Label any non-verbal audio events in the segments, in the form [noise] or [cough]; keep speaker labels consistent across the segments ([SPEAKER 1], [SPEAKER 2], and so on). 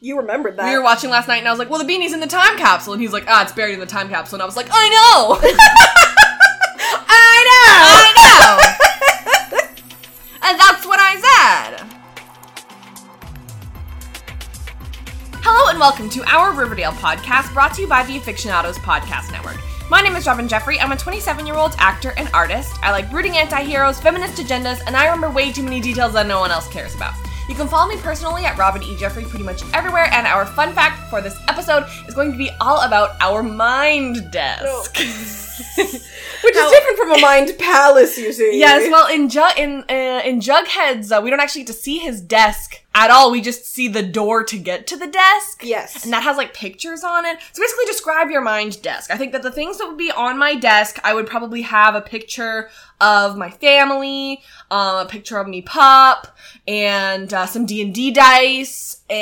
[SPEAKER 1] You remembered that.
[SPEAKER 2] We were watching last night, and I was like, "Well, the beanie's in the time capsule," and he's like, "Ah, it's buried in the time capsule," and I was like, "I know, [laughs] I know, I know," and that's what I said. Hello and welcome to our Riverdale podcast, brought to you by the Aficionados Podcast Network. My name is Robin Jeffrey. I'm a 27 year old actor and artist. I like brooding anti heroes, feminist agendas, and I remember way too many details that no one else cares about. You can follow me personally at Robin E. Jeffrey pretty much everywhere, and our fun fact for this episode is going to be all about our mind desk.
[SPEAKER 1] [laughs]
[SPEAKER 2] [laughs]
[SPEAKER 1] Which is different from a mind palace, you see.
[SPEAKER 2] Yes, well, in Ju- in uh, in Jughead's, uh, we don't actually get to see his desk at all. We just see the door to get to the desk.
[SPEAKER 1] Yes.
[SPEAKER 2] And that has like pictures on it. So basically, describe your mind desk. I think that the things that would be on my desk, I would probably have a picture of my family, um, a picture of me pup, and uh, some D and D dice,
[SPEAKER 1] Oh,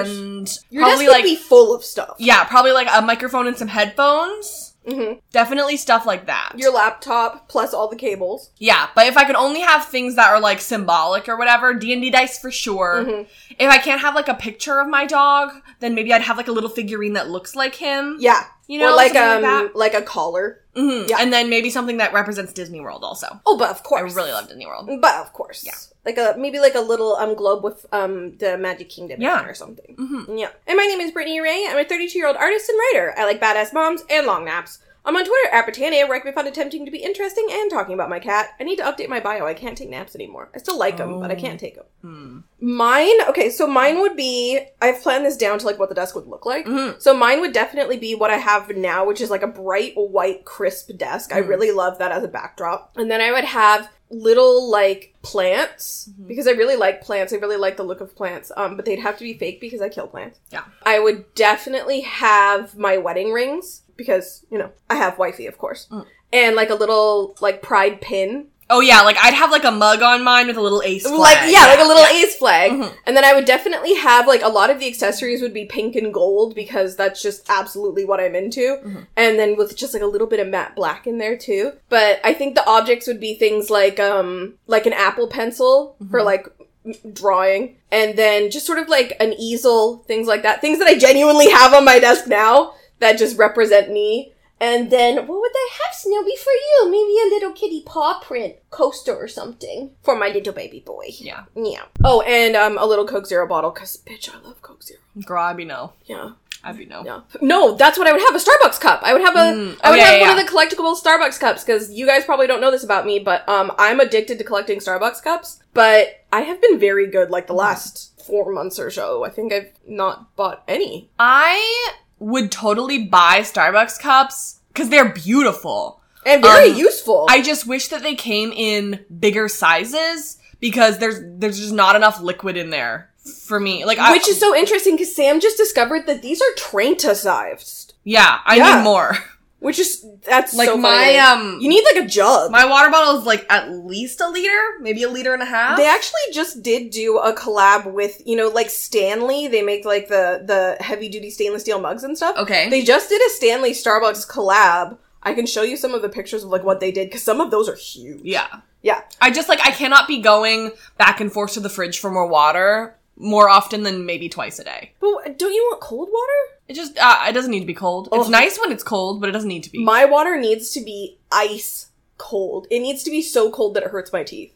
[SPEAKER 1] of course.
[SPEAKER 2] and
[SPEAKER 1] Your desk would be full of stuff.
[SPEAKER 2] yeah, probably like a microphone and some headphones.
[SPEAKER 1] Mhm.
[SPEAKER 2] Definitely stuff like that.
[SPEAKER 1] Your laptop plus all the cables.
[SPEAKER 2] Yeah, but if I could only have things that are like symbolic or whatever, D and D dice for sure.
[SPEAKER 1] Mm-hmm.
[SPEAKER 2] If I can't have like a picture of my dog, then maybe I'd have like a little figurine that looks like him.
[SPEAKER 1] Yeah.
[SPEAKER 2] You know,
[SPEAKER 1] or like
[SPEAKER 2] something
[SPEAKER 1] um
[SPEAKER 2] like
[SPEAKER 1] like, a collar.
[SPEAKER 2] hmm
[SPEAKER 1] yeah.
[SPEAKER 2] and then maybe something that represents Disney World. Also,
[SPEAKER 1] Oh, but of
[SPEAKER 2] I
[SPEAKER 1] course. Mm,
[SPEAKER 2] really love Disney World.
[SPEAKER 1] But of course.
[SPEAKER 2] Yeah.
[SPEAKER 1] Like a maybe like a little um globe with um the Magic Kingdom in
[SPEAKER 2] Yeah.
[SPEAKER 1] it or something.
[SPEAKER 2] hmm
[SPEAKER 1] Yeah. And my name is Brittany Ray. I'm a 32 year old artist and writer. I like badass moms and long naps. I'm on Twitter at Britannia, where I can be found attempting to be interesting and talking about my cat. I need to update my bio. I can't take naps anymore. I still like them, but I
[SPEAKER 2] Oh.
[SPEAKER 1] can't take them.
[SPEAKER 2] Mm.
[SPEAKER 1] Mine, okay, so mine would be I've planned this down to like what the desk would look like.
[SPEAKER 2] Mhm.
[SPEAKER 1] So mine would definitely be what I have now, which is like a bright white crisp desk. I
[SPEAKER 2] Mhm.
[SPEAKER 1] really love that as a backdrop. And then I would have little like plants
[SPEAKER 2] Mhm.
[SPEAKER 1] because I really like plants. I really like the look of plants. Um but they'd have to be fake because I kill plants.
[SPEAKER 2] Yeah.
[SPEAKER 1] I would definitely have my wedding rings because, you know, I have wifey, of course.
[SPEAKER 2] Mm.
[SPEAKER 1] And like a little like pride pin
[SPEAKER 2] Oh yeah, like I'd have like a mug on mine with a little ace. Flag.
[SPEAKER 1] like yeah, like a little ace flag.
[SPEAKER 2] Mhm.
[SPEAKER 1] And then I would definitely have like a lot of the accessories would be pink and gold because that's just absolutely what I'm into.
[SPEAKER 2] Mhm.
[SPEAKER 1] And then with just like a little bit of matte black in there too. But I think the objects would be things like um like an apple pencil for
[SPEAKER 2] Mhm.
[SPEAKER 1] like m- drawing and then just sort of like an easel, things like that. Things that I genuinely have on my desk now that just represent me. And then what would I have, Snowy, for you? Maybe a little kitty paw print coaster or something for my little baby boy.
[SPEAKER 2] Yeah,
[SPEAKER 1] Yeah. Oh, and um, a little Coke Zero bottle, cause bitch, I love Coke Zero.
[SPEAKER 2] girl, I'd be no,
[SPEAKER 1] Yeah.
[SPEAKER 2] I'd be no.
[SPEAKER 1] Yeah. No, that's what I would have a Starbucks cup. I would have a.
[SPEAKER 2] Mm.
[SPEAKER 1] I would
[SPEAKER 2] Oh, yeah,
[SPEAKER 1] have
[SPEAKER 2] yeah,
[SPEAKER 1] one
[SPEAKER 2] yeah.
[SPEAKER 1] of the collectible Starbucks cups because you guys probably don't know this about me, but um, I'm addicted to collecting Starbucks cups. But I have been very good like the last four months or so. I think I've not bought any.
[SPEAKER 2] I would totally buy Starbucks cups because they're beautiful.
[SPEAKER 1] And very
[SPEAKER 2] Um,
[SPEAKER 1] useful.
[SPEAKER 2] I just wish that they came in bigger sizes because there's there's just not enough liquid in there for me. Like I,
[SPEAKER 1] which is so interesting because Sam just discovered that these are Trenta sized,
[SPEAKER 2] yeah, I
[SPEAKER 1] Yeah.
[SPEAKER 2] need more. [laughs]
[SPEAKER 1] which is that's
[SPEAKER 2] Like
[SPEAKER 1] so
[SPEAKER 2] my
[SPEAKER 1] funny.
[SPEAKER 2] um
[SPEAKER 1] you need like a jug.
[SPEAKER 2] my water bottle is like at least a liter, maybe a liter and a half.
[SPEAKER 1] They actually just did do a collab with, you know, like Stanley. They make like the the heavy duty stainless steel mugs and stuff.
[SPEAKER 2] okay.
[SPEAKER 1] They just did a Stanley Starbucks collab. I can show you some of the pictures of like what they did because some of those are huge.
[SPEAKER 2] yeah.
[SPEAKER 1] Yeah.
[SPEAKER 2] I just like I cannot be going back and forth to the fridge for more water more often than maybe twice a day.
[SPEAKER 1] But don't you want cold water?
[SPEAKER 2] It just uh, it doesn't need to be cold. It's
[SPEAKER 1] Ugh.
[SPEAKER 2] nice when it's cold, but it doesn't need to be.
[SPEAKER 1] My water needs to be ice cold. It needs to be so cold that it hurts my teeth.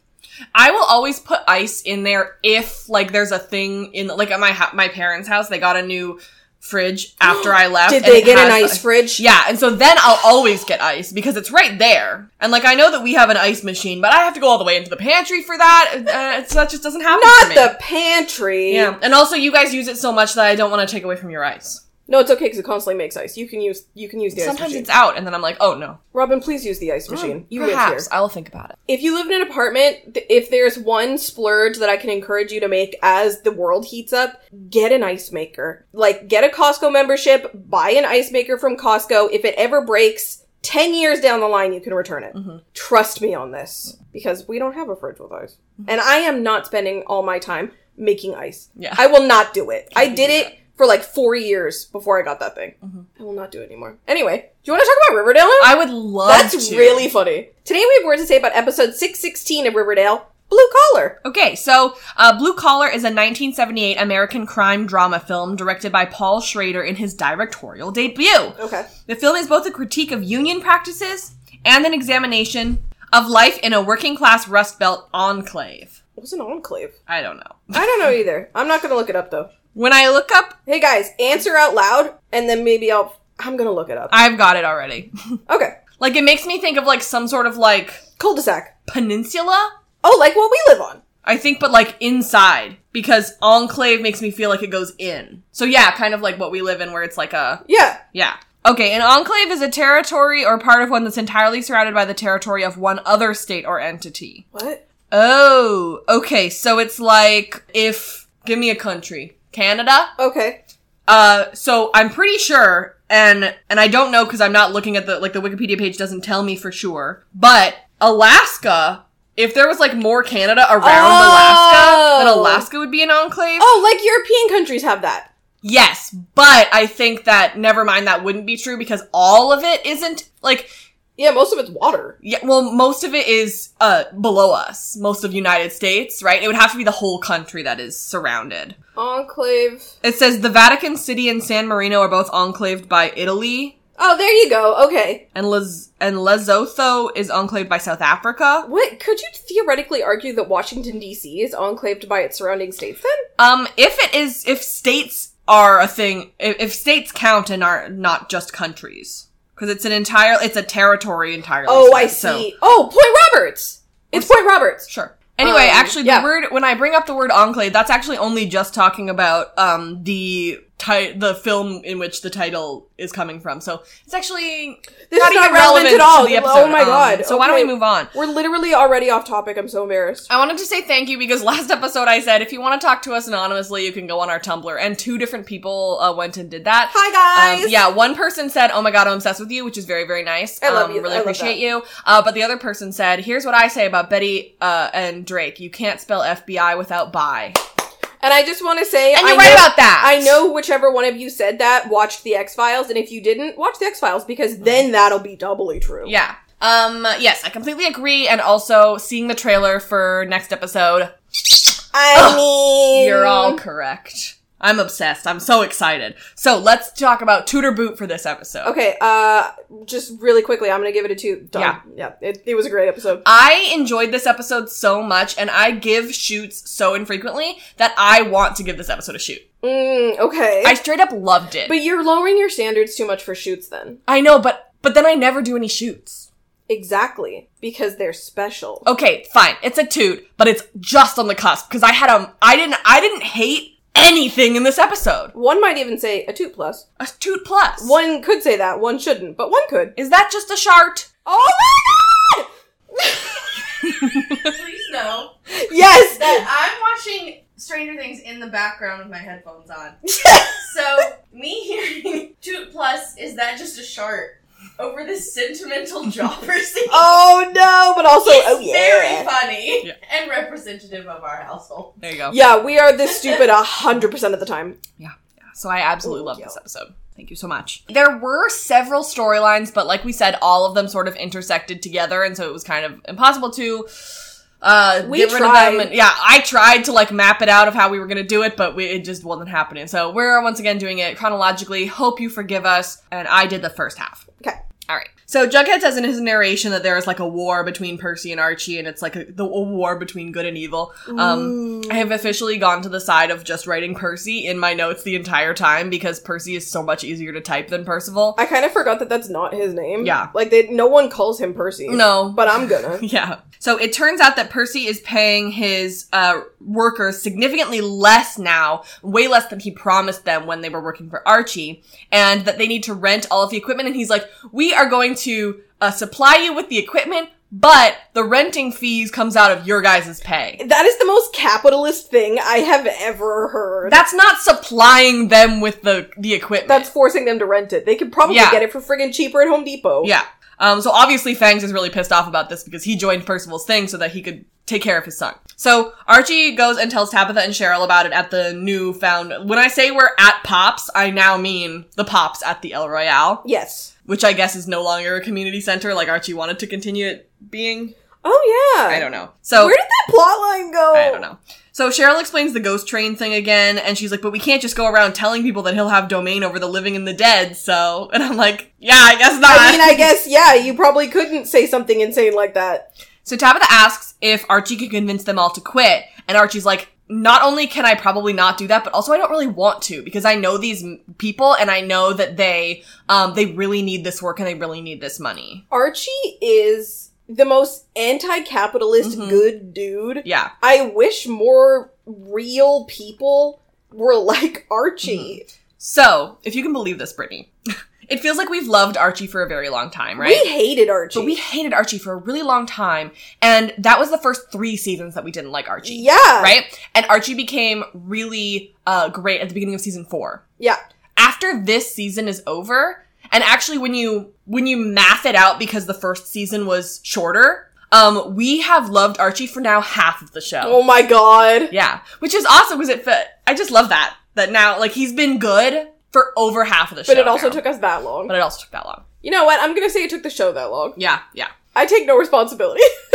[SPEAKER 2] I will always put ice in there if like there's a thing in like at my ha- my parents' house they got a new
[SPEAKER 1] [gasps]
[SPEAKER 2] fridge after I left.
[SPEAKER 1] Did
[SPEAKER 2] and
[SPEAKER 1] they
[SPEAKER 2] it
[SPEAKER 1] get an
[SPEAKER 2] has-
[SPEAKER 1] ice fridge?
[SPEAKER 2] Yeah, and so then I'll always get ice because it's right there. And like I know that we have an ice machine, but I have to go all the way into the pantry for that. Uh, so that just doesn't happen. for
[SPEAKER 1] Not
[SPEAKER 2] me.
[SPEAKER 1] the pantry.
[SPEAKER 2] yeah. And also, you guys use it so much that I don't want to take away from your ice.
[SPEAKER 1] No, it's okay because it constantly makes ice. You can use you can use the ice
[SPEAKER 2] Sometimes
[SPEAKER 1] machine.
[SPEAKER 2] it's out, and then I'm like, oh no.
[SPEAKER 1] Robin, please use the ice machine. you live here.
[SPEAKER 2] Perhaps I'll think about it.
[SPEAKER 1] If you live in an apartment, th- if there's one splurge that I can encourage you to make as the world heats up, get an ice maker. Like, get a Costco membership, buy an ice maker from Costco. If it ever breaks, 10 years down the line, you can return it.
[SPEAKER 2] Mhm.
[SPEAKER 1] Trust me on this, because we don't have a fridge with ice.
[SPEAKER 2] Mm-hmm.
[SPEAKER 1] And I am not spending all my time making ice.
[SPEAKER 2] Yeah.
[SPEAKER 1] I will not do it. I
[SPEAKER 2] do
[SPEAKER 1] did
[SPEAKER 2] that.
[SPEAKER 1] it for like four years before I got that thing.
[SPEAKER 2] Mhm.
[SPEAKER 1] I will not do it anymore. Anyway, do you want to talk about Riverdale? now?
[SPEAKER 2] I would love.
[SPEAKER 1] That's
[SPEAKER 2] to.
[SPEAKER 1] really funny. Today we have words to say about episode 616 of Riverdale, Blue Collar.
[SPEAKER 2] Okay, so uh, Blue Collar is a 1978 American crime drama film directed by Paul Schrader in his directorial debut.
[SPEAKER 1] Okay.
[SPEAKER 2] The film is both a critique of union practices and an examination of life in a working class Rust Belt enclave.
[SPEAKER 1] It was an enclave.
[SPEAKER 2] I don't know.
[SPEAKER 1] I don't know either. I'm not gonna look it up though.
[SPEAKER 2] When I look up,
[SPEAKER 1] Hey guys, answer out loud, and then maybe I'll. I'm gonna look it up.
[SPEAKER 2] I've got it already. [laughs]
[SPEAKER 1] Okay.
[SPEAKER 2] like, it makes me think of like some sort of like
[SPEAKER 1] Cul-de-sac.
[SPEAKER 2] peninsula,
[SPEAKER 1] Oh, like what we live on.
[SPEAKER 2] I think, but like inside because enclave makes me feel like it goes in. So yeah, kind of like what we live in where it's like a
[SPEAKER 1] Yeah.
[SPEAKER 2] Yeah. Okay, an enclave is a territory or part of one that's entirely surrounded by the territory of one other state or entity.
[SPEAKER 1] What?
[SPEAKER 2] Oh, okay, so it's like if, give me a country. Canada?
[SPEAKER 1] Okay.
[SPEAKER 2] Uh, so I'm pretty sure, and, and I don't know because I'm not looking at the, like the Wikipedia page doesn't tell me for sure, but Alaska, if there was like more Canada around
[SPEAKER 1] Oh.
[SPEAKER 2] Alaska, then Alaska would be an enclave.
[SPEAKER 1] Oh, like European countries have that.
[SPEAKER 2] Yes, but I think that, never mind, that wouldn't be true because all of it isn't, like,
[SPEAKER 1] Yeah, most of it's water.
[SPEAKER 2] Yeah, well, most of it is uh below us. Most of United States, right? It would have to be the whole country that is surrounded.
[SPEAKER 1] Enclave.
[SPEAKER 2] It says the Vatican City and San Marino are both enclaved by Italy,
[SPEAKER 1] Oh, there you go. Okay.
[SPEAKER 2] and Les- and Lesotho is enclaved by South Africa.
[SPEAKER 1] What could you theoretically argue that Washington D.C. is enclaved by its surrounding states? Then
[SPEAKER 2] Um, if it is, if states are a thing, if, if states count and are not just countries, because it's an entire, it's a territory entirely.
[SPEAKER 1] oh, I
[SPEAKER 2] so-
[SPEAKER 1] see. Oh, Point Roberts. It's Point Roberts.
[SPEAKER 2] Sure. Anyway,
[SPEAKER 1] Um,
[SPEAKER 2] actually,
[SPEAKER 1] yeah.
[SPEAKER 2] the word when I bring up the word enclave, that's actually only just talking about um the ti- the film in which the title is coming from. So it's actually
[SPEAKER 1] This
[SPEAKER 2] not
[SPEAKER 1] is
[SPEAKER 2] even
[SPEAKER 1] not relevant at all.
[SPEAKER 2] to the
[SPEAKER 1] Oh
[SPEAKER 2] episode.
[SPEAKER 1] my
[SPEAKER 2] Um,
[SPEAKER 1] God.
[SPEAKER 2] so why don't we
[SPEAKER 1] Okay.
[SPEAKER 2] move Um, on?
[SPEAKER 1] We're literally already off topic. I'm so embarrassed.
[SPEAKER 2] I wanted to say thank you because [laughs] last episode I said if you want to talk to us anonymously, you can go on our Tumblr, and two different people uh, went and did that.
[SPEAKER 1] Hi guys.
[SPEAKER 2] Um, yeah, one person said, "Oh my god, I'm obsessed with you," which is very, very nice.
[SPEAKER 1] I love
[SPEAKER 2] um,
[SPEAKER 1] you.
[SPEAKER 2] Really
[SPEAKER 1] I love
[SPEAKER 2] appreciate you. Uh, but the other person said, "Here's what I say about Betty uh, and Drake: You can't spell FBI without bi."
[SPEAKER 1] And I just want to say,
[SPEAKER 2] And
[SPEAKER 1] I
[SPEAKER 2] you're right
[SPEAKER 1] know-
[SPEAKER 2] about that.
[SPEAKER 1] I know whichever one of you said that watched the X Files, and if you didn't, watch the X Files because then that'll be doubly true.
[SPEAKER 2] Mm-hmm. Yeah. Um. Yes, I completely agree. And also, seeing the trailer for next episode,
[SPEAKER 1] I mean,
[SPEAKER 2] you're all correct. I'm obsessed. I'm so excited. So let's talk about Tudor Boot for this episode.
[SPEAKER 1] okay. Uh, just really quickly, I'm gonna give it a two. Done.
[SPEAKER 2] Yeah.
[SPEAKER 1] yeah. It, it was a great episode.
[SPEAKER 2] I enjoyed this episode so much, and I give shoots so infrequently that I want to give this episode a shoot.
[SPEAKER 1] Mm, okay,
[SPEAKER 2] I straight up loved it.
[SPEAKER 1] but you're lowering your standards too much for shoots, then.
[SPEAKER 2] I know, but but then I never do any shoots.
[SPEAKER 1] Exactly because they're special.
[SPEAKER 2] Okay, fine. It's a toot, but it's just on the cusp because I had a I didn't I didn't hate anything in this episode.
[SPEAKER 1] One might even say a two plus.
[SPEAKER 2] A toot plus.
[SPEAKER 1] One could say that. One shouldn't, but one
[SPEAKER 2] [laughs]
[SPEAKER 1] could.
[SPEAKER 2] is that just a shart?
[SPEAKER 1] Oh my
[SPEAKER 2] Please no.
[SPEAKER 1] god! Yes. [laughs]
[SPEAKER 2] That I'm watching Stranger Things in the background with my headphones on. so me hearing [laughs] toot plus is that just a shart over
[SPEAKER 1] [laughs]
[SPEAKER 2] this sentimental jobber scene?
[SPEAKER 1] Oh no! But also, oh yeah.
[SPEAKER 2] funny
[SPEAKER 3] Yeah.
[SPEAKER 2] and representative of our household. There you go.
[SPEAKER 1] Yeah, we are this stupid a hundred percent of the time.
[SPEAKER 2] So I absolutely
[SPEAKER 1] Ooh,
[SPEAKER 2] love
[SPEAKER 1] yo.
[SPEAKER 2] this episode. Thank you so much. There were several storylines, but like we said, all of them sort of intersected together, and so it was kind of impossible to uh,
[SPEAKER 1] We
[SPEAKER 2] get rid of
[SPEAKER 1] tried.
[SPEAKER 2] them. And, yeah, I tried to like map it out of how we were gonna do it, but we, it just wasn't happening. So we're once again doing it chronologically. Hope you forgive us. And I did the first half.
[SPEAKER 1] Okay.
[SPEAKER 2] All right. So Jughead says in his narration that there is like a war between Percy and Archie, and it's like a, the, a war between good and evil. Um, I have officially gone to the side of just writing Percy in my notes the entire time because Percy is so much easier to type than Percival.
[SPEAKER 1] I kind of forgot that that's not his name.
[SPEAKER 2] Yeah.
[SPEAKER 1] like they, no one calls him Percy.
[SPEAKER 2] no,
[SPEAKER 1] but I'm gonna.
[SPEAKER 2] [laughs] yeah. So it turns out that Percy is paying his uh, workers significantly less now, way less than he promised them when they were working for Archie, and that they need to rent all of the equipment. And he's like, "We are going to uh, supply you with the equipment, but the renting fees comes out of your guys' pay."
[SPEAKER 1] that is the most capitalist thing I have ever heard.
[SPEAKER 2] That's not supplying them with the the equipment.
[SPEAKER 1] that's forcing them to rent it. They could probably
[SPEAKER 2] Yeah.
[SPEAKER 1] get it for friggin' cheaper at Home Depot.
[SPEAKER 2] yeah. Um, so obviously Fangs is really pissed off about this because he joined Percival's thing so that he could take care of his son. So Archie goes and tells Tabitha and Cheryl about it at the new found. When I say we're at Pops, I now mean the Pops at the El Royale,
[SPEAKER 1] Yes.
[SPEAKER 2] which I guess is no longer a community center like Archie wanted to continue it being.
[SPEAKER 1] Oh yeah.
[SPEAKER 2] I don't know. So
[SPEAKER 1] Where did that plot line go?
[SPEAKER 2] I don't know. So Cheryl explains the ghost train thing again, and she's like, "But we can't just go around telling people that he'll have domain over the living and the dead." So, [laughs] and I'm like, "Yeah, I guess not."
[SPEAKER 1] I mean, I guess yeah. You probably couldn't say something insane like that.
[SPEAKER 2] so Tabitha asks if Archie can convince them all to quit, and Archie's like, "Not only can I probably not do that, but also I don't really want to because I know these m- people, and I know that they um they really need this work and they really need this money."
[SPEAKER 1] Archie is the most anti-capitalist
[SPEAKER 2] Mhm.
[SPEAKER 1] good dude.
[SPEAKER 2] Yeah,
[SPEAKER 1] I wish more real people were like Archie.
[SPEAKER 2] Mm-hmm. So, if you can believe this, Brittany, [laughs] it feels like we've loved Archie for a very long time, right?
[SPEAKER 1] We hated Archie.
[SPEAKER 2] but we hated Archie for a really long time, and that was the first three seasons that we didn't like Archie.
[SPEAKER 1] yeah.
[SPEAKER 2] Right? And Archie became really uh, great at the beginning of season four.
[SPEAKER 1] Yeah.
[SPEAKER 2] After this season is over, and actually when you when you math it out because the first season was shorter, um, we have loved Archie for now half of the show.
[SPEAKER 1] Oh my god.
[SPEAKER 2] Yeah, which is awesome because it fit. I just love that that now like he's been good for over half of the show.
[SPEAKER 1] But it also
[SPEAKER 2] now.
[SPEAKER 1] took us that long.
[SPEAKER 2] But it also took that long.
[SPEAKER 1] You know what? I'm gonna say it took the show that long.
[SPEAKER 2] Yeah, yeah.
[SPEAKER 1] I take no responsibility. [laughs]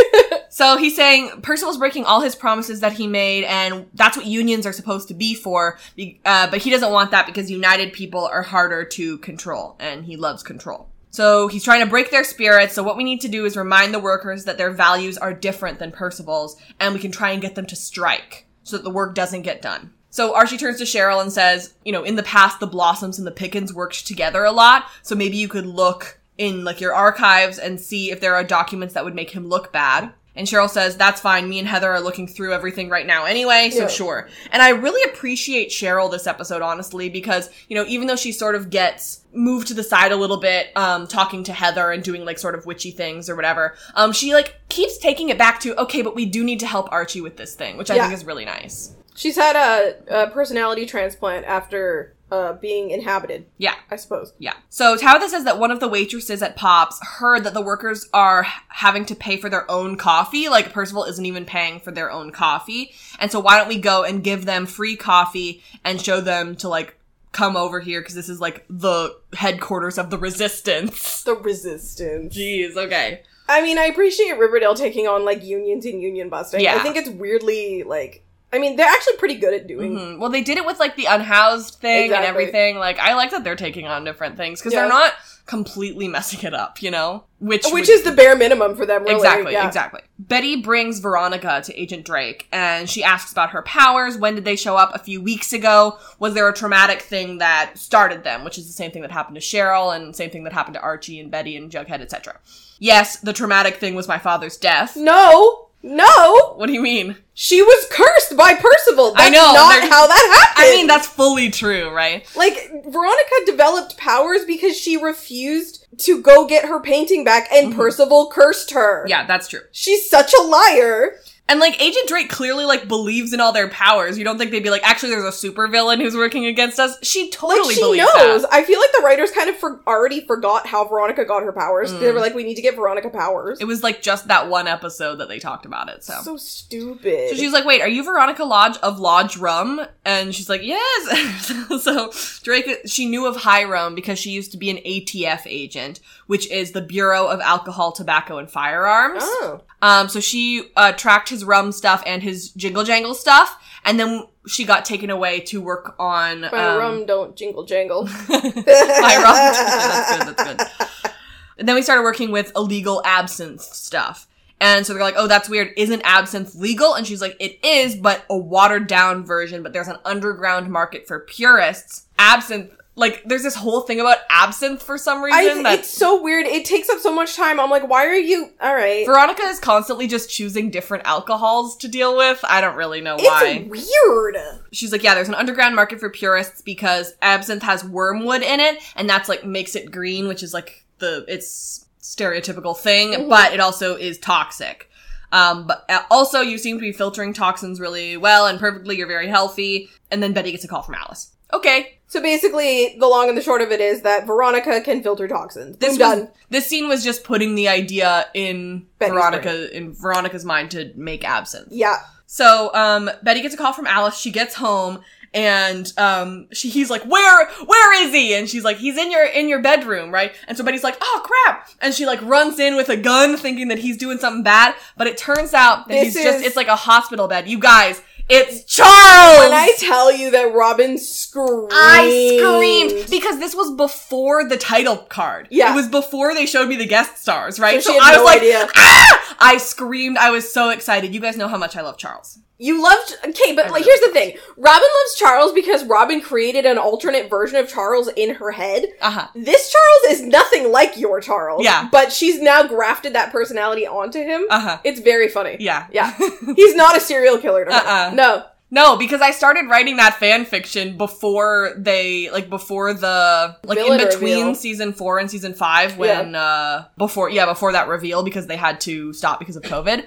[SPEAKER 2] So he's saying Percival's breaking all his promises that he made, and that's what unions are supposed to be for. be- Uh, but he doesn't want that because united people are harder to control, and he loves control. So he's trying to break their spirits. So what we need to do is remind the workers that their values are different than Percival's, and we can try and get them to strike so that the work doesn't get done. So Archie turns to Cheryl and says, "You know, in the past, the Blossoms and the Pickens worked together a lot. So maybe you could look in like your archives and see if there are documents that would make him look bad. And Cheryl says, That's fine. Me and Heather are looking through everything right now anyway, so
[SPEAKER 1] Yeah.
[SPEAKER 2] sure. And I really appreciate Cheryl this episode, honestly, because, you know, even though she sort of gets moved to the side a little bit, um, talking to Heather and doing like sort of witchy things or whatever, um, she like keeps taking it back to, okay, but we do need to help Archie with this thing, which I
[SPEAKER 1] Yeah.
[SPEAKER 2] think is really nice.
[SPEAKER 1] She's had a, a personality transplant after uh, being inhabited,
[SPEAKER 2] Yeah.
[SPEAKER 1] I suppose.
[SPEAKER 2] Yeah. So Tabitha says that one of the waitresses at Pops heard that the workers are h- having to pay for their own coffee. Like Percival isn't even paying for their own coffee. And so why don't we go and give them free coffee and show them to like come over here because this is like the headquarters of the resistance. [laughs]
[SPEAKER 1] The resistance.
[SPEAKER 2] Jeez, okay.
[SPEAKER 1] I mean, I appreciate Riverdale taking on like unions and union busting.
[SPEAKER 2] Yeah.
[SPEAKER 1] I think it's weirdly like. I mean, they're actually pretty good at doing.
[SPEAKER 2] Mhm. Well, they did it with like the unhoused thing and
[SPEAKER 1] Exactly.
[SPEAKER 2] everything. Like I like that they're taking on different things because
[SPEAKER 1] Yeah.
[SPEAKER 2] they're not completely messing it up, you know? Which
[SPEAKER 1] Which
[SPEAKER 2] would-
[SPEAKER 1] is the bare minimum for them, really.
[SPEAKER 2] Exactly,
[SPEAKER 1] yeah.
[SPEAKER 2] exactly. Betty brings Veronica to Agent Drake and she asks about her powers. When did they show up? A few weeks ago. Was there a traumatic thing that started them? Which is the same thing that happened to Cheryl and same thing that happened to Archie and Betty and Jughead, etc. Yes, the traumatic thing was my father's death.
[SPEAKER 1] No, no,
[SPEAKER 2] What do you mean?
[SPEAKER 1] she was cursed by Percival. That's
[SPEAKER 2] I know,
[SPEAKER 1] not
[SPEAKER 2] they're-
[SPEAKER 1] how that happened.
[SPEAKER 2] I mean, that's fully true, right?
[SPEAKER 1] Like, Veronica developed powers because she refused to go get her painting back and
[SPEAKER 2] Mhm.
[SPEAKER 1] Percival cursed her.
[SPEAKER 2] Yeah, that's true.
[SPEAKER 1] She's such a liar.
[SPEAKER 2] And like Agent Drake clearly like believes in all their powers. You don't think they'd be like, actually, there's a supervillain who's working against us? She totally
[SPEAKER 1] like, she
[SPEAKER 2] believes
[SPEAKER 1] knows.
[SPEAKER 2] that.
[SPEAKER 1] I feel like the writers kind of for- already forgot how Veronica got her powers. They
[SPEAKER 2] Mm.
[SPEAKER 1] were like, we need to get Veronica powers.
[SPEAKER 2] It was like just that one episode that they talked about it.
[SPEAKER 1] so stupid.
[SPEAKER 2] So she's like, "Wait, are you Veronica Lodge of Lodge Rum?" And she's like, "Yes." [laughs] so Drake, she knew of Hiram because she used to be an ATF agent, which is the Bureau of Alcohol, Tobacco, and Firearms.
[SPEAKER 1] oh.
[SPEAKER 2] Um, so she uh, tracked his rum stuff and his jingle jangle stuff, and then she got taken away to work on
[SPEAKER 1] My
[SPEAKER 2] um,
[SPEAKER 1] rum don't jingle
[SPEAKER 2] [laughs]
[SPEAKER 1] jangle. [laughs]
[SPEAKER 2] my rum. that's good. That's good. And then we started working with illegal absinthe stuff. And so they're like, oh, that's weird. Isn't absinthe legal? And she's like, it is, but a watered down version, but there's an underground market for purists. Absinthe, like, there's this whole thing about absinthe for some reason
[SPEAKER 1] I,
[SPEAKER 2] that
[SPEAKER 1] it's so weird. It takes up so much time. I'm like, why are you? All right.
[SPEAKER 2] Veronica is constantly just choosing different alcohols to deal with. I don't really know why.
[SPEAKER 1] it's weird.
[SPEAKER 2] she's like, yeah, there's an underground market for purists because absinthe has wormwood in it, and that's like makes it green, which is like the it's stereotypical thing,
[SPEAKER 1] Mhm.
[SPEAKER 2] but it also is toxic. Um, but uh, also you seem to be filtering toxins really well and perfectly. You're very healthy. And then Betty gets a call from Alice. Okay,
[SPEAKER 1] So basically, the long and the short of it is that Veronica can filter toxins.
[SPEAKER 2] this
[SPEAKER 1] Boom,
[SPEAKER 2] was-
[SPEAKER 1] done.
[SPEAKER 2] This scene was just putting the idea in
[SPEAKER 1] Betty's
[SPEAKER 2] Veronica in Veronica's mind to make absinthe.
[SPEAKER 1] Yeah.
[SPEAKER 2] So, um, Betty gets a call from Alice. She gets home and um, she, he's like, "Where, where is he?" And she's like, "He's in your in your bedroom, right?" And so Betty's like, "Oh crap!" And she like runs in with a gun, thinking that he's doing something bad, but it turns out that
[SPEAKER 1] This
[SPEAKER 2] he's just
[SPEAKER 1] is-
[SPEAKER 2] it's like a hospital bed. You guys, it's Charles.
[SPEAKER 1] When I tell you that Robin screamed,
[SPEAKER 2] Oh. I screamed because this was before the title card.
[SPEAKER 1] Yeah.
[SPEAKER 2] It was before they showed me the guest stars, right?
[SPEAKER 1] So she had
[SPEAKER 2] I
[SPEAKER 1] no
[SPEAKER 2] was
[SPEAKER 1] idea.
[SPEAKER 2] like, ah! [laughs] I screamed. I was so excited. You guys know how much I love Charles.
[SPEAKER 1] You loved okay, but like here's the thing: Robin loves Charles because Robin created an alternate version of Charles in her head.
[SPEAKER 2] Uh huh.
[SPEAKER 1] This Charles is nothing like your Charles.
[SPEAKER 2] Yeah.
[SPEAKER 1] but she's now grafted that personality onto him.
[SPEAKER 2] Uh huh.
[SPEAKER 1] It's very funny.
[SPEAKER 2] Yeah.
[SPEAKER 1] yeah.
[SPEAKER 2] [laughs]
[SPEAKER 1] He's not a serial killer to her.
[SPEAKER 2] Uh-uh.
[SPEAKER 1] No,
[SPEAKER 2] [laughs] No, because I started writing that fan fiction before they like before the like
[SPEAKER 1] Villain
[SPEAKER 2] in between
[SPEAKER 1] reveal.
[SPEAKER 2] season four and season five when uh before yeah before that reveal because they had to stop because of COVID.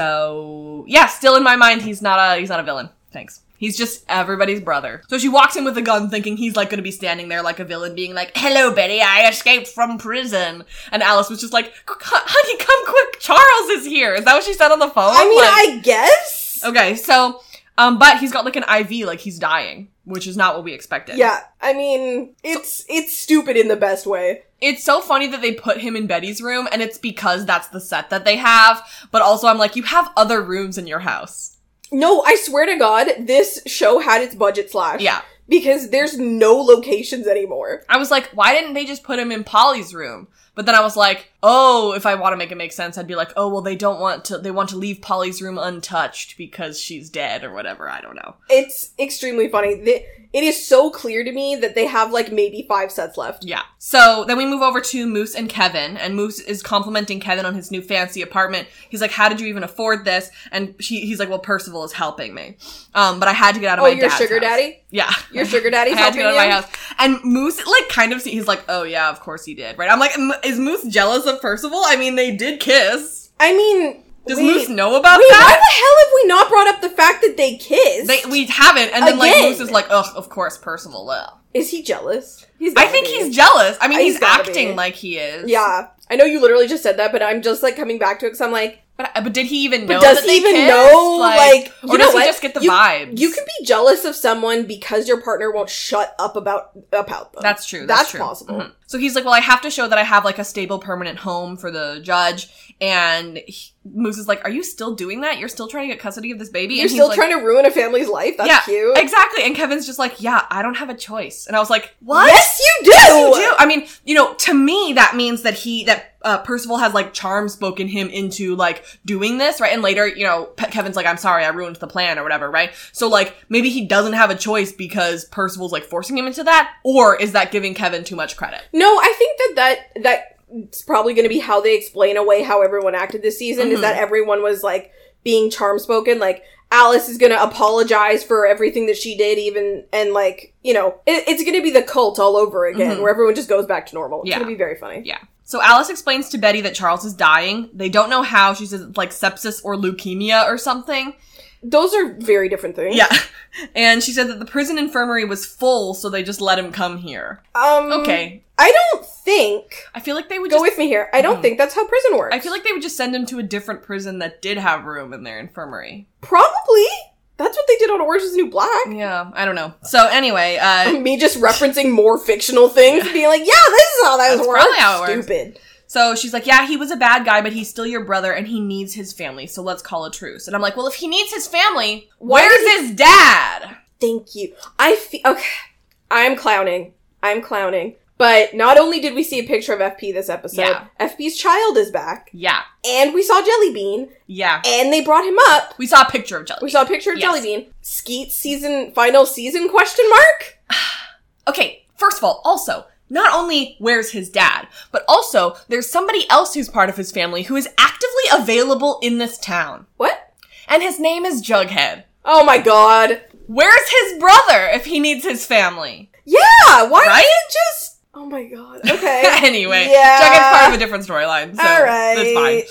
[SPEAKER 2] So yeah, still in my mind he's not a he's not a villain. Thanks. He's just everybody's brother. So she walks in with a gun thinking he's like gonna be standing there like a villain being like, Hello Betty, I escaped from prison. And Alice was just like, honey, come quick, Charles is here. Is that what she said on the phone?
[SPEAKER 1] I mean,
[SPEAKER 2] Like-
[SPEAKER 1] I guess.
[SPEAKER 2] Okay, so um, but he's got like an IV, like he's dying, which is not what we expected.
[SPEAKER 1] Yeah, I mean, it's it's stupid in the best way.
[SPEAKER 2] it's so funny that they put him in Betty's room, and it's because that's the set that they have. But also, I'm like, you have other rooms in your house.
[SPEAKER 1] No, I swear to God, this show had its budget slashed.
[SPEAKER 2] Yeah,
[SPEAKER 1] because there's no locations anymore.
[SPEAKER 2] I was like, why didn't they just put him in Polly's room? But then I was like, oh, if I want to make it make sense, I'd be like, oh, well, they don't want to, they want to leave Polly's room untouched because she's dead or whatever. I don't know.
[SPEAKER 1] It's extremely funny. The- It is so clear to me that they have like maybe five sets left.
[SPEAKER 2] Yeah. So then we move over to Moose and Kevin, and Moose is complimenting Kevin on his new fancy apartment. He's like, "How did you even afford this?" And she, he's like, "Well, Percival is helping me, um, but I had to get out of
[SPEAKER 1] Oh,
[SPEAKER 2] my
[SPEAKER 1] your
[SPEAKER 2] dad's
[SPEAKER 1] sugar
[SPEAKER 2] house."
[SPEAKER 1] daddy?
[SPEAKER 2] Yeah, [laughs]
[SPEAKER 1] Your sugar daddy's
[SPEAKER 2] I had to
[SPEAKER 1] helping
[SPEAKER 2] get out of my
[SPEAKER 1] you?
[SPEAKER 2] house. And Moose, like, kind of, see- he's like, "Oh yeah, of course he did." Right? I'm like, "M- "Is Moose jealous of Percival?" I mean, they did kiss.
[SPEAKER 1] I mean,
[SPEAKER 2] Does
[SPEAKER 1] wait,
[SPEAKER 2] Moose know about
[SPEAKER 1] wait, why
[SPEAKER 2] that?
[SPEAKER 1] the hell have we not brought up the fact that they kissed?
[SPEAKER 2] They, we haven't. And then like
[SPEAKER 1] Again.
[SPEAKER 2] Moose is like, "Ugh, of course Percival will."
[SPEAKER 1] is he jealous? He's
[SPEAKER 2] I
[SPEAKER 1] gotta
[SPEAKER 2] think
[SPEAKER 1] be.
[SPEAKER 2] he's jealous. I mean,
[SPEAKER 1] He's
[SPEAKER 2] he's,
[SPEAKER 1] gotta be.
[SPEAKER 2] acting like he is.
[SPEAKER 1] Yeah, I know you literally just said that, but I'm just like coming back to it because I'm like,
[SPEAKER 2] But, but did he even know?
[SPEAKER 1] but does he
[SPEAKER 2] that they
[SPEAKER 1] even
[SPEAKER 2] kissed?
[SPEAKER 1] know? Like, you
[SPEAKER 2] or
[SPEAKER 1] know
[SPEAKER 2] does
[SPEAKER 1] what?
[SPEAKER 2] he just get the
[SPEAKER 1] you,
[SPEAKER 2] vibes?
[SPEAKER 1] You can be jealous of someone because your partner won't shut up about about them.
[SPEAKER 2] That's true. That's,
[SPEAKER 1] That's,
[SPEAKER 2] true.
[SPEAKER 1] possible.
[SPEAKER 2] Mhm. So he's like, "Well, I have to show that I have like a stable, permanent home for the judge." And he, Moose is like, "Are you still doing that? You're still trying to get custody of this baby?"
[SPEAKER 1] You're
[SPEAKER 2] and
[SPEAKER 1] still
[SPEAKER 2] he's like,
[SPEAKER 1] trying to ruin a family's life. That's
[SPEAKER 2] yeah,
[SPEAKER 1] cute.
[SPEAKER 2] exactly. And Kevin's just like, "Yeah, I don't have a choice." And I was like, "What?"
[SPEAKER 1] Yes, you do.
[SPEAKER 2] Yes, you do. I mean, you know, to me, that means that he, that uh, Percival has like charm spoken him into like doing this, right? And later, you know, Pe- Kevin's like, I'm sorry, I ruined the plan or whatever, right? So like, maybe he doesn't have a choice because Percival's like forcing him into that, or is that giving Kevin too much credit?
[SPEAKER 1] No, I think that that that's probably going to be how they explain away how everyone acted this season is
[SPEAKER 2] Mhm.
[SPEAKER 1] that everyone was like being charm spoken like Alice is going to apologize for everything that she did even and like, you know, it, it's going to be the cult all over again
[SPEAKER 2] Mhm.
[SPEAKER 1] where everyone just goes back to normal. It's
[SPEAKER 2] Yeah.
[SPEAKER 1] going to be very funny.
[SPEAKER 2] Yeah. So Alice explains to Betty that Charles is dying. They don't know how. She says it's like sepsis or leukemia or something.
[SPEAKER 1] Those are very different things.
[SPEAKER 2] Yeah. [laughs] And she said that the prison infirmary was full, so they just let him come here.
[SPEAKER 1] Um
[SPEAKER 2] Okay.
[SPEAKER 1] I don't think
[SPEAKER 2] I feel like they would
[SPEAKER 1] go
[SPEAKER 2] just
[SPEAKER 1] with me here. I don't
[SPEAKER 2] Mhm.
[SPEAKER 1] think that's how prison works.
[SPEAKER 2] I feel like they would just send him to a different prison that did have room in their infirmary.
[SPEAKER 1] probably that's what they did on Orange is the New Black.
[SPEAKER 2] Yeah, I don't know. So anyway, uh,
[SPEAKER 1] [laughs] me just referencing more fictional things and being like, yeah, this is how that
[SPEAKER 2] That's
[SPEAKER 1] was works.
[SPEAKER 2] probably how it works.
[SPEAKER 1] Stupid.
[SPEAKER 2] so she's like, yeah, he was a bad guy, but he's still your brother, and he needs his family. So let's call a truce. And I'm like, well, if he needs his family,
[SPEAKER 1] Why
[SPEAKER 2] where's
[SPEAKER 1] did
[SPEAKER 2] his dad?
[SPEAKER 1] Thank you. I feel okay. I'm clowning. I'm clowning. But not only did we see a picture of FP this episode,
[SPEAKER 2] Yeah.
[SPEAKER 1] FP's child is back,
[SPEAKER 2] Yeah,
[SPEAKER 1] and we saw Jellybean,
[SPEAKER 2] yeah.
[SPEAKER 1] and they brought him up.
[SPEAKER 2] We saw a picture of Jelly.
[SPEAKER 1] We saw a picture of
[SPEAKER 2] Yes.
[SPEAKER 1] Jellybean. Skeet season final season question mark?
[SPEAKER 2] okay, first of all, also, not only where's his dad, but also there's somebody else who's part of his family who is actively available in this town,
[SPEAKER 1] What?
[SPEAKER 2] and his name is Jughead.
[SPEAKER 1] Oh my god.
[SPEAKER 2] Where's his brother if he needs his family?
[SPEAKER 1] Yeah, Ah, why
[SPEAKER 2] Right?
[SPEAKER 1] is it
[SPEAKER 2] [laughs]
[SPEAKER 1] just Oh my god. Okay.
[SPEAKER 2] anyway,
[SPEAKER 1] Yeah.
[SPEAKER 2] Jughead's part of a different storyline, so
[SPEAKER 1] All right.
[SPEAKER 2] that's fine.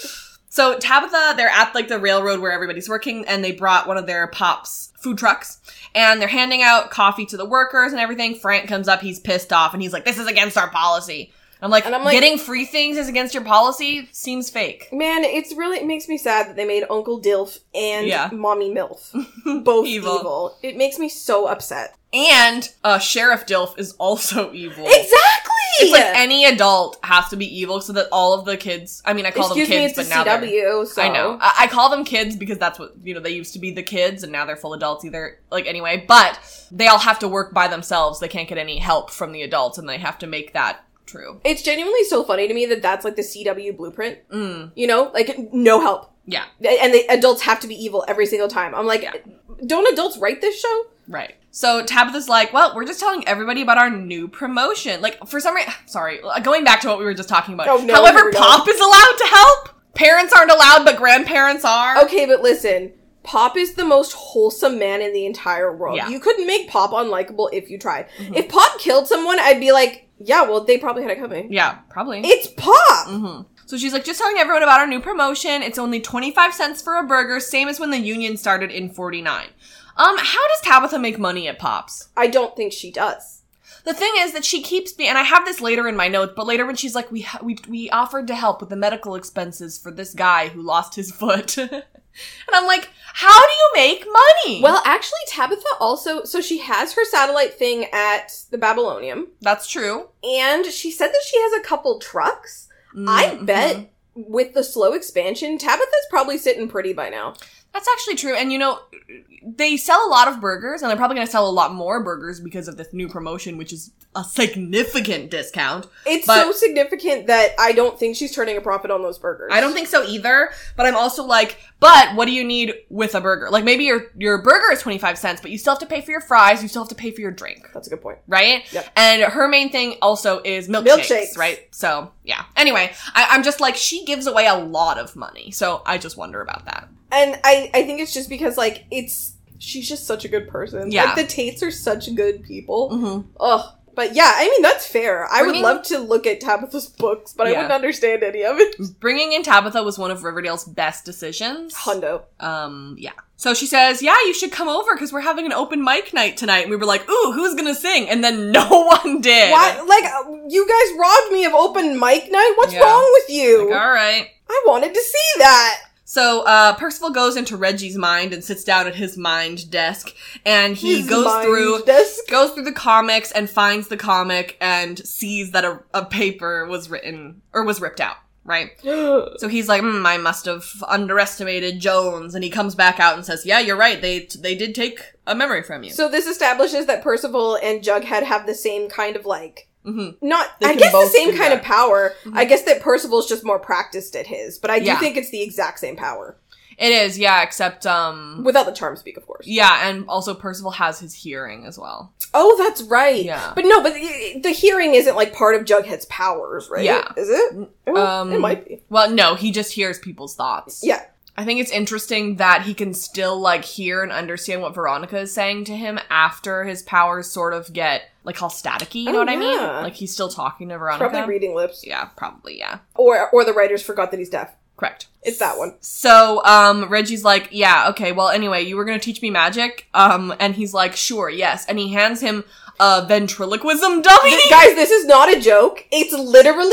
[SPEAKER 2] So Tabitha, they're at like the railroad where everybody's working, and they brought one of their pops food trucks, and they're handing out coffee to the workers and everything. Frank comes up, he's pissed off, and he's like, "This is against our policy." I'm like,
[SPEAKER 1] And I'm like-
[SPEAKER 2] getting free things is against your policy seems fake.
[SPEAKER 1] Man, it's really it makes me sad that they made Uncle Dilf and
[SPEAKER 2] Yeah.
[SPEAKER 1] Mommy
[SPEAKER 2] [laughs]
[SPEAKER 1] Milf both
[SPEAKER 2] Evil.
[SPEAKER 1] evil. It makes me so upset.
[SPEAKER 2] And uh, Sheriff Dilf is also evil.
[SPEAKER 1] Exactly.
[SPEAKER 2] It's like any adult has to be evil so that all of the kids. I mean, I call
[SPEAKER 1] Excuse
[SPEAKER 2] them
[SPEAKER 1] me,
[SPEAKER 2] kids,
[SPEAKER 1] it's a
[SPEAKER 2] but now they're-
[SPEAKER 1] CW. So
[SPEAKER 2] I know. I-, I call them kids because that's what you know. They used to be the kids, and now they're full adults. Either like anyway, but they all have to work by themselves. They can't get any help from the adults, and they have to make that true.
[SPEAKER 1] It's genuinely so funny to me that that's like the CW blueprint.
[SPEAKER 2] Mm,
[SPEAKER 1] You know, like no help,
[SPEAKER 2] yeah,
[SPEAKER 1] and the adults have to be evil every single time. I'm like,
[SPEAKER 2] Yeah.
[SPEAKER 1] don't adults write this show?
[SPEAKER 2] right. So Tabitha's like, well, we're just telling everybody about our new promotion. Like for some reason, sorry, uh, going back to what we were just talking about.
[SPEAKER 1] Oh, no, here
[SPEAKER 2] However,
[SPEAKER 1] we go.
[SPEAKER 2] Pop is allowed to help. Parents aren't allowed, but grandparents are.
[SPEAKER 1] Okay, but listen, Pop is the most wholesome man in the entire world.
[SPEAKER 2] Yeah. Mm-hmm.
[SPEAKER 1] You couldn't make Pop unlikable if you tried. If Pop killed someone, I'd be like, yeah, well, they probably had it coming.
[SPEAKER 2] Yeah, probably.
[SPEAKER 1] It's Pop.
[SPEAKER 2] hmm So she's like, just telling everyone about our new promotion. It's only 25 cents for a burger, same as when the union started in 49. Um, how does Tabitha make money at Pops?
[SPEAKER 1] I don't think she does.
[SPEAKER 2] The thing is that she keeps being, and I have this later in my notes, but later when she's like, we, ha- we, we offered to help with the medical expenses for this guy who lost his foot. [laughs] and I'm like, how do you make money?
[SPEAKER 1] Well, actually, Tabitha also, so she has her satellite thing at the Babylonium,
[SPEAKER 2] that's true.
[SPEAKER 1] and she said that she has a couple trucks. I
[SPEAKER 2] Mhm.
[SPEAKER 1] bet with the slow expansion, Tabitha's probably sitting pretty by now.
[SPEAKER 2] That's actually true. And you know, they sell a lot of burgers, and they're probably going to sell a lot more burgers because of this new promotion, which is a significant discount.
[SPEAKER 1] It's
[SPEAKER 2] But-
[SPEAKER 1] so significant that I don't think she's turning a profit on those burgers.
[SPEAKER 2] I don't think so either, but I'm also like, but what do you need with a burger? Like maybe your your burger is 25 cents, but you still have to pay for your fries, you still have to pay for your drink,
[SPEAKER 1] That's a good point.
[SPEAKER 2] right?
[SPEAKER 1] Yep.
[SPEAKER 2] And her main thing also is milkshakes,
[SPEAKER 1] Milkshakes.
[SPEAKER 2] right? So, yeah. Anyway, I, I'm just like, she gives away a lot of money, so I just wonder about that.
[SPEAKER 1] And I, I think it's just because like it's she's just such a good person.
[SPEAKER 2] Yeah.
[SPEAKER 1] Like the Tates are such good people.
[SPEAKER 2] Mm-hmm.
[SPEAKER 1] Ugh. But yeah, I mean that's fair. I would
[SPEAKER 2] Bringing-
[SPEAKER 1] love to look at Tabitha's books, but I
[SPEAKER 2] Yeah.
[SPEAKER 1] wouldn't understand any of
[SPEAKER 2] [laughs]
[SPEAKER 1] it.
[SPEAKER 2] Bringing in Tabitha was one of Riverdale's best decisions.
[SPEAKER 1] Hundo.
[SPEAKER 2] Um, yeah. So she says, "Yeah, you should come over because we're having an open mic night tonight." And we were like, "Ooh, who's gonna sing?" And then [laughs] no one did.
[SPEAKER 1] Why like uh, you guys robbed me of open mic night? What's
[SPEAKER 2] Yeah.
[SPEAKER 1] wrong with you?
[SPEAKER 2] Like, all right.
[SPEAKER 1] I wanted to see that.
[SPEAKER 2] So uh, Percival goes into Reggie's mind and sits down at his mind desk, and he
[SPEAKER 1] His
[SPEAKER 2] goes
[SPEAKER 1] mind
[SPEAKER 2] through [gasps]
[SPEAKER 1] desk.
[SPEAKER 2] goes through the comics and finds the comic and sees that a, a paper was written or was ripped out. Right. So he's like, mm, I must have underestimated Jones, and he comes back out and says, Yeah, you're right. They they did take a memory from you.
[SPEAKER 1] So this establishes that Percival and Jughead have the same kind of like
[SPEAKER 2] hmm
[SPEAKER 1] not
[SPEAKER 2] They
[SPEAKER 1] I
[SPEAKER 2] can
[SPEAKER 1] guess the
[SPEAKER 2] both
[SPEAKER 1] same
[SPEAKER 2] do
[SPEAKER 1] kind
[SPEAKER 2] that.
[SPEAKER 1] of power.
[SPEAKER 2] Mhm.
[SPEAKER 1] I guess that Percival's just more practiced at his, but I do
[SPEAKER 2] Yeah.
[SPEAKER 1] think it's the exact same power.
[SPEAKER 2] It is, yeah. Except, um,
[SPEAKER 1] Without the charm speak, of course.
[SPEAKER 2] yeah, and also Percival has his hearing as well.
[SPEAKER 1] Oh, that's right.
[SPEAKER 2] Yeah.
[SPEAKER 1] But no, but the, the hearing isn't like part of Jughead's powers, right?
[SPEAKER 2] Yeah.
[SPEAKER 1] Is it? Oh,
[SPEAKER 2] Um,
[SPEAKER 1] it might be.
[SPEAKER 2] Well, no, he just hears people's thoughts.
[SPEAKER 1] Yeah.
[SPEAKER 2] I think it's interesting that he can still like hear and understand what Veronica is saying to him after his powers sort of get like all staticky. You know
[SPEAKER 1] Oh,
[SPEAKER 2] what I mean?
[SPEAKER 1] yeah.
[SPEAKER 2] Like he's still talking to Veronica.
[SPEAKER 1] Probably reading lips.
[SPEAKER 2] yeah, probably. Yeah,
[SPEAKER 1] Or or the writers forgot that he's deaf.
[SPEAKER 2] correct.
[SPEAKER 1] It's that one.
[SPEAKER 2] So, um, Reggie's like, yeah, okay, well, anyway, you were gonna teach me magic, um, and he's like, sure, yes, and he hands him a ventriloquism
[SPEAKER 1] [laughs]
[SPEAKER 2] dummy.
[SPEAKER 1] Th- guys, this is not a joke. It's literally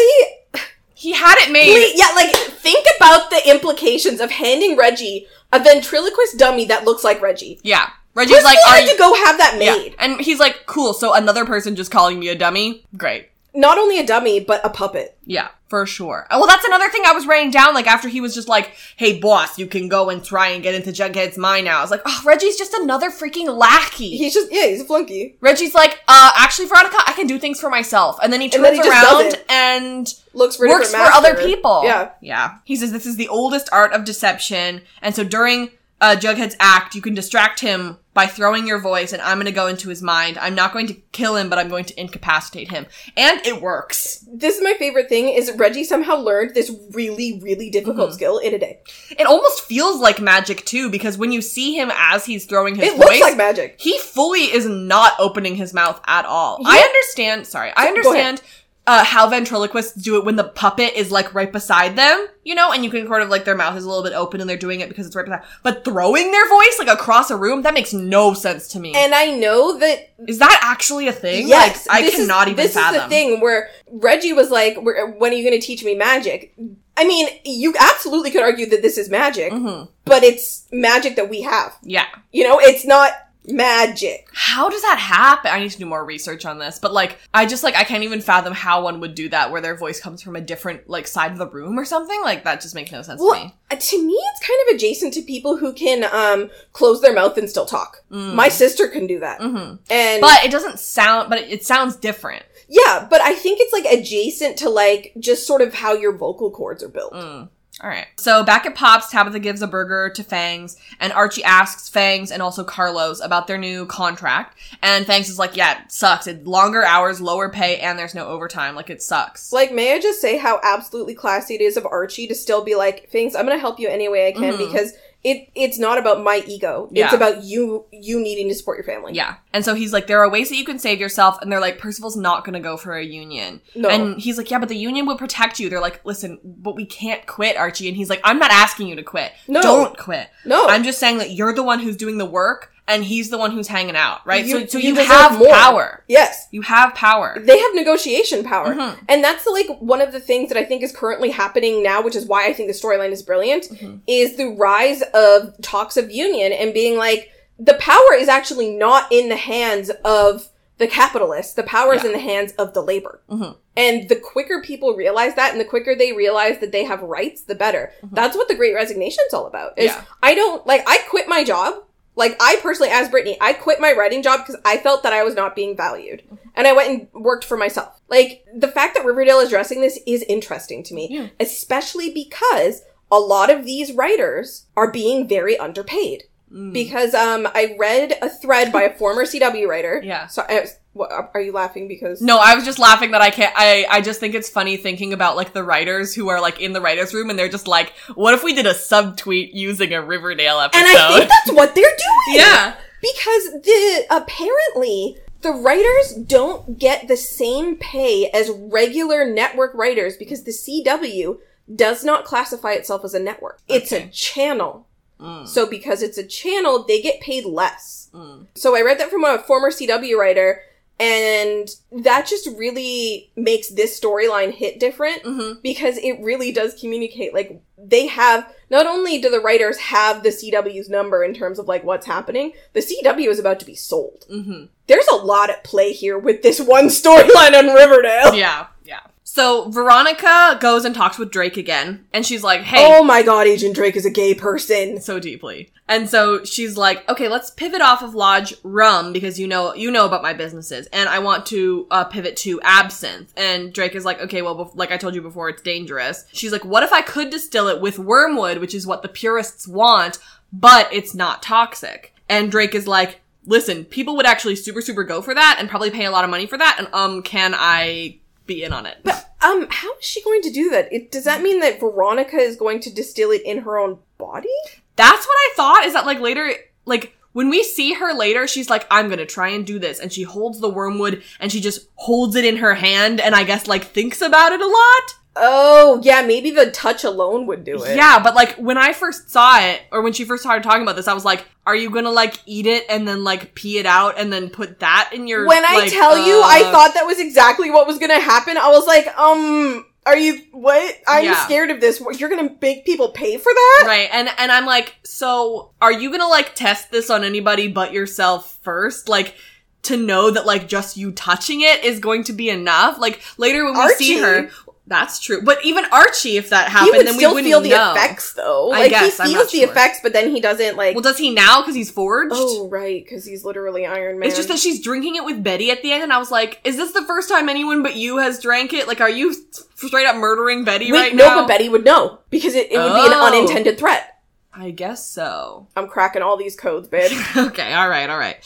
[SPEAKER 2] he had it made.
[SPEAKER 1] Please- yeah, like think about the implications of handing Reggie a ventriloquist dummy that looks like Reggie.
[SPEAKER 2] Yeah, Reggie's
[SPEAKER 1] Just
[SPEAKER 2] like,
[SPEAKER 1] like,
[SPEAKER 2] are
[SPEAKER 1] had
[SPEAKER 2] you?
[SPEAKER 1] to go have that
[SPEAKER 2] Yeah.
[SPEAKER 1] made.
[SPEAKER 2] And he's like, cool. So another person just calling me a dummy. Great.
[SPEAKER 1] Not only a dummy, but a puppet.
[SPEAKER 2] Yeah, for sure. Oh, Well, that's another thing I was writing down. Like after he was just like, "Hey, boss, you can go and try and get into Jughead's mind now." I was like, "Oh, Reggie's just another freaking lackey."
[SPEAKER 1] He's just yeah, he's a flunky.
[SPEAKER 2] Reggie's like, "Uh, actually, Veronica, I can do things for myself." And then he
[SPEAKER 1] And then
[SPEAKER 2] turns
[SPEAKER 1] he just does
[SPEAKER 2] around
[SPEAKER 1] it.
[SPEAKER 2] and
[SPEAKER 1] Looks for a
[SPEAKER 2] works for
[SPEAKER 1] different
[SPEAKER 2] other
[SPEAKER 1] master.
[SPEAKER 2] people.
[SPEAKER 1] Yeah.
[SPEAKER 2] yeah. He says this is the oldest art of deception, and so during uh, Jughead's act, you can distract him by throwing your voice, and I'm going to go into his mind. I'm not going to kill him, but I'm going to incapacitate him, and it works.
[SPEAKER 1] This is my favorite thing is Reggie somehow learned this really, really
[SPEAKER 2] Mm-hmm.
[SPEAKER 1] difficult skill in a day.
[SPEAKER 2] It almost feels like magic too, because when you see him as he's throwing his
[SPEAKER 1] it
[SPEAKER 2] voice,
[SPEAKER 1] looks like magic.
[SPEAKER 2] he fully is not opening his mouth at all. I
[SPEAKER 1] Yeah.
[SPEAKER 2] understand. Sorry, I
[SPEAKER 1] Go ahead.
[SPEAKER 2] understand uh, how ventriloquists do it when the puppet is like right beside them, you know, and you can sort of like their mouth is a little bit open and they're doing it because it's right beside. But throwing their voice like across a room, that makes no sense to me.
[SPEAKER 1] And I know that
[SPEAKER 2] is that actually a thing?
[SPEAKER 1] yes,
[SPEAKER 2] like, I
[SPEAKER 1] this is-
[SPEAKER 2] cannot even
[SPEAKER 1] This
[SPEAKER 2] fathom.
[SPEAKER 1] is the thing where Reggie was like, "Where- "When are you going to teach me magic?" I mean, you absolutely could argue that this is magic,
[SPEAKER 2] Mhm.
[SPEAKER 1] but it's magic that we have.
[SPEAKER 2] Yeah.
[SPEAKER 1] You know, it's not magic.
[SPEAKER 2] How does that happen? I need to do more research on this, but like, I just like, I can't even fathom how one would do that where their voice comes from a different like side of the room or something. Like, that just makes no sense
[SPEAKER 1] Well,
[SPEAKER 2] to me.
[SPEAKER 1] Uh, To me, it's kind of adjacent to people who can um close their mouth and still talk.
[SPEAKER 2] Mm.
[SPEAKER 1] My sister can do that,
[SPEAKER 2] Mhm.
[SPEAKER 1] and
[SPEAKER 2] But it doesn't sound, but it, it sounds different.
[SPEAKER 1] yeah, but I think it's like adjacent to like just sort of how your vocal cords are built.
[SPEAKER 2] Mm. All right. So back at Pops, Tabitha gives a burger to Fangs, and Archie asks Fangs and also Carlos about their new contract. And Fangs is like, yeah, it sucks. It's longer hours, lower pay, and there's no overtime. Like, it sucks.
[SPEAKER 1] Like, may I just say how absolutely classy it is of Archie to still be like, "Things, I'm gonna help you any way I can
[SPEAKER 2] Mhm.
[SPEAKER 1] because it it's not about my ego. It's
[SPEAKER 2] Yeah.
[SPEAKER 1] about you you needing to support your family.
[SPEAKER 2] yeah. And so he's like, there are ways that you can save yourself. And they're like, Percival's not going to go for a union.
[SPEAKER 1] no,
[SPEAKER 2] And he's like, yeah, but the union would protect you. They're like, listen, but we can't quit, Archie. And he's like, I'm not asking you to quit.
[SPEAKER 1] No.
[SPEAKER 2] Don't quit.
[SPEAKER 1] no,
[SPEAKER 2] I'm just saying that you're the one who's doing the work and he's the one who's hanging out, right?
[SPEAKER 1] You-
[SPEAKER 2] so so
[SPEAKER 1] you
[SPEAKER 2] you,
[SPEAKER 1] deserve
[SPEAKER 2] have
[SPEAKER 1] more.
[SPEAKER 2] power.
[SPEAKER 1] yes,
[SPEAKER 2] You have power.
[SPEAKER 1] they have negotiation power,
[SPEAKER 2] Mhm.
[SPEAKER 1] [laughs] and that's like one of the things that I think is currently happening now, which is why I think the storyline is brilliant.
[SPEAKER 2] Mhm.
[SPEAKER 1] Is the rise of talks of union and being like the power is actually not in the hands of the capitalists. The power is
[SPEAKER 2] Yeah.
[SPEAKER 1] in the hands of the labor.
[SPEAKER 2] Mhm.
[SPEAKER 1] And the quicker people realize that and the quicker they realize that they have rights, the better. That's what the great resignation's all about. Is
[SPEAKER 2] Mm-hmm. Yeah.
[SPEAKER 1] I don't like I quit my job. Like I personally as Brittany, I quit my writing job because I felt that I was not being valued. And I went and worked for myself. Like the fact that Riverdale is addressing this is interesting to me,
[SPEAKER 2] Yeah.
[SPEAKER 1] especially because a lot of these writers are being very underpaid
[SPEAKER 2] Mm.
[SPEAKER 1] because um I read a thread by a former CW writer.
[SPEAKER 2] [laughs] Yeah.
[SPEAKER 1] So I, what, are you laughing because
[SPEAKER 2] no, I was just laughing that I can't. I I just think it's funny thinking about like the writers who are like in the writers room and they're just like, what if we did a subtweet using a Riverdale episode?
[SPEAKER 1] And I think that's what they're doing.
[SPEAKER 2] [laughs] yeah,
[SPEAKER 1] Because the apparently the writers don't get the same pay as regular network writers because the CW does not classify itself as a network. It's a
[SPEAKER 2] Okay.
[SPEAKER 1] channel.
[SPEAKER 2] Mm,
[SPEAKER 1] So because it's a channel, they get paid less.
[SPEAKER 2] mm.
[SPEAKER 1] So I read that from a former CW writer, and that just really makes this storyline hit different
[SPEAKER 2] Mhm.
[SPEAKER 1] because it really does communicate. Like, they have, not only do the writers have the CW's number in terms of like what's happening, the CW is about to be sold.
[SPEAKER 2] Mhm.
[SPEAKER 1] There's a lot at play here with this one [laughs] storyline on Riverdale.
[SPEAKER 2] yeah, yeah. So Veronica goes and talks with Drake again, and she's like, hey.
[SPEAKER 1] Oh my god, Agent Drake is a gay person.
[SPEAKER 2] so deeply. And so she's like, "Okay, let's pivot off of Lodge Rum because you know you know about my businesses, and I want to uh, pivot to Absinthe." And Drake is like, "Okay, well, bef- like I told you before, it's dangerous." She's like, "What if I could distill it with wormwood, which is what the purists want, but it's not toxic?" And Drake is like, "Listen, people would actually super super go for that, and probably pay a lot of money for that. And um, can I be in on it?"
[SPEAKER 1] Um, how is she going to do that? It, does that mean that Veronica is going to distill it in her own body?
[SPEAKER 2] That's what I thought is that like later, like when we see her later, she's like, I'm gonna try and do this. And she holds the wormwood and she just holds it in her hand and I guess like thinks about it a lot.
[SPEAKER 1] Oh, yeah, maybe the touch alone would do it.
[SPEAKER 2] Yeah, but like when I first saw it or when she first started talking about this, I was like, are you gonna like eat it and then like pee it out and then put that in your
[SPEAKER 1] When I
[SPEAKER 2] like,
[SPEAKER 1] tell you, I
[SPEAKER 2] uh,
[SPEAKER 1] thought that was exactly what was gonna happen. I was like, um, are you, what? I'm
[SPEAKER 2] Yeah.
[SPEAKER 1] scared of this. What, You're gonna make people pay for that?
[SPEAKER 2] Right. And and I'm like, so are you gonna like test this on anybody but yourself first? Like to know that like just you touching it is going to be enough. Like later when we see
[SPEAKER 1] Archie.
[SPEAKER 2] her, that's true. But even Archie, if that
[SPEAKER 1] he
[SPEAKER 2] happened,
[SPEAKER 1] would
[SPEAKER 2] then
[SPEAKER 1] still
[SPEAKER 2] we wouldn't
[SPEAKER 1] feel the
[SPEAKER 2] know.
[SPEAKER 1] effects though.
[SPEAKER 2] I
[SPEAKER 1] Like,
[SPEAKER 2] guess,
[SPEAKER 1] he
[SPEAKER 2] I'm
[SPEAKER 1] feels
[SPEAKER 2] not
[SPEAKER 1] the
[SPEAKER 2] sure.
[SPEAKER 1] effects, but then he doesn't, like,
[SPEAKER 2] Well, does he now because he's forged?
[SPEAKER 1] oh, right, because he's literally Iron Man.
[SPEAKER 2] It's just that she's drinking it with Betty at the end, and I was like, "Is this the first time anyone but you has drank it? Like, are you straight up murdering Betty
[SPEAKER 1] Wait,
[SPEAKER 2] right
[SPEAKER 1] no,
[SPEAKER 2] now?"
[SPEAKER 1] but Betty would know because it, it would be an
[SPEAKER 2] Oh.
[SPEAKER 1] unintended threat.
[SPEAKER 2] I guess so.
[SPEAKER 1] I'm cracking all these codes,
[SPEAKER 2] [laughs]
[SPEAKER 1] bitch.
[SPEAKER 2] okay, all right, all right.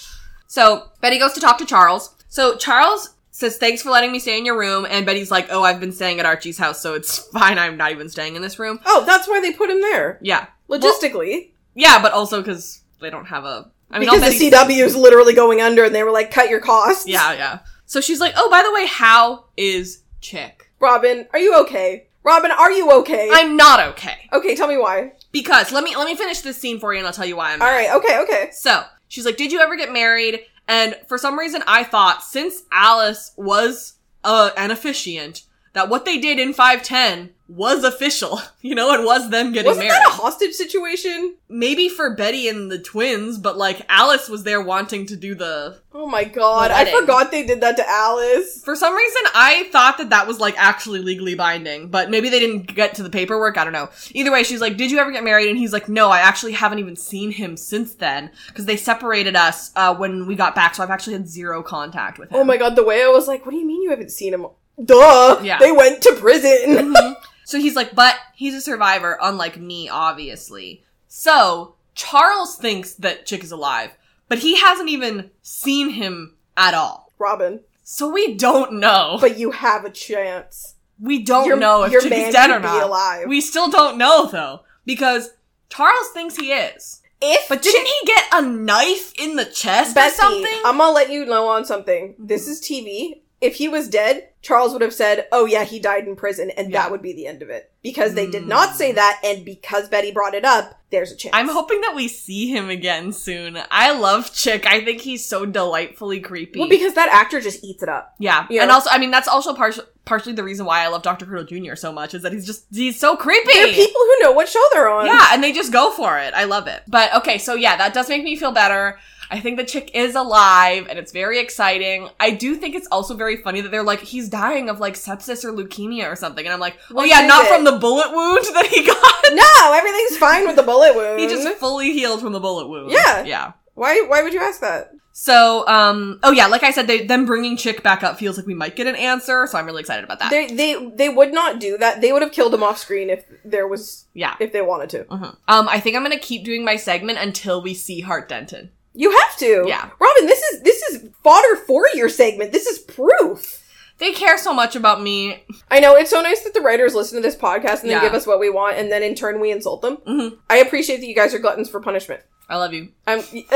[SPEAKER 2] So Betty goes to talk to Charles. So Charles says, "Thanks for letting me stay in your room." And Betty's like, "Oh, I've been staying at Archie's house, so it's [laughs] fine. I'm not even staying in this room."
[SPEAKER 1] oh, that's why they put him there.
[SPEAKER 2] Yeah,
[SPEAKER 1] Logistically.
[SPEAKER 2] yeah, but also because they don't have a. I mean, all
[SPEAKER 1] because
[SPEAKER 2] Betty's-
[SPEAKER 1] the CW is literally going under and they were like, cut your costs.
[SPEAKER 2] Yeah, yeah. So she's like, "Oh, by the way, how is chick.
[SPEAKER 1] Robin, are you okay? Robin, are you okay?
[SPEAKER 2] I'm not okay.
[SPEAKER 1] okay, tell me why.
[SPEAKER 2] Because let me let me finish this scene for you and I'll tell you why I'm
[SPEAKER 1] All right, okay, okay.
[SPEAKER 2] So she's like, Did you ever get married? And for some reason, I thought since Alice was uh, an officiant, that what they did in 510 was official, [laughs] you know, and was them getting
[SPEAKER 1] Wasn't
[SPEAKER 2] married.
[SPEAKER 1] that a hostage situation?
[SPEAKER 2] Maybe for Betty and the twins, but like Alice was there wanting to do the.
[SPEAKER 1] Oh my god,
[SPEAKER 2] The
[SPEAKER 1] I
[SPEAKER 2] wedding.
[SPEAKER 1] forgot they did that to Alice.
[SPEAKER 2] For some reason, I thought that that was like actually legally binding, but maybe they didn't get to the paperwork. I don't know. Either way, she's like, Did you ever get married? And he's like, No, I actually haven't even seen him since then because they separated us uh, when we got back, so I've actually had zero contact with him. [laughs]
[SPEAKER 1] Oh my god, the way I was like, what do you mean you haven't seen him? Duh!
[SPEAKER 2] Yeah.
[SPEAKER 1] They went to prison!
[SPEAKER 2] Mhm. So he's like, but he's a survivor, unlike me, obviously. So Charles thinks that Chick is alive, but he hasn't even seen him at all.
[SPEAKER 1] Robin,
[SPEAKER 2] So we don't know.
[SPEAKER 1] but you have a chance.
[SPEAKER 2] we don't
[SPEAKER 1] your-
[SPEAKER 2] know if
[SPEAKER 1] your
[SPEAKER 2] Chick
[SPEAKER 1] man
[SPEAKER 2] is dead
[SPEAKER 1] could
[SPEAKER 2] or
[SPEAKER 1] be
[SPEAKER 2] not.
[SPEAKER 1] alive.
[SPEAKER 2] We still don't know though, because Charles thinks he is.
[SPEAKER 1] If
[SPEAKER 2] But didn't he get a knife in the chest
[SPEAKER 1] Betsy,
[SPEAKER 2] or something? Mm-hmm.
[SPEAKER 1] I'm gonna let you know on something. This is TV. If he was dead, Charles would have said, "Oh yeah, he died in prison," and
[SPEAKER 2] Yeah.
[SPEAKER 1] that would be the end of it. Because they did
[SPEAKER 2] Mm.
[SPEAKER 1] not say that, and because Betty brought it up, there's a chance.
[SPEAKER 2] I'm hoping that we see him again soon. I love Chick. I think he's so delightfully creepy.
[SPEAKER 1] well because that actor just eats it up.
[SPEAKER 2] Yeah.
[SPEAKER 1] Yeah.
[SPEAKER 2] And also, I mean, that's also partial, partially the reason why I love Dr. Curdle Jr. so much is that he's just, he's so
[SPEAKER 1] There are
[SPEAKER 2] creepy.
[SPEAKER 1] people who know what show they're on.
[SPEAKER 2] Yeah. And they just go for it. I love it. But okay. So yeah, that does make me feel better. I think the chick is alive and it's very exciting. I do think it's also very funny that they're like, he's dying of like sepsis or leukemia or something. And I'm like, oh
[SPEAKER 1] Which
[SPEAKER 2] yeah,
[SPEAKER 1] is
[SPEAKER 2] not
[SPEAKER 1] it?
[SPEAKER 2] from the bullet wound [laughs] that he got.
[SPEAKER 1] [laughs] No, everything's fine with the bullet wound.
[SPEAKER 2] [laughs] he just fully healed from the bullet wound.
[SPEAKER 1] Mm-hmm. Yeah.
[SPEAKER 2] Yeah.
[SPEAKER 1] why? Why would you ask that?
[SPEAKER 2] So, um, oh yeah, like I said, they, them bringing Chick back up feels like we might get an answer. So I'm really excited about that.
[SPEAKER 1] They they they would not do that. They would have killed him off screen if there was
[SPEAKER 2] yeah.
[SPEAKER 1] if they wanted to.
[SPEAKER 2] Mhm. Um, I think I'm gonna keep doing my segment until we see Hart Denton.
[SPEAKER 1] You have to.
[SPEAKER 2] Yeah.
[SPEAKER 1] Robin, this is this is fodder for your segment. This is proof.
[SPEAKER 2] They care so much about me.
[SPEAKER 1] I know it's so nice that the writers listen to this podcast and then
[SPEAKER 2] Yeah.
[SPEAKER 1] give us what we want, and then in turn we insult them.
[SPEAKER 2] Mhm.
[SPEAKER 1] I appreciate that you guys are gluttons for punishment.
[SPEAKER 2] I love you.
[SPEAKER 1] I'm, [laughs]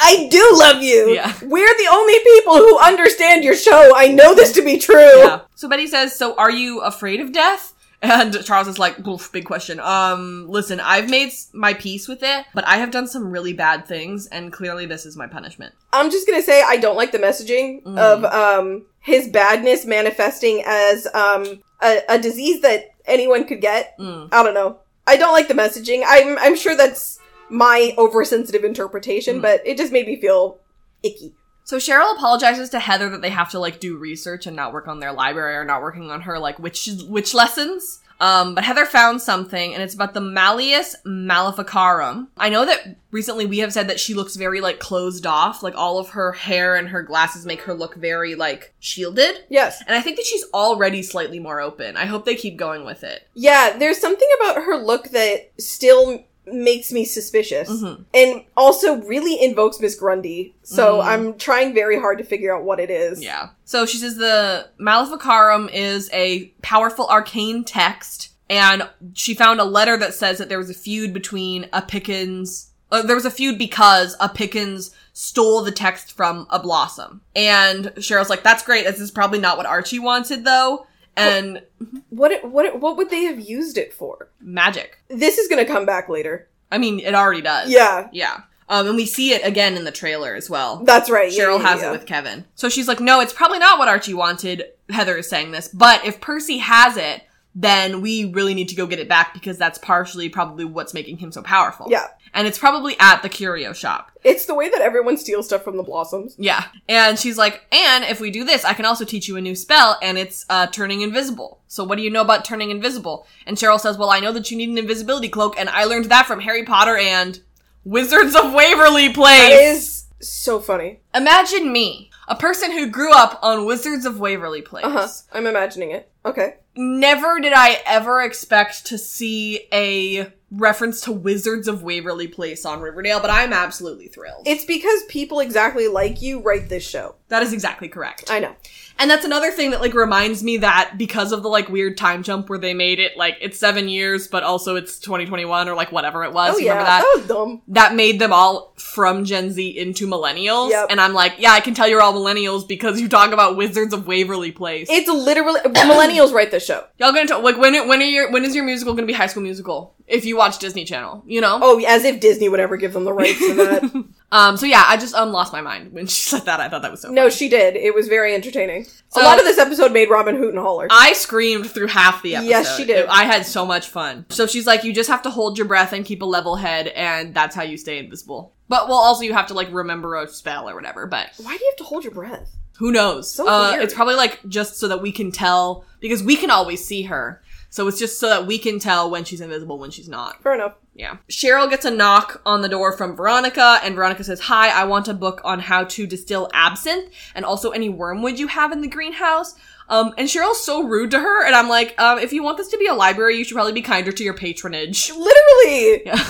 [SPEAKER 1] I do love you.
[SPEAKER 2] Yeah.
[SPEAKER 1] We're the only people who understand your show. I know this to be true.
[SPEAKER 2] Yeah. [laughs] So Betty says, "So are you afraid of death?" And Charles is like, "Oof, "Big question. Um, listen, I've made s- my peace with it, but I have done some really bad things, and clearly this is my punishment."
[SPEAKER 1] I'm just gonna say I don't like the messaging
[SPEAKER 2] Mm.
[SPEAKER 1] of um his badness manifesting as um a, a disease that anyone could get.
[SPEAKER 2] Mm.
[SPEAKER 1] I don't know. I don't like the messaging. I'm I'm sure that's my oversensitive interpretation,
[SPEAKER 2] Mm.
[SPEAKER 1] but it just made me feel icky.
[SPEAKER 2] So Cheryl apologizes to Heather that they have to like do research and not work on their library or not working on her like witch witch lessons. Um, but Heather found something and it's about the Malleus Maleficarum. I know that recently we have said that she looks very like closed off, like all of her hair and her glasses make her look very like shielded.
[SPEAKER 1] Yes.
[SPEAKER 2] And I think that she's already slightly more open. I hope they keep going with it.
[SPEAKER 1] Yeah, there's something about her look that still m- makes me suspicious
[SPEAKER 2] Mhm.
[SPEAKER 1] and also really invokes Miss Grundy. So
[SPEAKER 2] Mm.
[SPEAKER 1] I'm trying very hard to figure out what it is.
[SPEAKER 2] Yeah. So she says the Maleficarum is a powerful arcane text, and she found a letter that says that there was a feud between a Pickens. Uh, there was a feud because a Pickens stole the text from a Blossom. And Cheryl's like, that's great. This is probably not what Archie wanted, though. And
[SPEAKER 1] What it, what it, what would they have used it for?
[SPEAKER 2] magic.
[SPEAKER 1] This is going to come back later.
[SPEAKER 2] I mean, it already does.
[SPEAKER 1] Yeah.
[SPEAKER 2] Yeah. Um, and we see it again in the trailer as well.
[SPEAKER 1] That's right. Yeah,
[SPEAKER 2] Cheryl
[SPEAKER 1] yeah,
[SPEAKER 2] has
[SPEAKER 1] yeah.
[SPEAKER 2] it with Kevin. So she's like, no, it's probably not what Archie wanted. Heather is saying this, but if Percy has it, then we really need to go get it back because that's partially probably what's making him so powerful.
[SPEAKER 1] Yeah.
[SPEAKER 2] And it's probably at the curio shop.
[SPEAKER 1] It's the way that everyone steals stuff from the blossoms.
[SPEAKER 2] Yeah. And she's like, and if we do this, I can also teach you a new spell and it's uh, turning invisible. So what do you know about turning invisible? And Cheryl says, well, I know that you need an invisibility cloak and I learned that from Harry Potter and Wizards of Waverly Place.
[SPEAKER 1] That is so funny.
[SPEAKER 2] Imagine me, a person who grew up on Wizards of Waverly Place.
[SPEAKER 1] Uh huh. I'm imagining it. Okay.
[SPEAKER 2] Never did I ever expect to see a reference to Wizards of Waverly Place on Riverdale, but I'm absolutely thrilled.
[SPEAKER 1] It's because people exactly like you write this show.
[SPEAKER 2] that is exactly correct.
[SPEAKER 1] I know.
[SPEAKER 2] And that's another thing that like reminds me that because of the like weird time jump where they made it like it's seven years, but also it's 2021 or like whatever it was.
[SPEAKER 1] oh
[SPEAKER 2] you
[SPEAKER 1] yeah,
[SPEAKER 2] remember
[SPEAKER 1] that?
[SPEAKER 2] that?
[SPEAKER 1] was dumb.
[SPEAKER 2] that made them all from Gen Z into millennials.
[SPEAKER 1] Yep.
[SPEAKER 2] And I'm like, yeah, I can tell you're all millennials because you talk about Wizards of Waverly Place.
[SPEAKER 1] It's literally [coughs] millennials write this show.
[SPEAKER 2] Y'all gonna talk like when when are your when is your musical gonna be High School Musical if you watch Disney Channel? You know.
[SPEAKER 1] Oh, as if Disney would ever give them the rights to
[SPEAKER 2] [laughs]
[SPEAKER 1] that.
[SPEAKER 2] Um. So yeah, I just um lost my mind when [laughs] she said that. I thought that was so.
[SPEAKER 1] no, she did. It was very entertaining.
[SPEAKER 2] So- Uh,
[SPEAKER 1] a lot of this episode made Robin hoot and holler.
[SPEAKER 2] I screamed through half the episode.
[SPEAKER 1] Yes, she did.
[SPEAKER 2] I had so much fun. So she's like, you just have to hold your breath and keep a level head, and that's how you stay invisible. But well, also you have to like remember a spell or whatever. But
[SPEAKER 1] Why do you have to hold your breath?
[SPEAKER 2] who knows?
[SPEAKER 1] So
[SPEAKER 2] uh,
[SPEAKER 1] weird.
[SPEAKER 2] it's probably like just so that we can tell because we can always see her. So it's just so that we can tell when she's invisible, when she's not.
[SPEAKER 1] Fair enough.
[SPEAKER 2] Yeah. Cheryl gets a knock on the door from Veronica, and Veronica says, Hi, I want a book on how to distill absinthe and also any wormwood you have in the greenhouse. Um, and Cheryl's so rude to her, and I'm like, um, if you want this to be a library, you should probably be kinder to your patronage. [laughs]
[SPEAKER 1] Literally,
[SPEAKER 2] Yeah.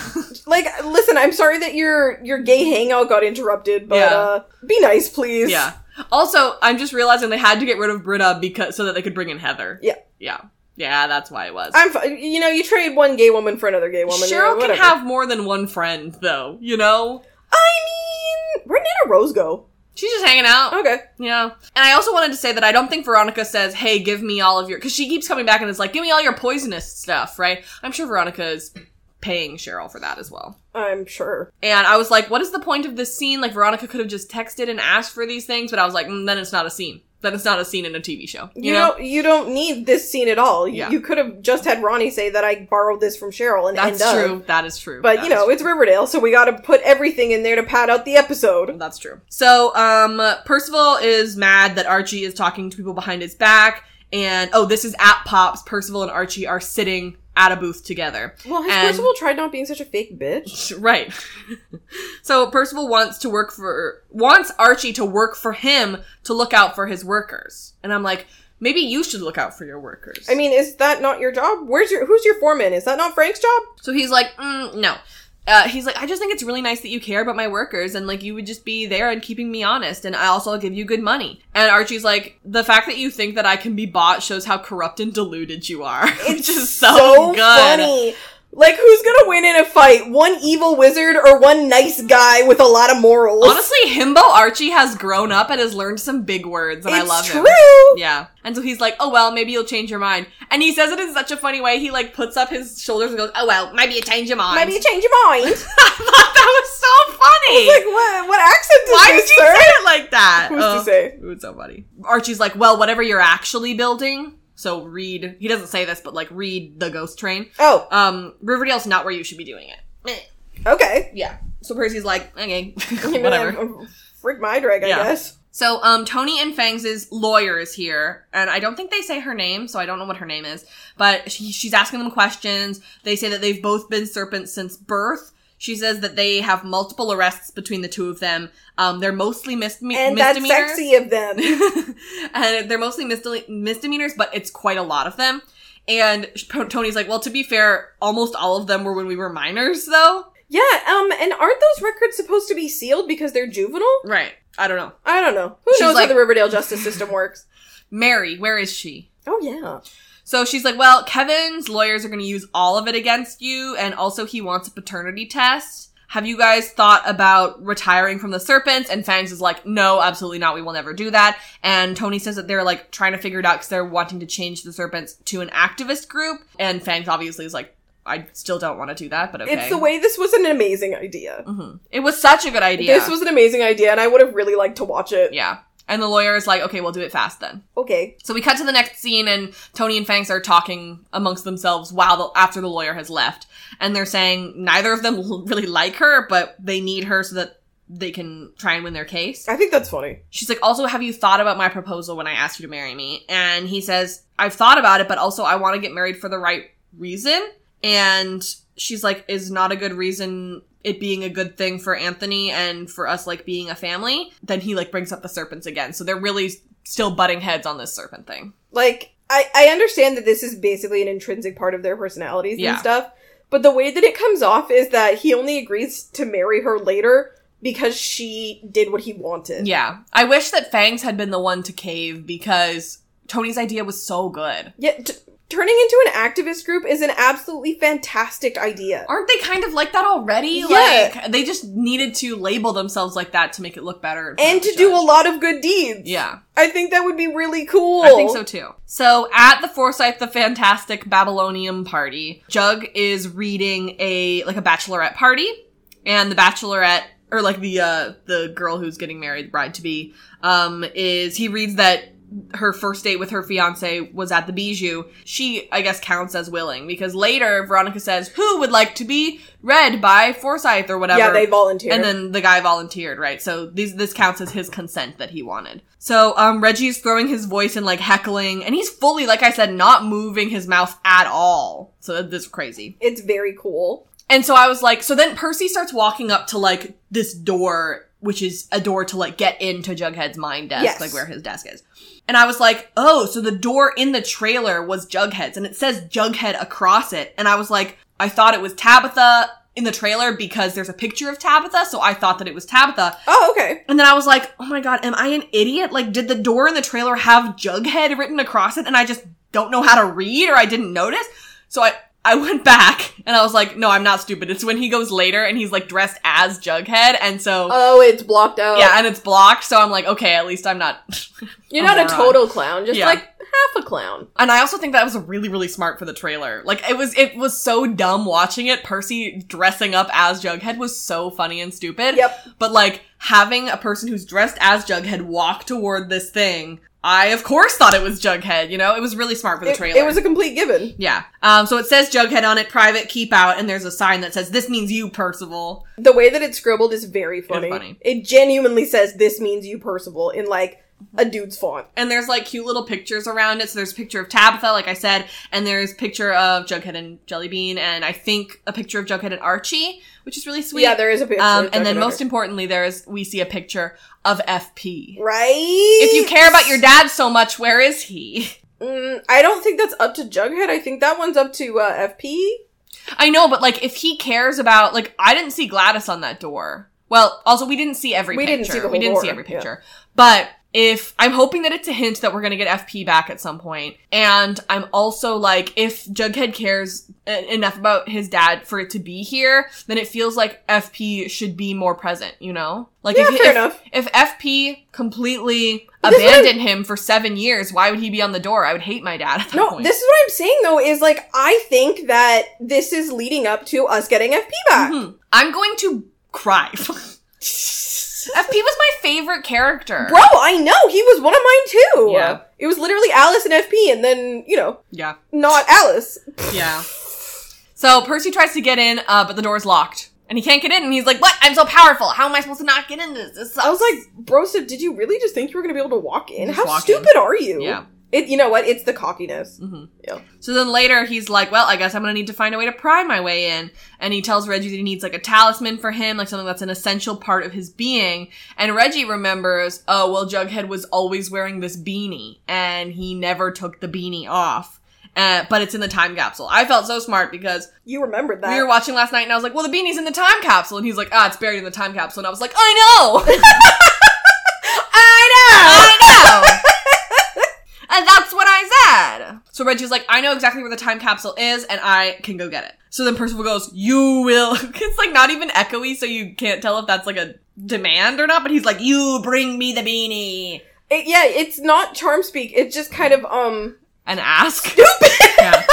[SPEAKER 1] like, listen. I'm sorry that your your gay hangout got interrupted, but
[SPEAKER 2] Yeah.
[SPEAKER 1] uh, be nice, please.
[SPEAKER 2] yeah. Also, I'm just realizing they had to get rid of Britta because so that they could bring in Heather.
[SPEAKER 1] Yeah.
[SPEAKER 2] Yeah. Yeah, that's why it was.
[SPEAKER 1] I'm. fi- You know, you trade one gay woman for another gay woman.
[SPEAKER 2] Cheryl
[SPEAKER 1] yeah,
[SPEAKER 2] can
[SPEAKER 1] whatever.
[SPEAKER 2] have more than one friend, though, you know?
[SPEAKER 1] I mean, where did a rose go?
[SPEAKER 2] She's just hanging out.
[SPEAKER 1] Okay.
[SPEAKER 2] Yeah. And I also wanted to say that I don't think Veronica says, hey, give me all of your. Because she keeps coming back and is like, give me all your poisonous stuff, right? I'm sure Veronica is paying Cheryl for that as well.
[SPEAKER 1] I'm sure.
[SPEAKER 2] And I was like, what is the point of this scene? Like, Veronica could have just texted and asked for these things, but I was like, mm, then it's not a scene. Then it's not a scene in a TV show. You,
[SPEAKER 1] You,
[SPEAKER 2] know?
[SPEAKER 1] don't. You don't need this scene at all. You-
[SPEAKER 2] Yeah.
[SPEAKER 1] You could have just had Ronnie say that I borrowed this from Cheryl and
[SPEAKER 2] That's
[SPEAKER 1] end up.
[SPEAKER 2] true. That is true.
[SPEAKER 1] But
[SPEAKER 2] That
[SPEAKER 1] you
[SPEAKER 2] is
[SPEAKER 1] know,
[SPEAKER 2] true.
[SPEAKER 1] it's Riverdale, so we got to put everything in there to pad out the episode.
[SPEAKER 2] That's true. So, um, Percival is mad that Archie is talking to people behind his back. And, oh, this is at Pops. Percival and Archie are sitting at a booth together.
[SPEAKER 1] Well, has
[SPEAKER 2] And-
[SPEAKER 1] Percival tried not being such a fake bitch?
[SPEAKER 2] Right. [laughs] so Percival wants to work for wants Archie to work for him to look out for his workers. And I'm like, maybe you should look out for your workers.
[SPEAKER 1] I mean, is that not your job? Where's your who's your foreman? Is that not Frank's job?
[SPEAKER 2] so he's like, mm, no. Uh, he's like, I just think it's really nice that you care about my workers and like you would just be there and keeping me honest and I also give you good money. And Archie's like, the fact that you think that I can be bought shows how corrupt and deluded you are. [laughs] It's just so, Oh, good.
[SPEAKER 1] funny. Like, who's gonna win in a fight? One evil wizard or one nice guy with a lot of morals?
[SPEAKER 2] Honestly, Himbo Archie has grown up and has learned some big words, and
[SPEAKER 1] it's
[SPEAKER 2] I love
[SPEAKER 1] true.
[SPEAKER 2] him. Yeah. And so he's like, oh, well, maybe you'll change your mind. And he says it in such a funny way. He like puts up his shoulders and goes, oh, well, maybe you change your mind.
[SPEAKER 1] Maybe
[SPEAKER 2] [laughs]
[SPEAKER 1] you change your mind.
[SPEAKER 2] I thought that was so funny.
[SPEAKER 1] like, what? What accent is
[SPEAKER 2] Why
[SPEAKER 1] this,
[SPEAKER 2] did you
[SPEAKER 1] Oh sir?
[SPEAKER 2] say it like that?
[SPEAKER 1] Who's
[SPEAKER 2] Oh,
[SPEAKER 1] to say?
[SPEAKER 2] It was so funny. Archie's like, well, whatever you're actually building. So read, he doesn't say this, but like read the ghost train.
[SPEAKER 1] Oh,
[SPEAKER 2] Um, Riverdale's not where you should be doing it. Meh.
[SPEAKER 1] okay.
[SPEAKER 2] Yeah. So Percy's like, okay,
[SPEAKER 1] I mean,
[SPEAKER 2] [laughs] whatever.
[SPEAKER 1] I'm- Frig my drag, I
[SPEAKER 2] Yeah.
[SPEAKER 1] guess.
[SPEAKER 2] So, um, Tony and Fangs' lawyer is here, and I don't think they say her name, so I don't know what her name is, but she, she's asking them questions. They say that they've both been serpents since birth. She says that they have multiple arrests between the two of them. Um, they're mostly misdeme-
[SPEAKER 1] And that's
[SPEAKER 2] misdemeanors.
[SPEAKER 1] sexy of them.
[SPEAKER 2] [laughs] and they're mostly misdele- misdemeanors, but it's quite a lot of them. And sh- Tony's like, well, to be fair, almost all of them were when we were minors, though.
[SPEAKER 1] Yeah, um, and aren't those records supposed to be sealed because they're juvenile?
[SPEAKER 2] Right. I don't know.
[SPEAKER 1] I don't know. Who
[SPEAKER 2] She's
[SPEAKER 1] knows
[SPEAKER 2] like-
[SPEAKER 1] how the Riverdale justice system works?
[SPEAKER 2] Mary, where is she?
[SPEAKER 1] Oh yeah.
[SPEAKER 2] So she's like, well, Kevin's lawyers are going to use all of it against you, and also he wants a paternity test. Have you guys thought about retiring from the Serpents? And Fangs is like, no, absolutely not. We will never do that. And Tony says that they're like trying to figure it out because they're wanting to change the Serpents to an activist group. And Fangs obviously is like, I still don't want to do that, but okay.
[SPEAKER 1] It's the way this was an amazing idea.
[SPEAKER 2] Mhm. It was such a good idea.
[SPEAKER 1] This was an amazing idea, and I would have really liked to watch it.
[SPEAKER 2] yeah. And the lawyer is like, okay, we'll do it fast then.
[SPEAKER 1] Okay.
[SPEAKER 2] So we cut to the next scene, and Tony and Fangs are talking amongst themselves while the, after the lawyer has left, and they're saying neither of them [laughs] l- really like her, but they need her so that they can try and win their case.
[SPEAKER 1] I think that's funny.
[SPEAKER 2] She's like, "Also, have you thought about my proposal when I asked you to marry me?" And he says, "I've thought about it, but also I want to get married for the right reason." And she's like, "Is not a good reason." It being a good thing for Anthony and for us, like being a family, then he like brings up the serpents again. So they're really still butting heads on this serpent thing.
[SPEAKER 1] Like, I, I understand that this is basically an intrinsic part of their personalities
[SPEAKER 2] Yeah.
[SPEAKER 1] and stuff, but the way that it comes off is that he only agrees to marry her later because she did what he wanted.
[SPEAKER 2] Yeah. I wish that Fangs had been the one to cave because Tony's idea was so good.
[SPEAKER 1] Yet t- turning into an activist group is an absolutely fantastic idea.
[SPEAKER 2] Aren't they kind of like that already?
[SPEAKER 1] Yeah.
[SPEAKER 2] Like they just needed to label themselves like that to make it look better. in front
[SPEAKER 1] and
[SPEAKER 2] of the
[SPEAKER 1] to do a
[SPEAKER 2] judge.
[SPEAKER 1] lot of good deeds.
[SPEAKER 2] Yeah,
[SPEAKER 1] I think that would be really cool.
[SPEAKER 2] I think so too. So at the Forsyth the Fantastic Babylonium party, Jug is reading a like a bachelorette party, and the bachelorette or like the uh the girl who's getting married, bride to be, um, is he reads that her first date with her fiance was at the Bijou. She, I guess, counts as willing because later Veronica says, "Who would like to be read by Forsyth or whatever?"
[SPEAKER 1] Yeah, they volunteer.
[SPEAKER 2] And then the guy volunteered, right? So these this counts as his consent that he wanted. So um Reggie's throwing his voice and like heckling, and he's fully, like I said, not moving his mouth at all. So this is crazy.
[SPEAKER 1] it's very cool.
[SPEAKER 2] And so I was like, so then Percy starts walking up to like this door, which is a door to like get into Jughead's mind desk,
[SPEAKER 1] Yes.
[SPEAKER 2] like where his desk is. And I was like, oh, so the door in the trailer was Jughead's, and it says Jughead across it. And I was like, I thought it was Tabitha in the trailer because there's a picture of Tabitha, so I thought that it was Tabitha.
[SPEAKER 1] Oh, okay.
[SPEAKER 2] And then I was like, oh my god, am I an idiot? Like, did the door in the trailer have Jughead written across it and I just don't know how to read or I didn't notice? So I, I [laughs] went back and I was like, no, I'm not stupid. It's when he goes later and he's like dressed as Jughead and so,
[SPEAKER 1] Oh, it's blocked out.
[SPEAKER 2] yeah, and it's blocked. So I'm like, okay, at least I'm not.
[SPEAKER 1] You're
[SPEAKER 2] a
[SPEAKER 1] not a
[SPEAKER 2] moron.
[SPEAKER 1] total clown, just
[SPEAKER 2] Oh Yeah.
[SPEAKER 1] like half a clown.
[SPEAKER 2] and I also think that was really, really smart for the trailer. Like, it was, it was so dumb watching it. Percy dressing up as Jughead was so funny and stupid.
[SPEAKER 1] Yep.
[SPEAKER 2] But like having a person who's dressed as Jughead walk toward this thing, I of course thought it was Jughead. You know, it was really smart for the
[SPEAKER 1] It,
[SPEAKER 2] trailer.
[SPEAKER 1] it was a complete given.
[SPEAKER 2] yeah. Um. So it says Jughead on it, private keep out, and there's a sign that says this means you, Percival.
[SPEAKER 1] The way that it's scribbled is very funny.
[SPEAKER 2] funny.
[SPEAKER 1] It genuinely says this means you Percival in like a dude's font.
[SPEAKER 2] And there's like cute little pictures around it. So there's a picture of Tabitha, like I said, and there's a picture of Jughead and Jellybean, and I think a picture of Jughead and Archie, which is really sweet.
[SPEAKER 1] Yeah, there is a picture.
[SPEAKER 2] um,
[SPEAKER 1] of
[SPEAKER 2] and then
[SPEAKER 1] Jughead
[SPEAKER 2] most
[SPEAKER 1] under-
[SPEAKER 2] importantly, there is we see a picture of FP.
[SPEAKER 1] right.
[SPEAKER 2] If you care about your dad so much, where is he?
[SPEAKER 1] Mm, I don't think that's up to Jughead. I think that one's up to uh, FP.
[SPEAKER 2] I know, but like if he cares about like I didn't see Gladys on that door. Well, also we didn't see every
[SPEAKER 1] We
[SPEAKER 2] picture.
[SPEAKER 1] didn't see the
[SPEAKER 2] we
[SPEAKER 1] whole
[SPEAKER 2] didn't see
[SPEAKER 1] door,
[SPEAKER 2] every
[SPEAKER 1] yeah.
[SPEAKER 2] picture. But if I'm hoping that it's a hint that we're gonna get FP back at some point, and I'm also like, if Jughead cares e- enough about his dad for it to be here, then it feels like FP should be more present. You know, like
[SPEAKER 1] yeah,
[SPEAKER 2] if, he-
[SPEAKER 1] fair
[SPEAKER 2] if,
[SPEAKER 1] enough.
[SPEAKER 2] if FP completely
[SPEAKER 1] But this is what I'm-
[SPEAKER 2] abandoned him for seven years, why would he be on the door? I would hate my dad at that
[SPEAKER 1] No,
[SPEAKER 2] point.
[SPEAKER 1] this is what I'm saying though is like I think that this is leading up to us getting FP back.
[SPEAKER 2] Mhm. I'm going to cry. [laughs] Mm-hmm. FP was my favorite character.
[SPEAKER 1] Bro, I know he was one of mine too.
[SPEAKER 2] Yeah.
[SPEAKER 1] it was literally Alice and FP, and then you know
[SPEAKER 2] Yeah,
[SPEAKER 1] not Alice.
[SPEAKER 2] yeah. So Percy tries to get in, uh, but the door's locked. And he can't get in, and he's like, What? I'm so powerful. How am I supposed to not get in this? This sucks.
[SPEAKER 1] I was like, bro, so did you really just think you were gonna be able to walk in?
[SPEAKER 2] Just
[SPEAKER 1] How
[SPEAKER 2] walk
[SPEAKER 1] stupid are you?
[SPEAKER 2] Yeah.
[SPEAKER 1] It, you know what? It's the cockiness.
[SPEAKER 2] hmm
[SPEAKER 1] Yeah.
[SPEAKER 2] So then later he's like, Well, I guess I'm gonna need to find a way to pry my way in. And he tells Reggie that he needs like a talisman for him, like something that's an essential part of his being. And Reggie remembers, Oh, well, Jughead was always wearing this beanie, and he never took the beanie off. Uh, but it's in the time capsule. I felt so smart because
[SPEAKER 1] You remembered that.
[SPEAKER 2] we were watching last night and I was like, well, the beanie's in the time capsule. And he's like, ah, it's buried in the time capsule. And I was like, [laughs] I know!
[SPEAKER 1] I
[SPEAKER 2] I know! [laughs] and that's what I said. So Reggie's like, I know exactly where the time capsule is and I can go get it. So then Percival goes, you will. [laughs] it's like not even echoey, so you can't tell if that's like a demand or not, but he's like, you bring me the beanie.
[SPEAKER 1] It- yeah, it's not charm speak. It's just kind of um.
[SPEAKER 2] And [laughs] ask. yeah.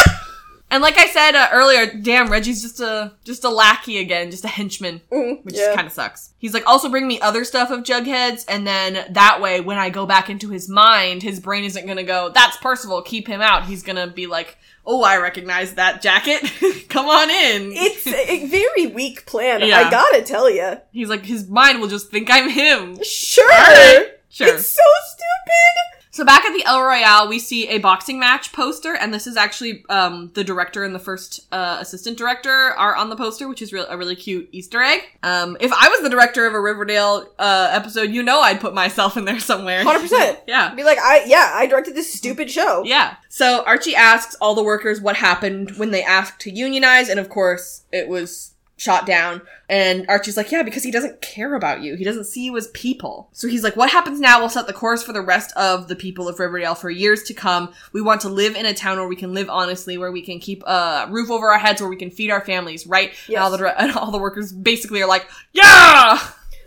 [SPEAKER 2] And like I said uh, earlier, damn, Reggie's just a just a lackey again, just a henchman.
[SPEAKER 1] mm,
[SPEAKER 2] which
[SPEAKER 1] yeah.
[SPEAKER 2] kind of sucks. He's like, also bring me other stuff of Jughead's, and then that way, when I go back into his mind, his brain isn't gonna go, that's Percival, keep him out. He's gonna be like, oh, I recognize that jacket. [laughs] Come on in.
[SPEAKER 1] it's a very weak plan.
[SPEAKER 2] Yeah.
[SPEAKER 1] I gotta tell you.
[SPEAKER 2] He's like, his mind will just think
[SPEAKER 1] [laughs]
[SPEAKER 2] I'm him.
[SPEAKER 1] Sure.
[SPEAKER 2] Alright, Sure.
[SPEAKER 1] It's so stupid.
[SPEAKER 2] So back at the El Royale, we see a boxing match poster, and this is actually um, the director and the first uh, assistant director are on the poster, which is real a really cute Easter egg. Um, if I was the director of a Riverdale uh, episode, you know I'd put myself in there somewhere.
[SPEAKER 1] 100%.
[SPEAKER 2] [laughs] yeah.
[SPEAKER 1] [laughs] Be like, I yeah, I directed this stupid show.
[SPEAKER 2] Yeah. So Archie asks all the workers what happened when they asked to unionize, and of course, it was shot down. And Archie's like, yeah, because he doesn't care about you. He doesn't see you as people. So he's like, what happens now will set the course for the rest of the people of Riverdale for years to come. We want to live in a town where we can live honestly, where we can keep a roof over our heads, where we can feed our families, right? And, all the, dir- [laughs] and all the workers basically are like, yeah!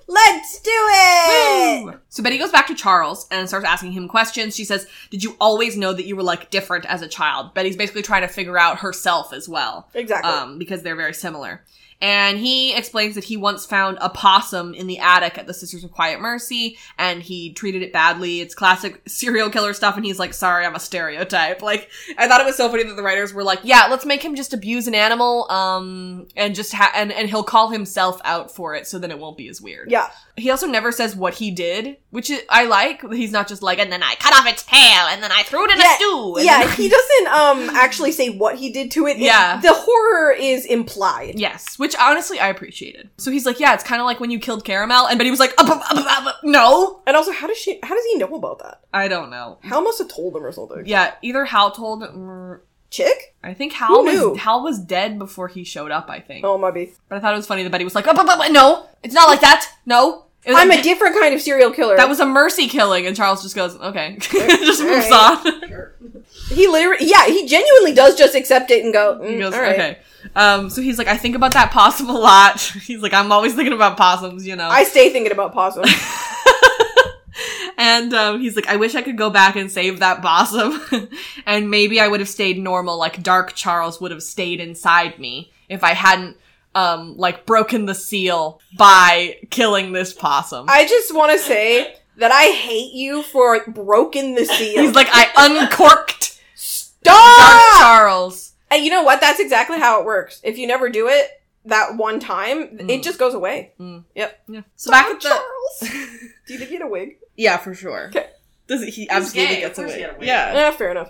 [SPEAKER 1] Let's do it!
[SPEAKER 2] Woo! So Betty goes back to Charles and starts asking him questions. She says, Did you always know that you were like different as a child? Betty's basically trying to figure out herself as well.
[SPEAKER 1] Exactly.
[SPEAKER 2] Um, because they're very similar. And he explains that he once found a possum in the attic at the Sisters of Quiet Mercy and he treated it badly. It's classic [laughs] serial killer stuff. And he's like, sorry, I'm a stereotype. Like, I thought it was so funny that the writers were like, yeah, let's make him just abuse an animal. Um, and just ha- and, and he'll call himself out for it. So then it won't be as weird.
[SPEAKER 1] yeah.
[SPEAKER 2] He also never says what he did, which is, I like. He's not just like, and then I cut off its tail, and then I threw it in
[SPEAKER 1] Yeah,
[SPEAKER 2] a stew. and
[SPEAKER 1] Yeah,
[SPEAKER 2] then- [laughs]
[SPEAKER 1] he doesn't um actually say what he did to it. It-
[SPEAKER 2] Yeah.
[SPEAKER 1] the horror is implied.
[SPEAKER 2] yes, which honestly I appreciated. So he's like, yeah, it's kind of like when you killed Caramel, and but he was like, "Up, up, up, up, up, no,
[SPEAKER 1] And also, how does she? How does he know about that?
[SPEAKER 2] I don't know.
[SPEAKER 1] Hal must have told him or something.
[SPEAKER 2] Mm-hmm. Yeah, either Hal told, or-
[SPEAKER 1] Chick?
[SPEAKER 2] I think Hal
[SPEAKER 1] Who knew?
[SPEAKER 2] was Hal was dead before he showed up. I think,
[SPEAKER 1] Oh, maybe.
[SPEAKER 2] but I thought it was funny that Betty was like, up, up, up, no, it's not like that, no. It was
[SPEAKER 1] I'm a different kind of serial killer.
[SPEAKER 2] that was a mercy killing, and Charles just goes, okay, [laughs] just
[SPEAKER 1] all
[SPEAKER 2] moves
[SPEAKER 1] right.
[SPEAKER 2] on.
[SPEAKER 1] he literally. Yeah, he genuinely does just accept it and go.
[SPEAKER 2] He
[SPEAKER 1] "Mm,
[SPEAKER 2] goes,
[SPEAKER 1] all right."
[SPEAKER 2] okay. Um, so he's like, I think about that possum a lot. [laughs] he's like, I'm always thinking about possums, you know.
[SPEAKER 1] I stay thinking about
[SPEAKER 2] [laughs]
[SPEAKER 1] possum.
[SPEAKER 2] and um, he's like, I wish I could go back and save that possum, [laughs] and maybe I would have stayed normal, like Dark Charles would have stayed inside me if I hadn't, um, like broken the seal by killing this possum.
[SPEAKER 1] I just want to say that I hate you for broken the seal.
[SPEAKER 2] he's like, I
[SPEAKER 1] [laughs]
[SPEAKER 2] uncorked Dark
[SPEAKER 1] stop.
[SPEAKER 2] Charles.
[SPEAKER 1] And you know what? That's exactly how it works. If you never do it that one time,
[SPEAKER 2] Mm.
[SPEAKER 1] it just goes away.
[SPEAKER 2] Yeah. So back
[SPEAKER 1] Dark
[SPEAKER 2] at the
[SPEAKER 1] Charles.
[SPEAKER 2] [laughs]
[SPEAKER 1] do you think he had a wig?
[SPEAKER 2] yeah, for sure.
[SPEAKER 1] Okay.
[SPEAKER 2] Does he, he
[SPEAKER 3] was
[SPEAKER 2] absolutely
[SPEAKER 3] gay, of
[SPEAKER 2] gets
[SPEAKER 3] course he
[SPEAKER 2] away?
[SPEAKER 3] had a wig.
[SPEAKER 2] Yeah.
[SPEAKER 1] Yeah, Eh, fair enough.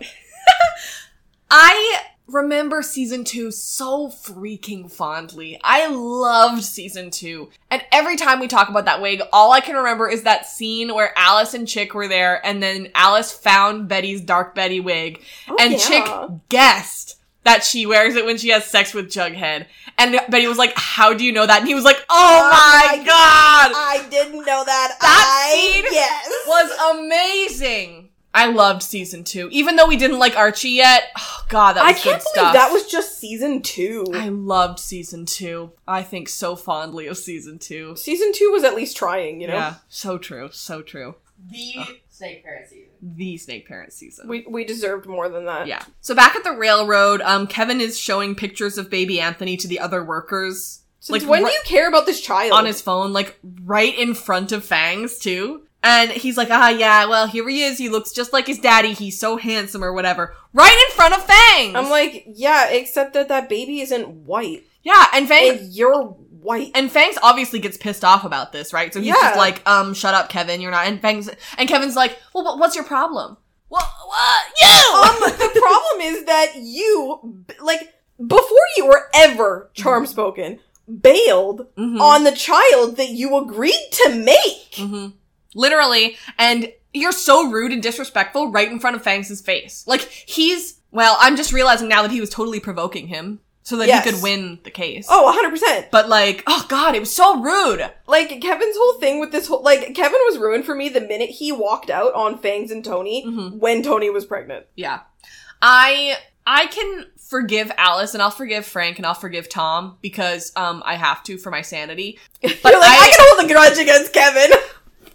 [SPEAKER 2] I remember season two so freaking fondly. I loved season two. And every time we talk about that wig, all I can remember is that scene where Alice and Chick were there, and then Alice found Betty's Dark Betty wig, and
[SPEAKER 1] Oh, yeah.
[SPEAKER 2] Chick guessed that she wears it when she has sex with Jughead. And Betty was like, How do you know that? And he was like, Oh, my,
[SPEAKER 1] my
[SPEAKER 2] god!
[SPEAKER 1] I didn't know that.
[SPEAKER 2] That
[SPEAKER 1] I
[SPEAKER 2] scene
[SPEAKER 1] yes.
[SPEAKER 2] was amazing. I loved season two. Even though we didn't like Archie yet, oh god, that
[SPEAKER 1] I
[SPEAKER 2] was
[SPEAKER 1] can't
[SPEAKER 2] good
[SPEAKER 1] believe
[SPEAKER 2] stuff.
[SPEAKER 1] that was just season two.
[SPEAKER 2] I loved season two. I think so fondly of season two.
[SPEAKER 1] season two was at least trying, you know.
[SPEAKER 2] Yeah, so true, so true.
[SPEAKER 3] The snake parent season.
[SPEAKER 2] The snake parent season.
[SPEAKER 1] We uh, we deserved more than that.
[SPEAKER 2] yeah. So back at the railroad, um, Kevin is showing pictures of baby Anthony to the other workers.
[SPEAKER 1] Since when
[SPEAKER 2] ri-
[SPEAKER 1] do you care about this child?
[SPEAKER 2] on his phone, like right in front of Fangs too. And he's like, ah, yeah, well, here he is. He looks just like his daddy. He's so handsome or whatever. Right in front of Fangs.
[SPEAKER 1] I'm like, yeah, except that that baby isn't white,
[SPEAKER 2] yeah. And Fangs,
[SPEAKER 1] and you're white.
[SPEAKER 2] And Fangs obviously gets pissed off about this, right? So he's
[SPEAKER 1] Yeah.
[SPEAKER 2] just like, um, shut up, Kevin, you're not. And Fangs, and Kevin's like, well, what, what's your problem? What, what,
[SPEAKER 1] Um,
[SPEAKER 2] you!
[SPEAKER 1] the problem is that you, b- like, before you were ever charm spoken, bailed
[SPEAKER 2] Mhm.
[SPEAKER 1] on the child that you agreed to make.
[SPEAKER 2] Mhm. Literally. And you're so rude and disrespectful right in front of Fangs' face. Like, he's, well, I'm just realizing now that he was totally provoking him so that
[SPEAKER 1] Yes.
[SPEAKER 2] he could win the case.
[SPEAKER 1] Oh, 100 percent.
[SPEAKER 2] But like, oh god, it was so rude.
[SPEAKER 1] Like Kevin's whole thing with this whole like Kevin was ruined for me the minute he walked out on Fangs and Tony
[SPEAKER 2] Mhm.
[SPEAKER 1] when Tony was pregnant.
[SPEAKER 2] Yeah. I I can forgive Alice and I'll forgive Frank and I'll forgive Tom because um I have to for my sanity. But
[SPEAKER 1] [laughs] You're like, I,
[SPEAKER 2] I,
[SPEAKER 1] can hold a grudge against
[SPEAKER 2] [laughs]
[SPEAKER 1] Kevin.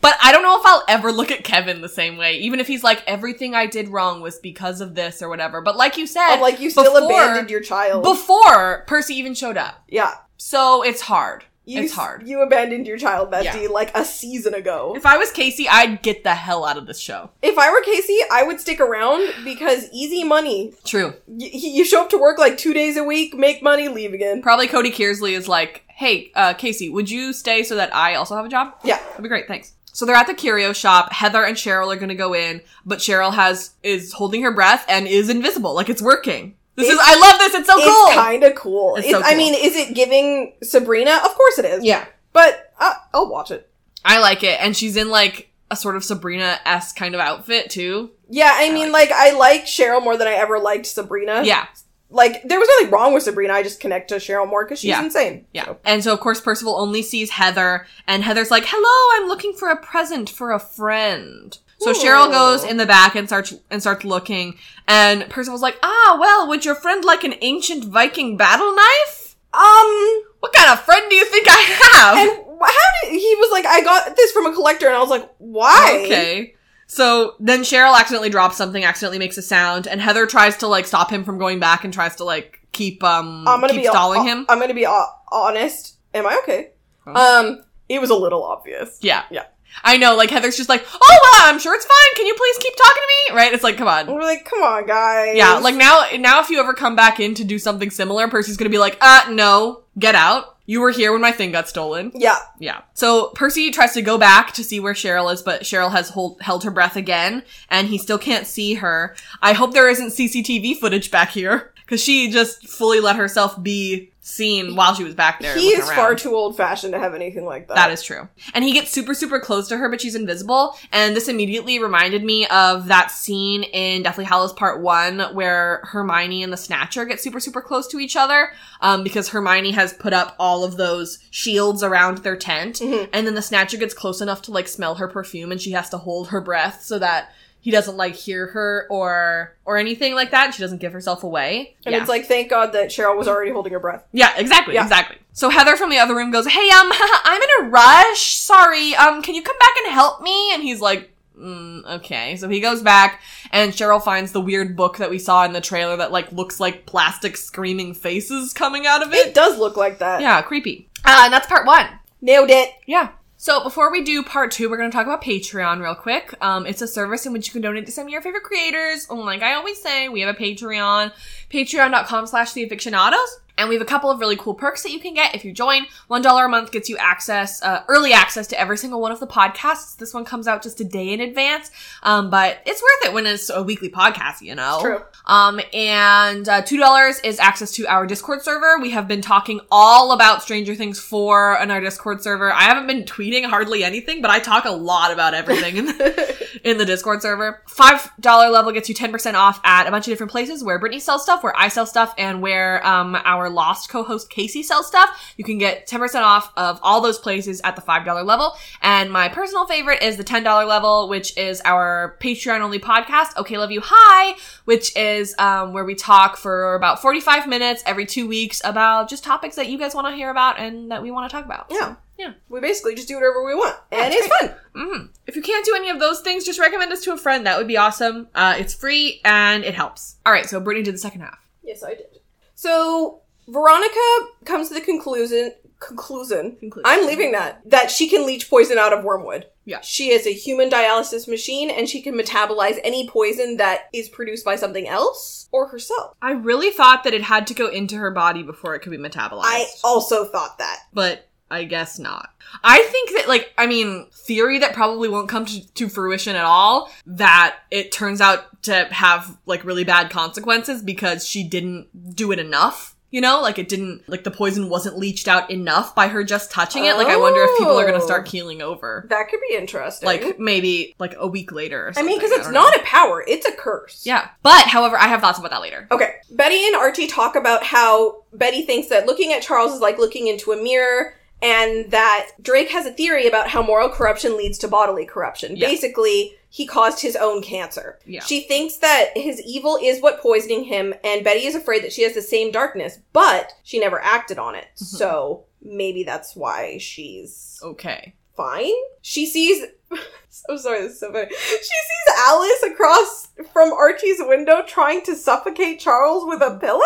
[SPEAKER 2] but I don't know if I'll ever look at Kevin the same way, even if he's like everything I did wrong was because of this or whatever. But like you said,
[SPEAKER 1] I'm like, you still
[SPEAKER 2] before-
[SPEAKER 1] abandoned your child.
[SPEAKER 2] before Percy even showed up.
[SPEAKER 1] yeah.
[SPEAKER 2] So it's hard.
[SPEAKER 1] You,
[SPEAKER 2] it's
[SPEAKER 1] s-
[SPEAKER 2] hard.
[SPEAKER 1] You abandoned your child,
[SPEAKER 2] Yeah.
[SPEAKER 1] Bestie, like a season ago.
[SPEAKER 2] If I was Casey, I'd get the hell out of this show.
[SPEAKER 1] If I were Casey, I would stick around because easy money.
[SPEAKER 2] True.
[SPEAKER 1] Y- you show up to work like two days a week, make money, leave again.
[SPEAKER 2] Probably Cody Kearsley is like, hey, uh, Casey, would you stay so that I also have a job?
[SPEAKER 1] Yeah.
[SPEAKER 2] That'd be great, thanks. So they're at the curio shop. Heather and Cheryl are gonna go in, but Cheryl has is holding her breath and is invisible, like it's working. This is
[SPEAKER 1] It's-
[SPEAKER 2] I love this. It's so
[SPEAKER 1] It's
[SPEAKER 2] Oh, cool.
[SPEAKER 1] kind of cool.
[SPEAKER 2] It's
[SPEAKER 1] It's-
[SPEAKER 2] so
[SPEAKER 1] I
[SPEAKER 2] cool.
[SPEAKER 1] mean, is it giving Sabrina? Of course it is.
[SPEAKER 2] Yeah,
[SPEAKER 1] But uh, I'll watch it.
[SPEAKER 2] I like it, and she's in like a sort of Sabrina esque kind of outfit too.
[SPEAKER 1] Yeah, I mean, like, I like Cheryl more than I ever liked Sabrina.
[SPEAKER 2] Yeah,
[SPEAKER 1] like there was nothing wrong with Sabrina. I just connect to Cheryl more because she's
[SPEAKER 2] Yeah.
[SPEAKER 1] insane.
[SPEAKER 2] Yeah.
[SPEAKER 1] So-
[SPEAKER 2] And so, of course, Percival only sees Heather, and Heather's like, hello, I'm looking for a present for a friend. So
[SPEAKER 1] Ooh.
[SPEAKER 2] Cheryl goes in the back and starts and starts looking, and Percival's like, ah, well, would your friend like an ancient Viking battle knife?
[SPEAKER 1] Um,
[SPEAKER 2] What kind of friend do you think I
[SPEAKER 1] and
[SPEAKER 2] have?
[SPEAKER 1] wh- how did he was like, I got this from a collector, and I was like, why?
[SPEAKER 2] okay. So then Cheryl accidentally drops something, accidentally makes a sound, and Heather tries to like stop him from going back and tries to like keep um
[SPEAKER 1] I'm gonna
[SPEAKER 2] keep
[SPEAKER 1] be
[SPEAKER 2] stalling
[SPEAKER 1] o-
[SPEAKER 2] him.
[SPEAKER 1] I'm gonna be o- honest. Am I okay?
[SPEAKER 2] Oh.
[SPEAKER 1] Um, it was a little obvious.
[SPEAKER 2] yeah.
[SPEAKER 1] Yeah.
[SPEAKER 2] I know, like Heather's just like, oh well, I'm sure it's fine. Can you please keep talking to me? Right? It's like, come on.
[SPEAKER 1] And we're like, come on, guys.
[SPEAKER 2] Yeah, like now, now if you ever come back in to do something similar, Percy's gonna be like, uh, no, get out. You were here when my thing got stolen.
[SPEAKER 1] yeah,
[SPEAKER 2] Yeah. So Percy tries to go back to see where Cheryl is, but Cheryl has hold, held her breath again, and he still can't see her. I hope there isn't CCTV footage back here, because she just fully let herself be seen while she was back there.
[SPEAKER 1] he
[SPEAKER 2] looking
[SPEAKER 1] is far
[SPEAKER 2] around.
[SPEAKER 1] too old fashioned to have anything like that.
[SPEAKER 2] That is true. And he gets super, super close to her, but she's invisible. And this immediately reminded me of that scene in Deathly Hallows Part 1 where Hermione and the Snatcher get super, super close to each other um, because Hermione has put up all of those shields around their tent.
[SPEAKER 1] Mhm.
[SPEAKER 2] And then the Snatcher gets close enough to like smell her perfume and she has to hold her breath so that he doesn't like hear her or or anything like that. She doesn't give herself away.
[SPEAKER 1] And
[SPEAKER 2] Yeah.
[SPEAKER 1] it's like, thank God that Cheryl was already holding her breath.
[SPEAKER 2] Yeah, exactly,
[SPEAKER 1] Yeah.
[SPEAKER 2] exactly. So Heather from the other room goes, "Hey, um, [laughs] I'm in a rush. Sorry. Um, can you come back and help me?" And he's like, mm, "Okay." So he goes back, and Cheryl finds the weird book that we saw in the trailer that like looks like plastic screaming faces coming out of
[SPEAKER 1] It
[SPEAKER 2] it.
[SPEAKER 1] does look like that.
[SPEAKER 2] Yeah, creepy. Uh, and that's part one.
[SPEAKER 1] Nailed it.
[SPEAKER 2] Yeah. So before we do part two, we're going to talk about Patreon real quick. Um, it's a service in which you can donate to some of your favorite creators. And like I always say, we have a Patreon, patreon.com slash the aficionados. And we have a couple of really cool perks that you can get if you join. $1 a month gets you access, uh, early access to every single one of the podcasts. This one comes out just a day in advance. Um, but it's worth it when it's a weekly podcast, you know?
[SPEAKER 1] True.
[SPEAKER 2] Um, and uh, two dollars is access to our Discord server. We have been talking all about Stranger Things four on our Discord server. I haven't been tweeting hardly anything, but I talk a lot about everything in the, in the Discord server. Five dollar level gets you ten percent off at a bunch of different places where Brittany sells stuff, where I sell stuff, and where um our Lost co-host Casey sells stuff. You can get ten percent off of all those places at the five dollar level. And my personal favorite is the ten dollar level, which is our Patreon only podcast. Okay, love you. Hi which is um, where we talk for about 45 minutes every two weeks about just topics that you guys want to hear about and that we want to talk about.
[SPEAKER 1] Yeah.
[SPEAKER 2] Yeah.
[SPEAKER 1] [laughs] We basically just do whatever we want.
[SPEAKER 2] Yeah,
[SPEAKER 1] and
[SPEAKER 2] it's
[SPEAKER 1] it's fun.
[SPEAKER 2] hmm If you can't do any of those things, just recommend us to a friend. That would be awesome. Uh, it's free and it helps. All right, so Brittany did the second half.
[SPEAKER 1] Yes, I did. So Veronica comes to the conclusion conclusion.
[SPEAKER 2] Conclusion.
[SPEAKER 1] I'm leaving that. That she can leach poison out of wormwood.
[SPEAKER 2] Yeah.
[SPEAKER 1] She is a human dialysis machine and she can metabolize any poison that is produced by something else or herself.
[SPEAKER 2] I really thought that it had to go into her body before it could be metabolized.
[SPEAKER 1] I also thought that.
[SPEAKER 2] but I guess not. I think that, like, I mean, theory that probably won't come to, to fruition at all, that it turns out to have, like, really bad consequences because she didn't do it enough. You know, like it didn't, like the poison wasn't leached out enough by her just touching it. Like, I wonder if people are gonna start
[SPEAKER 1] Oh.
[SPEAKER 2] keeling over.
[SPEAKER 1] That could be interesting.
[SPEAKER 2] Like, maybe, like, a week later or
[SPEAKER 1] I
[SPEAKER 2] something.
[SPEAKER 1] mean, because it's
[SPEAKER 2] don't
[SPEAKER 1] not
[SPEAKER 2] know.
[SPEAKER 1] a power, it's a curse.
[SPEAKER 2] Yeah. But, however, I have thoughts about that later.
[SPEAKER 1] Okay. Betty and Archie talk about how Betty thinks that looking at Charles is like looking into a mirror and that Drake has a theory about how moral corruption leads to bodily corruption.
[SPEAKER 2] Yeah.
[SPEAKER 1] Basically, he caused his own cancer.
[SPEAKER 2] Yeah.
[SPEAKER 1] She thinks that his evil is what poisoning him and Betty is afraid that she has the same darkness, but she never acted on it.
[SPEAKER 2] Mm-hmm.
[SPEAKER 1] So maybe that's why she's
[SPEAKER 2] Okay.
[SPEAKER 1] fine. She sees. [laughs] I'm sorry, this is so funny. She sees Alice across from Archie's window trying to suffocate Charles with a pillow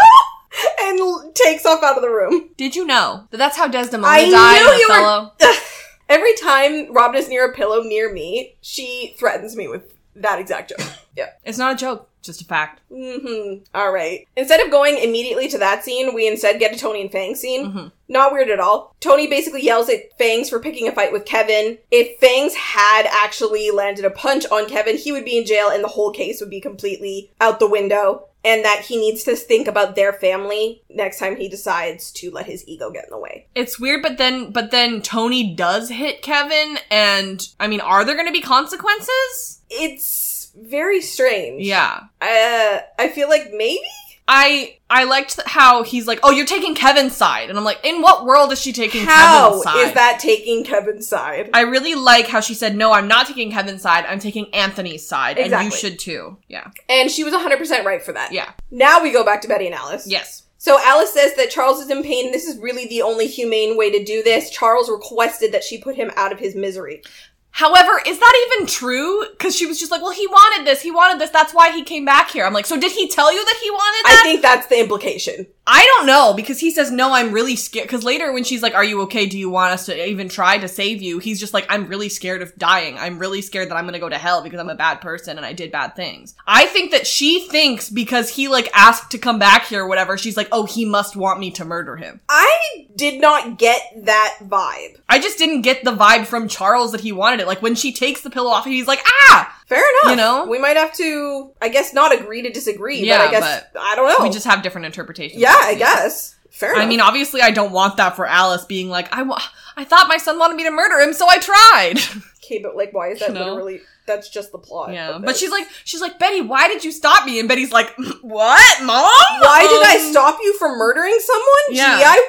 [SPEAKER 1] [laughs] and l- takes off out of the room.
[SPEAKER 2] Did you know that that's how Desdemona
[SPEAKER 1] I
[SPEAKER 2] died?
[SPEAKER 1] knew
[SPEAKER 2] in
[SPEAKER 1] you were-
[SPEAKER 2] Othello?
[SPEAKER 1] Every time Robin is near a pillow near me, she threatens me with that exact joke.
[SPEAKER 2] It's not a joke, just a fact.
[SPEAKER 1] Mm-hmm. All right. Instead of going immediately to that scene, we instead get a Tony and Fang scene.
[SPEAKER 2] Mhm.
[SPEAKER 1] Not weird at all. Tony basically yells at Fangs for picking a fight with Kevin. If Fangs had actually landed a punch on Kevin, he would be in jail and the whole case would be completely out the window. And that he needs to think about their family next time he decides to let his ego get in the way.
[SPEAKER 2] It's weird, but then but then Tony does hit Kevin, and I mean, are there going to be consequences?
[SPEAKER 1] It's very strange.
[SPEAKER 2] Yeah,
[SPEAKER 1] Uh, I feel like maybe?
[SPEAKER 2] I I liked th- how he's like, "Oh, you're taking Kevin's side," and I'm like, "In what world is she taking
[SPEAKER 1] How
[SPEAKER 2] Kevin's side?"
[SPEAKER 1] is that taking Kevin's side?
[SPEAKER 2] I really like how she said, "No, I'm not taking Kevin's side. I'm taking Anthony's side, and
[SPEAKER 1] Exactly.
[SPEAKER 2] you should too." Yeah.
[SPEAKER 1] And she was 100% right for that.
[SPEAKER 2] Yeah.
[SPEAKER 1] Now we go back to Betty and Alice.
[SPEAKER 2] Yes.
[SPEAKER 1] So Alice says that Charles is in pain. This is really the only humane way to do this. Charles requested that she put him out of his misery.
[SPEAKER 2] However, is that even true? Because she was just like, "Well, he wanted this. He wanted this. That's why he came back here." I'm like, "So did he tell you that he wanted that?"
[SPEAKER 1] I think that's the implication.
[SPEAKER 2] I don't know because he says no. I'm really scared. Because later, when she's like, "Are you okay? Do you want us to even try to save you?" He's just like, "I'm really scared of dying. I'm really scared that I'm gonna go to hell because I'm a bad person and I did bad things." I think that she thinks because he like asked to come back here, or whatever. She's like, "Oh, he must want me to murder him."
[SPEAKER 1] I did not get that vibe.
[SPEAKER 2] I just didn't get the vibe from Charles that he wanted it. Like when she takes the pillow off, and he's like, "Ah!"
[SPEAKER 1] Fair enough.
[SPEAKER 2] You know?
[SPEAKER 1] we might have to, I guess, not agree to disagree. but
[SPEAKER 2] Yeah,
[SPEAKER 1] I guess I don't know.
[SPEAKER 2] We just have different interpretations.
[SPEAKER 1] Oh. yeah, I guess. Fair
[SPEAKER 2] I
[SPEAKER 1] enough.
[SPEAKER 2] mean, obviously, I don't want that for Alice being like, "I wa- I thought my son wanted me to murder him, so
[SPEAKER 1] [laughs]
[SPEAKER 2] I tried."
[SPEAKER 1] okay, but like, why is that
[SPEAKER 2] You know?
[SPEAKER 1] literally? That's just the plot.
[SPEAKER 2] Yeah,
[SPEAKER 1] of Oh,
[SPEAKER 2] but
[SPEAKER 1] it.
[SPEAKER 2] she's like, she's like, Betty, why did you stop me? And Betty's like, "Mm, what, mom?
[SPEAKER 1] Why did I
[SPEAKER 2] Um,
[SPEAKER 1] stop you from murdering someone?
[SPEAKER 2] Yeah.
[SPEAKER 1] Gee, I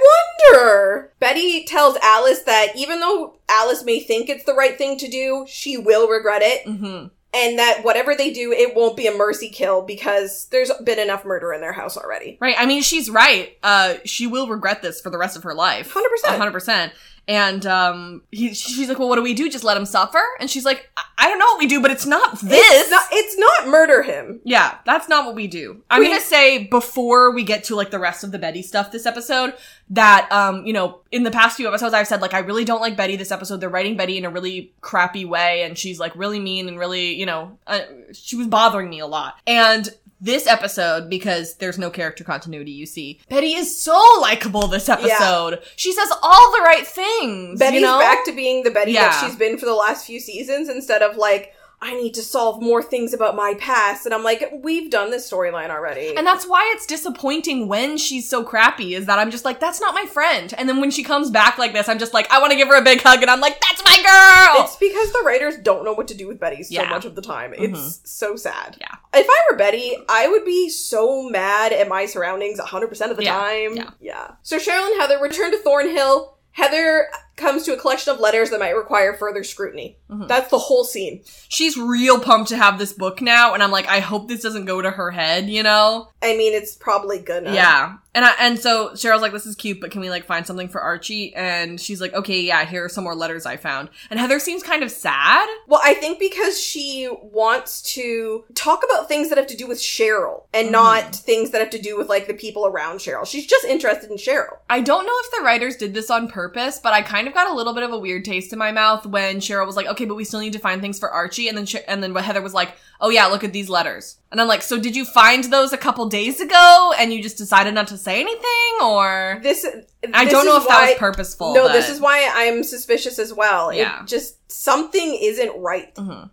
[SPEAKER 1] wonder. Betty tells Alice that even though Alice may think it's the right thing to do, she will regret it.
[SPEAKER 2] mhm.
[SPEAKER 1] And that whatever they do, it won't be a mercy kill because there's been enough murder in their house already.
[SPEAKER 2] Right. I mean, she's right. Uh, she will regret this for the rest of her life.
[SPEAKER 1] 100%.
[SPEAKER 2] 100%. And um, he, she's like, well, what do we do? Just let him suffer? And she's like, I, I don't know what we do, but it's not this.
[SPEAKER 1] It's not, it's not murder him.
[SPEAKER 2] yeah, that's not what we do. I'm
[SPEAKER 1] We-
[SPEAKER 2] gonna say before we get to like the rest of the Betty stuff this episode that um you know in the past few episodes I've said like I really don't like Betty this episode. They're writing Betty in a really crappy way, and she's like really mean and really you know uh, she was bothering me a lot. And this episode because there's no character continuity. You see, Betty is so likable this episode. She says all the right things.
[SPEAKER 1] Betty's
[SPEAKER 2] you know?
[SPEAKER 1] back to being the Betty that
[SPEAKER 2] Yeah.
[SPEAKER 1] she's been for the last few seasons instead of like, I need to solve more things about my past. And I'm like, we've done this storyline already.
[SPEAKER 2] And that's why it's disappointing when she's so crappy is that I'm just like, that's not my friend. And then when she comes back like this, I'm just like, I want to give her a big hug. And I'm like, that's my girl.
[SPEAKER 1] It's because the writers don't know what to do with Betty so
[SPEAKER 2] Oh. Yeah. Mm-hmm.
[SPEAKER 1] much of the time. It's so sad.
[SPEAKER 2] Yeah.
[SPEAKER 1] If I were Betty, I would be so mad at my surroundings 100% of the
[SPEAKER 2] Yeah,
[SPEAKER 1] time.
[SPEAKER 2] yeah.
[SPEAKER 1] So Cheryl and Heather return to Thornhill. Heather comes to a collection of letters that might require further scrutiny.
[SPEAKER 2] Mhm.
[SPEAKER 1] That's the whole scene.
[SPEAKER 2] she's real pumped to have this book now. And I'm like, I hope this doesn't go to her head, you know?
[SPEAKER 1] I mean, it's probably gonna.
[SPEAKER 2] Yeah. And I, and so Cheryl's like, this is cute, but can we like find something for Archie? And she's like, okay, yeah, here are some more letters I found. And Heather seems kind of sad.
[SPEAKER 1] Well, I think because she wants to talk about things that have to do with Cheryl
[SPEAKER 2] Mm-hmm.
[SPEAKER 1] and not things that have to do with like the people around Cheryl. She's just interested in Cheryl.
[SPEAKER 2] I don't know if the writers did this on purpose, but I kind of got a little bit of a weird taste in my mouth when Cheryl was like, "Okay, but we still need to find things for Archie," and then Cher- and then Heather was like, "Oh yeah, look at these letters," and I'm like, "So did you find those a couple days ago and you just decided not to say anything, or
[SPEAKER 1] This
[SPEAKER 2] I
[SPEAKER 1] this
[SPEAKER 2] don't know
[SPEAKER 1] is
[SPEAKER 2] if that
[SPEAKER 1] why-
[SPEAKER 2] was purposeful?"
[SPEAKER 1] No,
[SPEAKER 2] but-
[SPEAKER 1] this is why I'm suspicious as well.
[SPEAKER 2] Yeah.
[SPEAKER 1] It just something isn't right,
[SPEAKER 2] Mhm.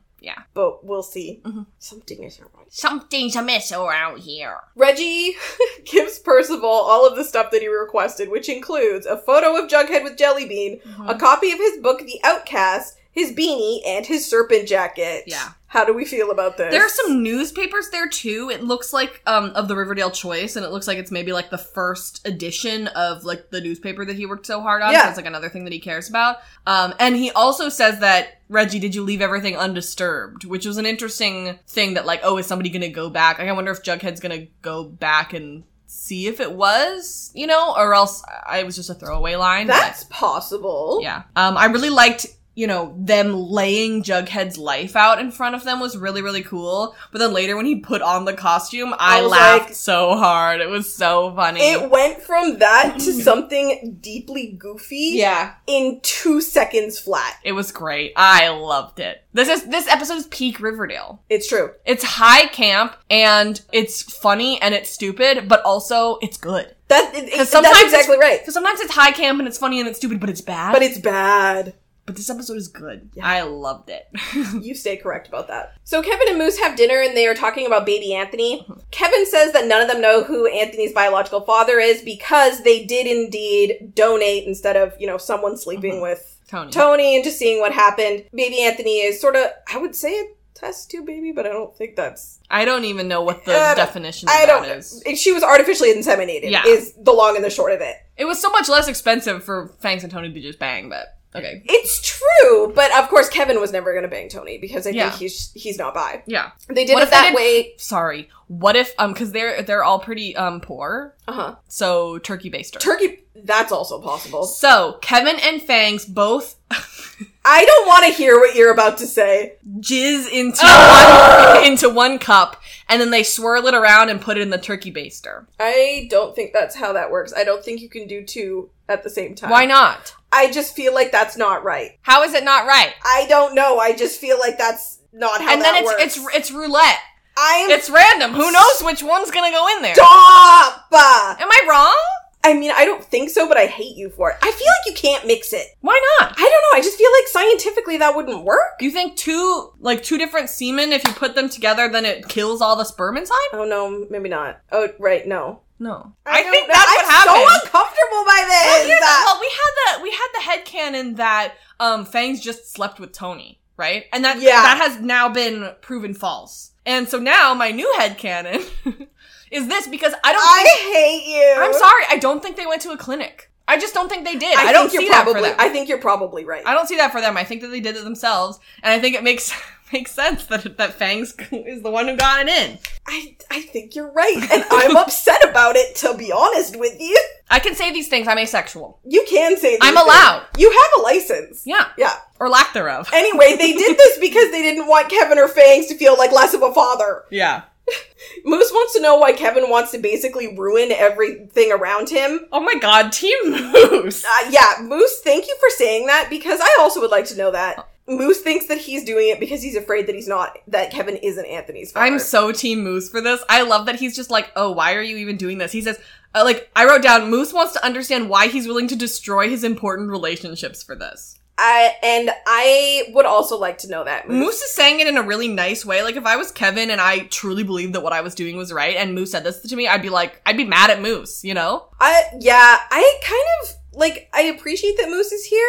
[SPEAKER 1] but we'll see.
[SPEAKER 2] Mhm.
[SPEAKER 1] Something isn't right.
[SPEAKER 2] something's amiss around here.
[SPEAKER 1] Reggie [laughs] gives Percival all of the stuff that he requested, which includes a photo of Jughead with Jellybean,
[SPEAKER 2] Mm-hmm.
[SPEAKER 1] a copy of his book The Outcast, his beanie, and his serpent jacket.
[SPEAKER 2] Yeah.
[SPEAKER 1] How do we feel about this?
[SPEAKER 2] There are some newspapers there too. It looks like um of the Riverdale Choice, and it looks like it's maybe like the first edition of like the newspaper that he worked so hard on.
[SPEAKER 1] Yeah.
[SPEAKER 2] So it's like another thing that he cares about. Um, and he also says that Reggie, did you leave everything undisturbed? Which was an interesting thing that like, oh, is somebody gonna go back? Like, I wonder if Jughead's gonna go back and see if it was, you know, or else I it was just a throwaway line. but-
[SPEAKER 1] That's possible.
[SPEAKER 2] yeah. Um, I really liked, you know, them laying Jughead's life out in front of them was really, really cool. But then later when he put on the costume, I,
[SPEAKER 1] I was
[SPEAKER 2] laughed
[SPEAKER 1] like-
[SPEAKER 2] so hard. It was so funny.
[SPEAKER 1] It went from that
[SPEAKER 2] [clears throat]
[SPEAKER 1] to something deeply goofy
[SPEAKER 2] yeah.
[SPEAKER 1] in two seconds flat.
[SPEAKER 2] It was great. I loved it. This is this episode is peak Riverdale.
[SPEAKER 1] It's true.
[SPEAKER 2] It's high camp and it's funny and it's stupid, but also it's good.
[SPEAKER 1] That, it, it-
[SPEAKER 2] sometimes
[SPEAKER 1] that's exactly right.
[SPEAKER 2] Because sometimes it's high camp and it's funny and it's stupid, but it's bad.
[SPEAKER 1] But it's bad.
[SPEAKER 2] but this episode is good.
[SPEAKER 1] Yeah.
[SPEAKER 2] I loved it. [laughs]
[SPEAKER 1] You stay correct about that. So Kevin and Moose have dinner and they are talking about baby Anthony. Kevin says that none of them know who Anthony's biological father is because they did indeed donate instead of, you know,
[SPEAKER 2] Uh-huh.
[SPEAKER 1] someone sleeping with
[SPEAKER 2] Tony.
[SPEAKER 1] Tony and just seeing what happened. Baby Anthony is sort of, I would say, test tube baby, but I don't think that's.
[SPEAKER 2] I don't even know what the
[SPEAKER 1] Uh,
[SPEAKER 2] definition of
[SPEAKER 1] I don't.
[SPEAKER 2] that is.
[SPEAKER 1] She was artificially inseminated.
[SPEAKER 2] Yeah.
[SPEAKER 1] Is the long and the short of it.
[SPEAKER 2] It was so much less expensive for Fangs and Tony to just bang, but okay.
[SPEAKER 1] It's true, but of course Kevin was never going to bang Tony because I
[SPEAKER 2] Yeah.
[SPEAKER 1] think he's he's not bi.
[SPEAKER 2] Yeah.
[SPEAKER 1] They did
[SPEAKER 2] What
[SPEAKER 1] it
[SPEAKER 2] if they
[SPEAKER 1] that
[SPEAKER 2] did-
[SPEAKER 1] way.
[SPEAKER 2] Sorry. What if um cuz they're they're all pretty um poor.
[SPEAKER 1] Uh huh.
[SPEAKER 2] So turkey baster.
[SPEAKER 1] Turkey. That's also possible.
[SPEAKER 2] so, Kevin and Fangs both
[SPEAKER 1] I don't want to hear what you're about to say.
[SPEAKER 2] jizz into
[SPEAKER 1] [laughs] Ah!
[SPEAKER 2] one into one cup and then they swirl it around and put it in the turkey baster.
[SPEAKER 1] I don't think that's how that works. I don't think you can do two at the same time.
[SPEAKER 2] Why not?
[SPEAKER 1] I just feel like that's not right.
[SPEAKER 2] How is it not right?
[SPEAKER 1] I don't know. I just feel like that's not how
[SPEAKER 2] and
[SPEAKER 1] that
[SPEAKER 2] then it's
[SPEAKER 1] works.
[SPEAKER 2] it's it's roulette.
[SPEAKER 1] I'm
[SPEAKER 2] It's
[SPEAKER 1] [laughs]
[SPEAKER 2] random. Who knows which one's going to go in there?
[SPEAKER 1] stop. I
[SPEAKER 2] Am I wrong?
[SPEAKER 1] mean, I don't think so, but I hate you for it. I feel like you can't mix it.
[SPEAKER 2] Why not?
[SPEAKER 1] I don't know. I just feel like scientifically that wouldn't work.
[SPEAKER 2] You think two like two different semen if you put them together then it kills all the sperm inside?
[SPEAKER 1] Oh no, maybe not. Oh right, no.
[SPEAKER 2] No. I,
[SPEAKER 1] don't
[SPEAKER 2] think
[SPEAKER 1] know.
[SPEAKER 2] that's what
[SPEAKER 1] I'm
[SPEAKER 2] happened.
[SPEAKER 1] so uncomfortable by
[SPEAKER 2] Well,
[SPEAKER 1] this.
[SPEAKER 2] here's- well, we had the we had the headcanon that um Fangs just slept with Tony, right? And that
[SPEAKER 1] Yeah.
[SPEAKER 2] that has now been proven false. And so now my new headcanon [laughs] is this because I don't
[SPEAKER 1] I
[SPEAKER 2] think,
[SPEAKER 1] hate you.
[SPEAKER 2] I'm sorry, I don't think they went to a clinic. I just don't think they did. I, don't
[SPEAKER 1] think
[SPEAKER 2] see
[SPEAKER 1] you're probably.
[SPEAKER 2] that for them.
[SPEAKER 1] I think you're probably right.
[SPEAKER 2] I don't see that for them. I think that they did it themselves, and I think it makes [laughs] makes sense that that Fangs [laughs] is the one who got it in.
[SPEAKER 1] I I think you're right,
[SPEAKER 2] [laughs]
[SPEAKER 1] and I'm upset about it. To be honest with you,
[SPEAKER 2] I can say these things. I'm asexual.
[SPEAKER 1] you can say these
[SPEAKER 2] I'm
[SPEAKER 1] things.
[SPEAKER 2] allowed.
[SPEAKER 1] You have a license.
[SPEAKER 2] Yeah,
[SPEAKER 1] Yeah.
[SPEAKER 2] or lack thereof.
[SPEAKER 1] Anyway, they
[SPEAKER 2] [laughs]
[SPEAKER 1] did this because they didn't want Kevin or Fangs to feel like less of a father.
[SPEAKER 2] Yeah.
[SPEAKER 1] Moose wants to know why Kevin wants to basically ruin everything around him.
[SPEAKER 2] Oh my God, Team
[SPEAKER 1] [laughs]
[SPEAKER 2] Moose.
[SPEAKER 1] Uh, yeah, Moose, thank you for saying that because I also would like to know that. Moose thinks that he's doing it because he's afraid that he's not, that Kevin isn't Anthony's father.
[SPEAKER 2] I'm so Team Moose for this. I love that he's just like, oh, why are you even doing this? He says, uh, like, I wrote down, Moose wants to understand why he's willing to destroy his important relationships for this.
[SPEAKER 1] I, and I would also like to know that. Moose.
[SPEAKER 2] Moose is saying it in a really nice way. Like, if I was Kevin and I truly believed that what I was doing was right and Moose said this to me, I'd be like, I'd be mad at Moose, you know?
[SPEAKER 1] I, yeah, I kind of, like, I appreciate that Moose is here.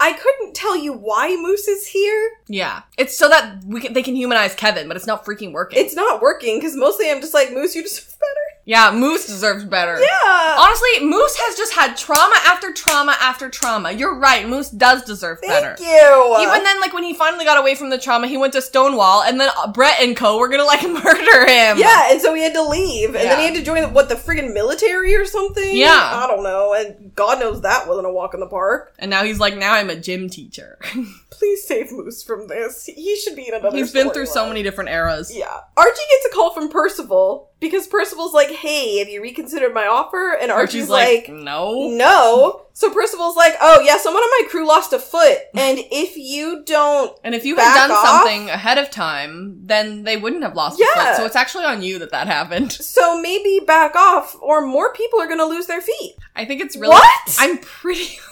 [SPEAKER 1] I couldn't tell you why Moose is here.
[SPEAKER 2] Yeah. It's so that we can, they can humanize Kevin, but it's not freaking working.
[SPEAKER 1] It's not working because mostly I'm just [laughs] like, Moose, you deserve
[SPEAKER 2] [laughs]
[SPEAKER 1] better.
[SPEAKER 2] yeah, Moose deserves better.
[SPEAKER 1] Yeah.
[SPEAKER 2] Honestly, Moose has just had trauma after trauma after trauma. You're right. Moose does deserve
[SPEAKER 1] Thank
[SPEAKER 2] better.
[SPEAKER 1] you.
[SPEAKER 2] Even then, like when he finally got away from the trauma, he went to Stonewall, and then uh, Brett and Co. were gonna like [laughs] murder him.
[SPEAKER 1] Yeah, and so he had to leave, and then
[SPEAKER 2] Yeah.
[SPEAKER 1] he had to join what the friggin' military or something.
[SPEAKER 2] Yeah.
[SPEAKER 1] I don't know, and God knows that wasn't a walk in the park.
[SPEAKER 2] And now he's like, now I'm a gym teacher. [laughs]
[SPEAKER 1] Please save Moose from this. He should be in another.
[SPEAKER 2] he's been through so
[SPEAKER 1] storyline.
[SPEAKER 2] many different eras.
[SPEAKER 1] Yeah, Archie gets a call from Percival because Percival's like, "Hey, have you reconsidered my offer?" And Archie's,
[SPEAKER 2] Archie's
[SPEAKER 1] like,
[SPEAKER 2] like,
[SPEAKER 1] mm,
[SPEAKER 2] no.
[SPEAKER 1] "No." So Percival's like, "Oh yeah, someone on my crew lost a
[SPEAKER 2] [laughs]
[SPEAKER 1] foot, and if you don't
[SPEAKER 2] And if you
[SPEAKER 1] Back
[SPEAKER 2] had done
[SPEAKER 1] off.
[SPEAKER 2] something ahead of time, then they wouldn't have lost. Yeah.
[SPEAKER 1] Yeah.
[SPEAKER 2] so it's actually on you that that happened. [laughs]
[SPEAKER 1] So maybe back off, or more people are gonna lose their feet.
[SPEAKER 2] I think it's really.
[SPEAKER 1] What?
[SPEAKER 2] I'm pretty. [laughs] sure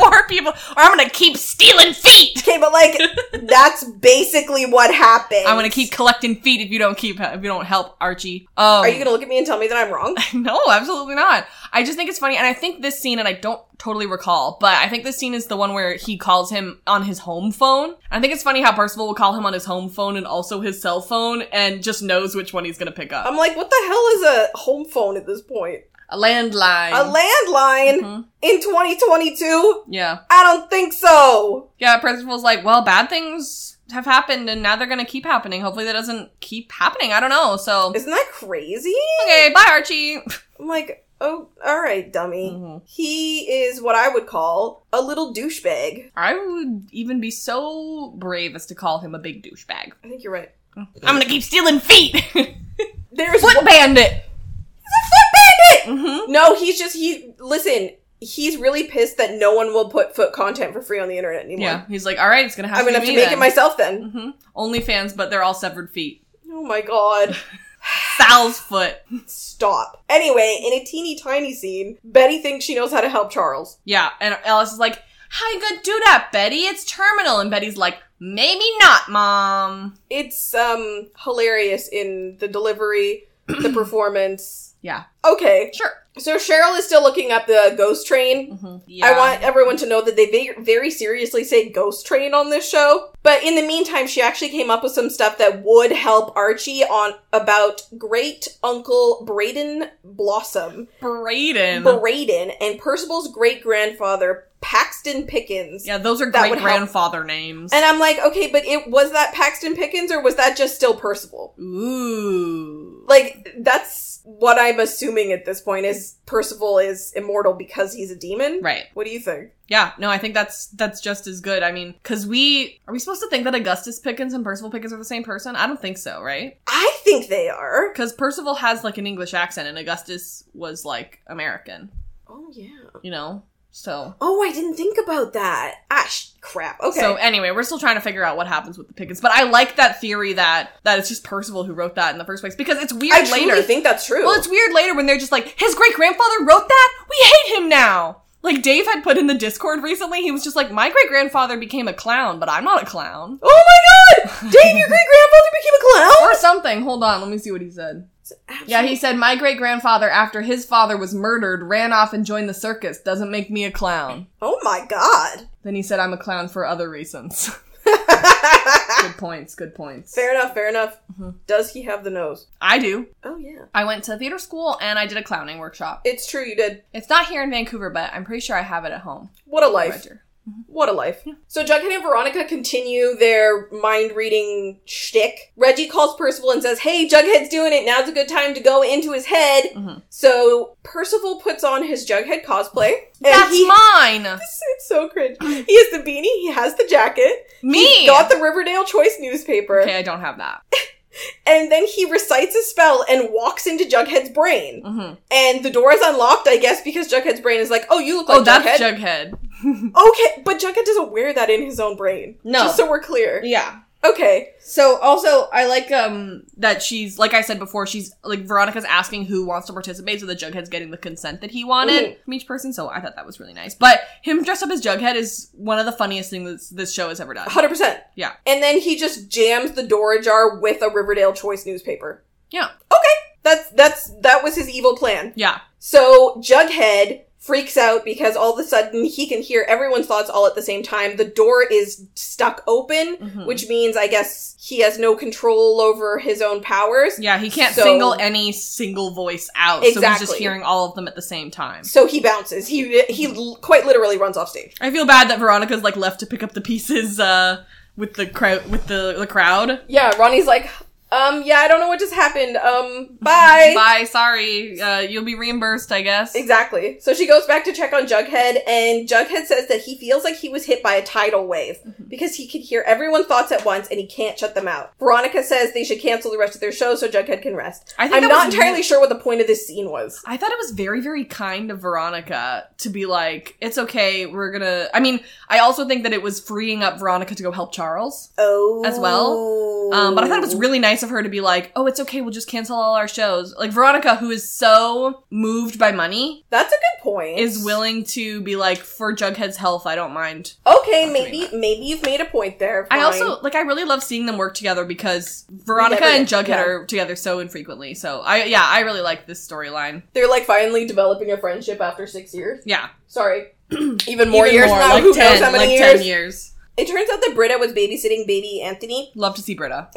[SPEAKER 2] more people, or I'm gonna keep stealing feet.
[SPEAKER 1] [laughs] Okay, but
[SPEAKER 2] [laughs]
[SPEAKER 1] like, that's basically what happened.
[SPEAKER 2] I'm gonna keep collecting feet if you don't keep if you don't help Archie. Um,
[SPEAKER 1] Are you gonna look at me and tell me that I'm wrong?
[SPEAKER 2] [laughs] No, absolutely not. I just think it's funny, and I think this scene, and I don't totally recall, but I think this scene is the one where he calls him on his home phone. I think it's funny how Percival will call him on his home phone and also his cell phone, and just knows which one he's gonna pick up.
[SPEAKER 1] I'm like, what the hell is a home phone at this point?
[SPEAKER 2] a landline.
[SPEAKER 1] A landline
[SPEAKER 2] Mhm.
[SPEAKER 1] in 2022?
[SPEAKER 2] Yeah,
[SPEAKER 1] I don't think so.
[SPEAKER 2] yeah. Percival's like, well, bad things have happened, and now they're gonna keep happening. Hopefully, that doesn't keep happening. I don't know. So
[SPEAKER 1] Isn't that crazy?
[SPEAKER 2] okay, bye, Archie.
[SPEAKER 1] I'm like, oh, all right, dummy.
[SPEAKER 2] Mhm.
[SPEAKER 1] He is what I would call a little douchebag.
[SPEAKER 2] I would even be so brave as to call him a big douchebag.
[SPEAKER 1] I think you're right.
[SPEAKER 2] I'm gonna keep stealing [laughs] feet.
[SPEAKER 1] There's
[SPEAKER 2] Foot bandit.
[SPEAKER 1] foot bandit.
[SPEAKER 2] Mm-hmm.
[SPEAKER 1] No, he's just he. Listen, he's really pissed that no one will put foot content for free on the internet anymore.
[SPEAKER 2] Yeah, he's like, all right, it's gonna have
[SPEAKER 1] I'm
[SPEAKER 2] to
[SPEAKER 1] gonna
[SPEAKER 2] be
[SPEAKER 1] have to
[SPEAKER 2] me
[SPEAKER 1] make
[SPEAKER 2] then.
[SPEAKER 1] it myself
[SPEAKER 2] [laughs]
[SPEAKER 1] then.
[SPEAKER 2] hmm Only fans, but they're all severed feet.
[SPEAKER 1] Oh my god.
[SPEAKER 2] Sal's foot.
[SPEAKER 1] Stop. Anyway, in a teeny tiny scene, Betty thinks she knows how to help Charles.
[SPEAKER 2] Yeah, and Alice is like, "How you gonna do that, Betty? It's terminal." And Betty's like, "Maybe not, Mom." [clears throat]
[SPEAKER 1] It's um hilarious in the delivery, the performance.
[SPEAKER 2] Yeah.
[SPEAKER 1] Okay.
[SPEAKER 2] Sure.
[SPEAKER 1] So Cheryl is still looking up the ghost train. Mm-hmm.
[SPEAKER 2] Yeah.
[SPEAKER 1] I want everyone to know that they ve- very seriously say ghost train on this show. But in the meantime, she actually came up with some stuff that would help Archie on about great uncle Braden Blossom,
[SPEAKER 2] Braden.
[SPEAKER 1] Braden, and Percival's great grandfather Paxton Pickens.
[SPEAKER 2] yeah, those are
[SPEAKER 1] That
[SPEAKER 2] great
[SPEAKER 1] would help.
[SPEAKER 2] grandfather names.
[SPEAKER 1] And I'm like, okay, but it was that Paxton Pickens or was that just still Percival?
[SPEAKER 2] Ooh.
[SPEAKER 1] Like that's what I'm assuming at this point is Percival is immortal because he's a demon.
[SPEAKER 2] Right.
[SPEAKER 1] What do you think?
[SPEAKER 2] Yeah, no, I think that's that's just as good. I mean, cuz we are we supposed to think that Augustus Pickens and Percival Pickens are the same person? I don't think so, right?
[SPEAKER 1] I think they are.
[SPEAKER 2] Cuz Percival has like an English accent and Augustus was like American,
[SPEAKER 1] Oh yeah.
[SPEAKER 2] you know? So
[SPEAKER 1] Oh, I didn't think about that. Ah, sh- crap. Okay.
[SPEAKER 2] So anyway, we're still trying to figure out what happens with the Pickens, but I like that theory that that it's just Percival who wrote that in the first place because it's weird
[SPEAKER 1] I
[SPEAKER 2] later.
[SPEAKER 1] truly think that's true.
[SPEAKER 2] well, it's weird later when they're just like his great grandfather wrote that. We hate him now. Like Dave had put in the Discord recently, he was just like, "My great grandfather became a clown, but I'm not a clown."
[SPEAKER 1] oh my
[SPEAKER 2] [laughs]
[SPEAKER 1] god! Dave, your great grandfather became a clown.
[SPEAKER 2] Or something. Hold on, let me see what he said. Yeah, he said, My great grandfather, after his father was murdered, ran off and joined the circus. Doesn't make me a clown.
[SPEAKER 1] Oh my
[SPEAKER 2] [laughs]
[SPEAKER 1] god.
[SPEAKER 2] Then he said, I'm a clown for other reasons. [laughs] good points, good points.
[SPEAKER 1] fair enough. Fair enough.
[SPEAKER 2] Mhm.
[SPEAKER 1] Does he have the nose?
[SPEAKER 2] I do.
[SPEAKER 1] Oh yeah.
[SPEAKER 2] I went to theater school and I did a clowning workshop.
[SPEAKER 1] It's true. You did.
[SPEAKER 2] It's not here in Vancouver, but I'm pretty sure I have it at home.
[SPEAKER 1] What a life.
[SPEAKER 2] Roger.
[SPEAKER 1] What a life. So Jughead and Veronica continue their mind reading shtick. Reggie calls Percival and says, Hey, Jughead's doing it. Now's a good time to go into his head.
[SPEAKER 2] Mhm.
[SPEAKER 1] So Percival puts on his Jughead cosplay. And
[SPEAKER 2] That's
[SPEAKER 1] he,
[SPEAKER 2] mine!
[SPEAKER 1] [laughs] It's so cringe. He has the beanie, he has the jacket.
[SPEAKER 2] Me!
[SPEAKER 1] He got the Riverdale Choice newspaper.
[SPEAKER 2] okay, I don't have that.
[SPEAKER 1] And then he recites a spell and walks into Jughead's brain.
[SPEAKER 2] hmm
[SPEAKER 1] And the door is unlocked, I guess, because Jughead's brain is like, Oh, you look like
[SPEAKER 2] oh, that's
[SPEAKER 1] Jughead.
[SPEAKER 2] Jughead.
[SPEAKER 1] okay, but Jughead doesn't wear that in his own brain.
[SPEAKER 2] No.
[SPEAKER 1] Just so we're clear.
[SPEAKER 2] Yeah.
[SPEAKER 1] Okay.
[SPEAKER 2] So also I like um that she's like I said before she's like Veronica's asking who wants to participate so the Jughead's getting the consent that he wanted from each person so I thought that was really nice but him dressed up as Jughead is one of the funniest things this, this show has ever done
[SPEAKER 1] 100%.
[SPEAKER 2] Yeah.
[SPEAKER 1] And then he just jams the door ajar with a Riverdale Choice newspaper.
[SPEAKER 2] Yeah.
[SPEAKER 1] Okay. That's that's that was his evil plan.
[SPEAKER 2] yeah
[SPEAKER 1] So Jughead freaks out because all of a sudden he can hear everyone's thoughts all at the same time. The door is stuck open,
[SPEAKER 2] Mhm.
[SPEAKER 1] which means I guess he has no control over his own powers.
[SPEAKER 2] yeah he can't
[SPEAKER 1] So-
[SPEAKER 2] single any single voice out so he's just
[SPEAKER 1] Exactly.
[SPEAKER 2] hearing all of them at the same time
[SPEAKER 1] So he bounces. He he l- quite literally runs off stage.
[SPEAKER 2] I feel bad that Veronica's like left to pick up the pieces uh with the crowd with the the crowd
[SPEAKER 1] Yeah, Ronnie's like, um, yeah, I don't know what just happened. Um, bye.
[SPEAKER 2] bye sorry uh you'll be reimbursed I guess
[SPEAKER 1] Exactly. So she goes back to check on Jughead, and Jughead says that he feels like he was hit by a tidal wave
[SPEAKER 2] Mm-hmm.
[SPEAKER 1] because he could hear everyone's thoughts at once and he can't shut them out. Veronica says they should cancel the rest of their show so Jughead can rest.
[SPEAKER 2] I
[SPEAKER 1] I'm
[SPEAKER 2] that
[SPEAKER 1] not
[SPEAKER 2] was
[SPEAKER 1] entirely sure what the point of this scene was.
[SPEAKER 2] I thought it was very, very kind of Veronica to be like, it's okay, we're gonna. I mean, I also think that it was freeing up Veronica to go help Charles.
[SPEAKER 1] Oh.
[SPEAKER 2] As well. Um, but I thought it was really nice of her to be like, oh, it's okay, we'll just cancel all our shows. Like, Veronica, who is so moved by money,
[SPEAKER 1] That's a good point.
[SPEAKER 2] is willing to be like, for Jughead's health, I don't mind.
[SPEAKER 1] Okay,
[SPEAKER 2] That's
[SPEAKER 1] maybe maybe you've made a point there.
[SPEAKER 2] I
[SPEAKER 1] Fine.
[SPEAKER 2] also, like, I really love seeing them work together because Veronica
[SPEAKER 1] Never-
[SPEAKER 2] and Jughead
[SPEAKER 1] yeah.
[SPEAKER 2] are together so infrequently. So, I, yeah, I really like this storyline.
[SPEAKER 1] they're like finally developing a friendship after six years.
[SPEAKER 2] Yeah.
[SPEAKER 1] Sorry. [clears throat] Even more years now.
[SPEAKER 2] like
[SPEAKER 1] who
[SPEAKER 2] 10,
[SPEAKER 1] knows how many
[SPEAKER 2] like
[SPEAKER 1] years?
[SPEAKER 2] 10 years.
[SPEAKER 1] It turns out that Britta was babysitting baby Anthony
[SPEAKER 2] Love to see Britta.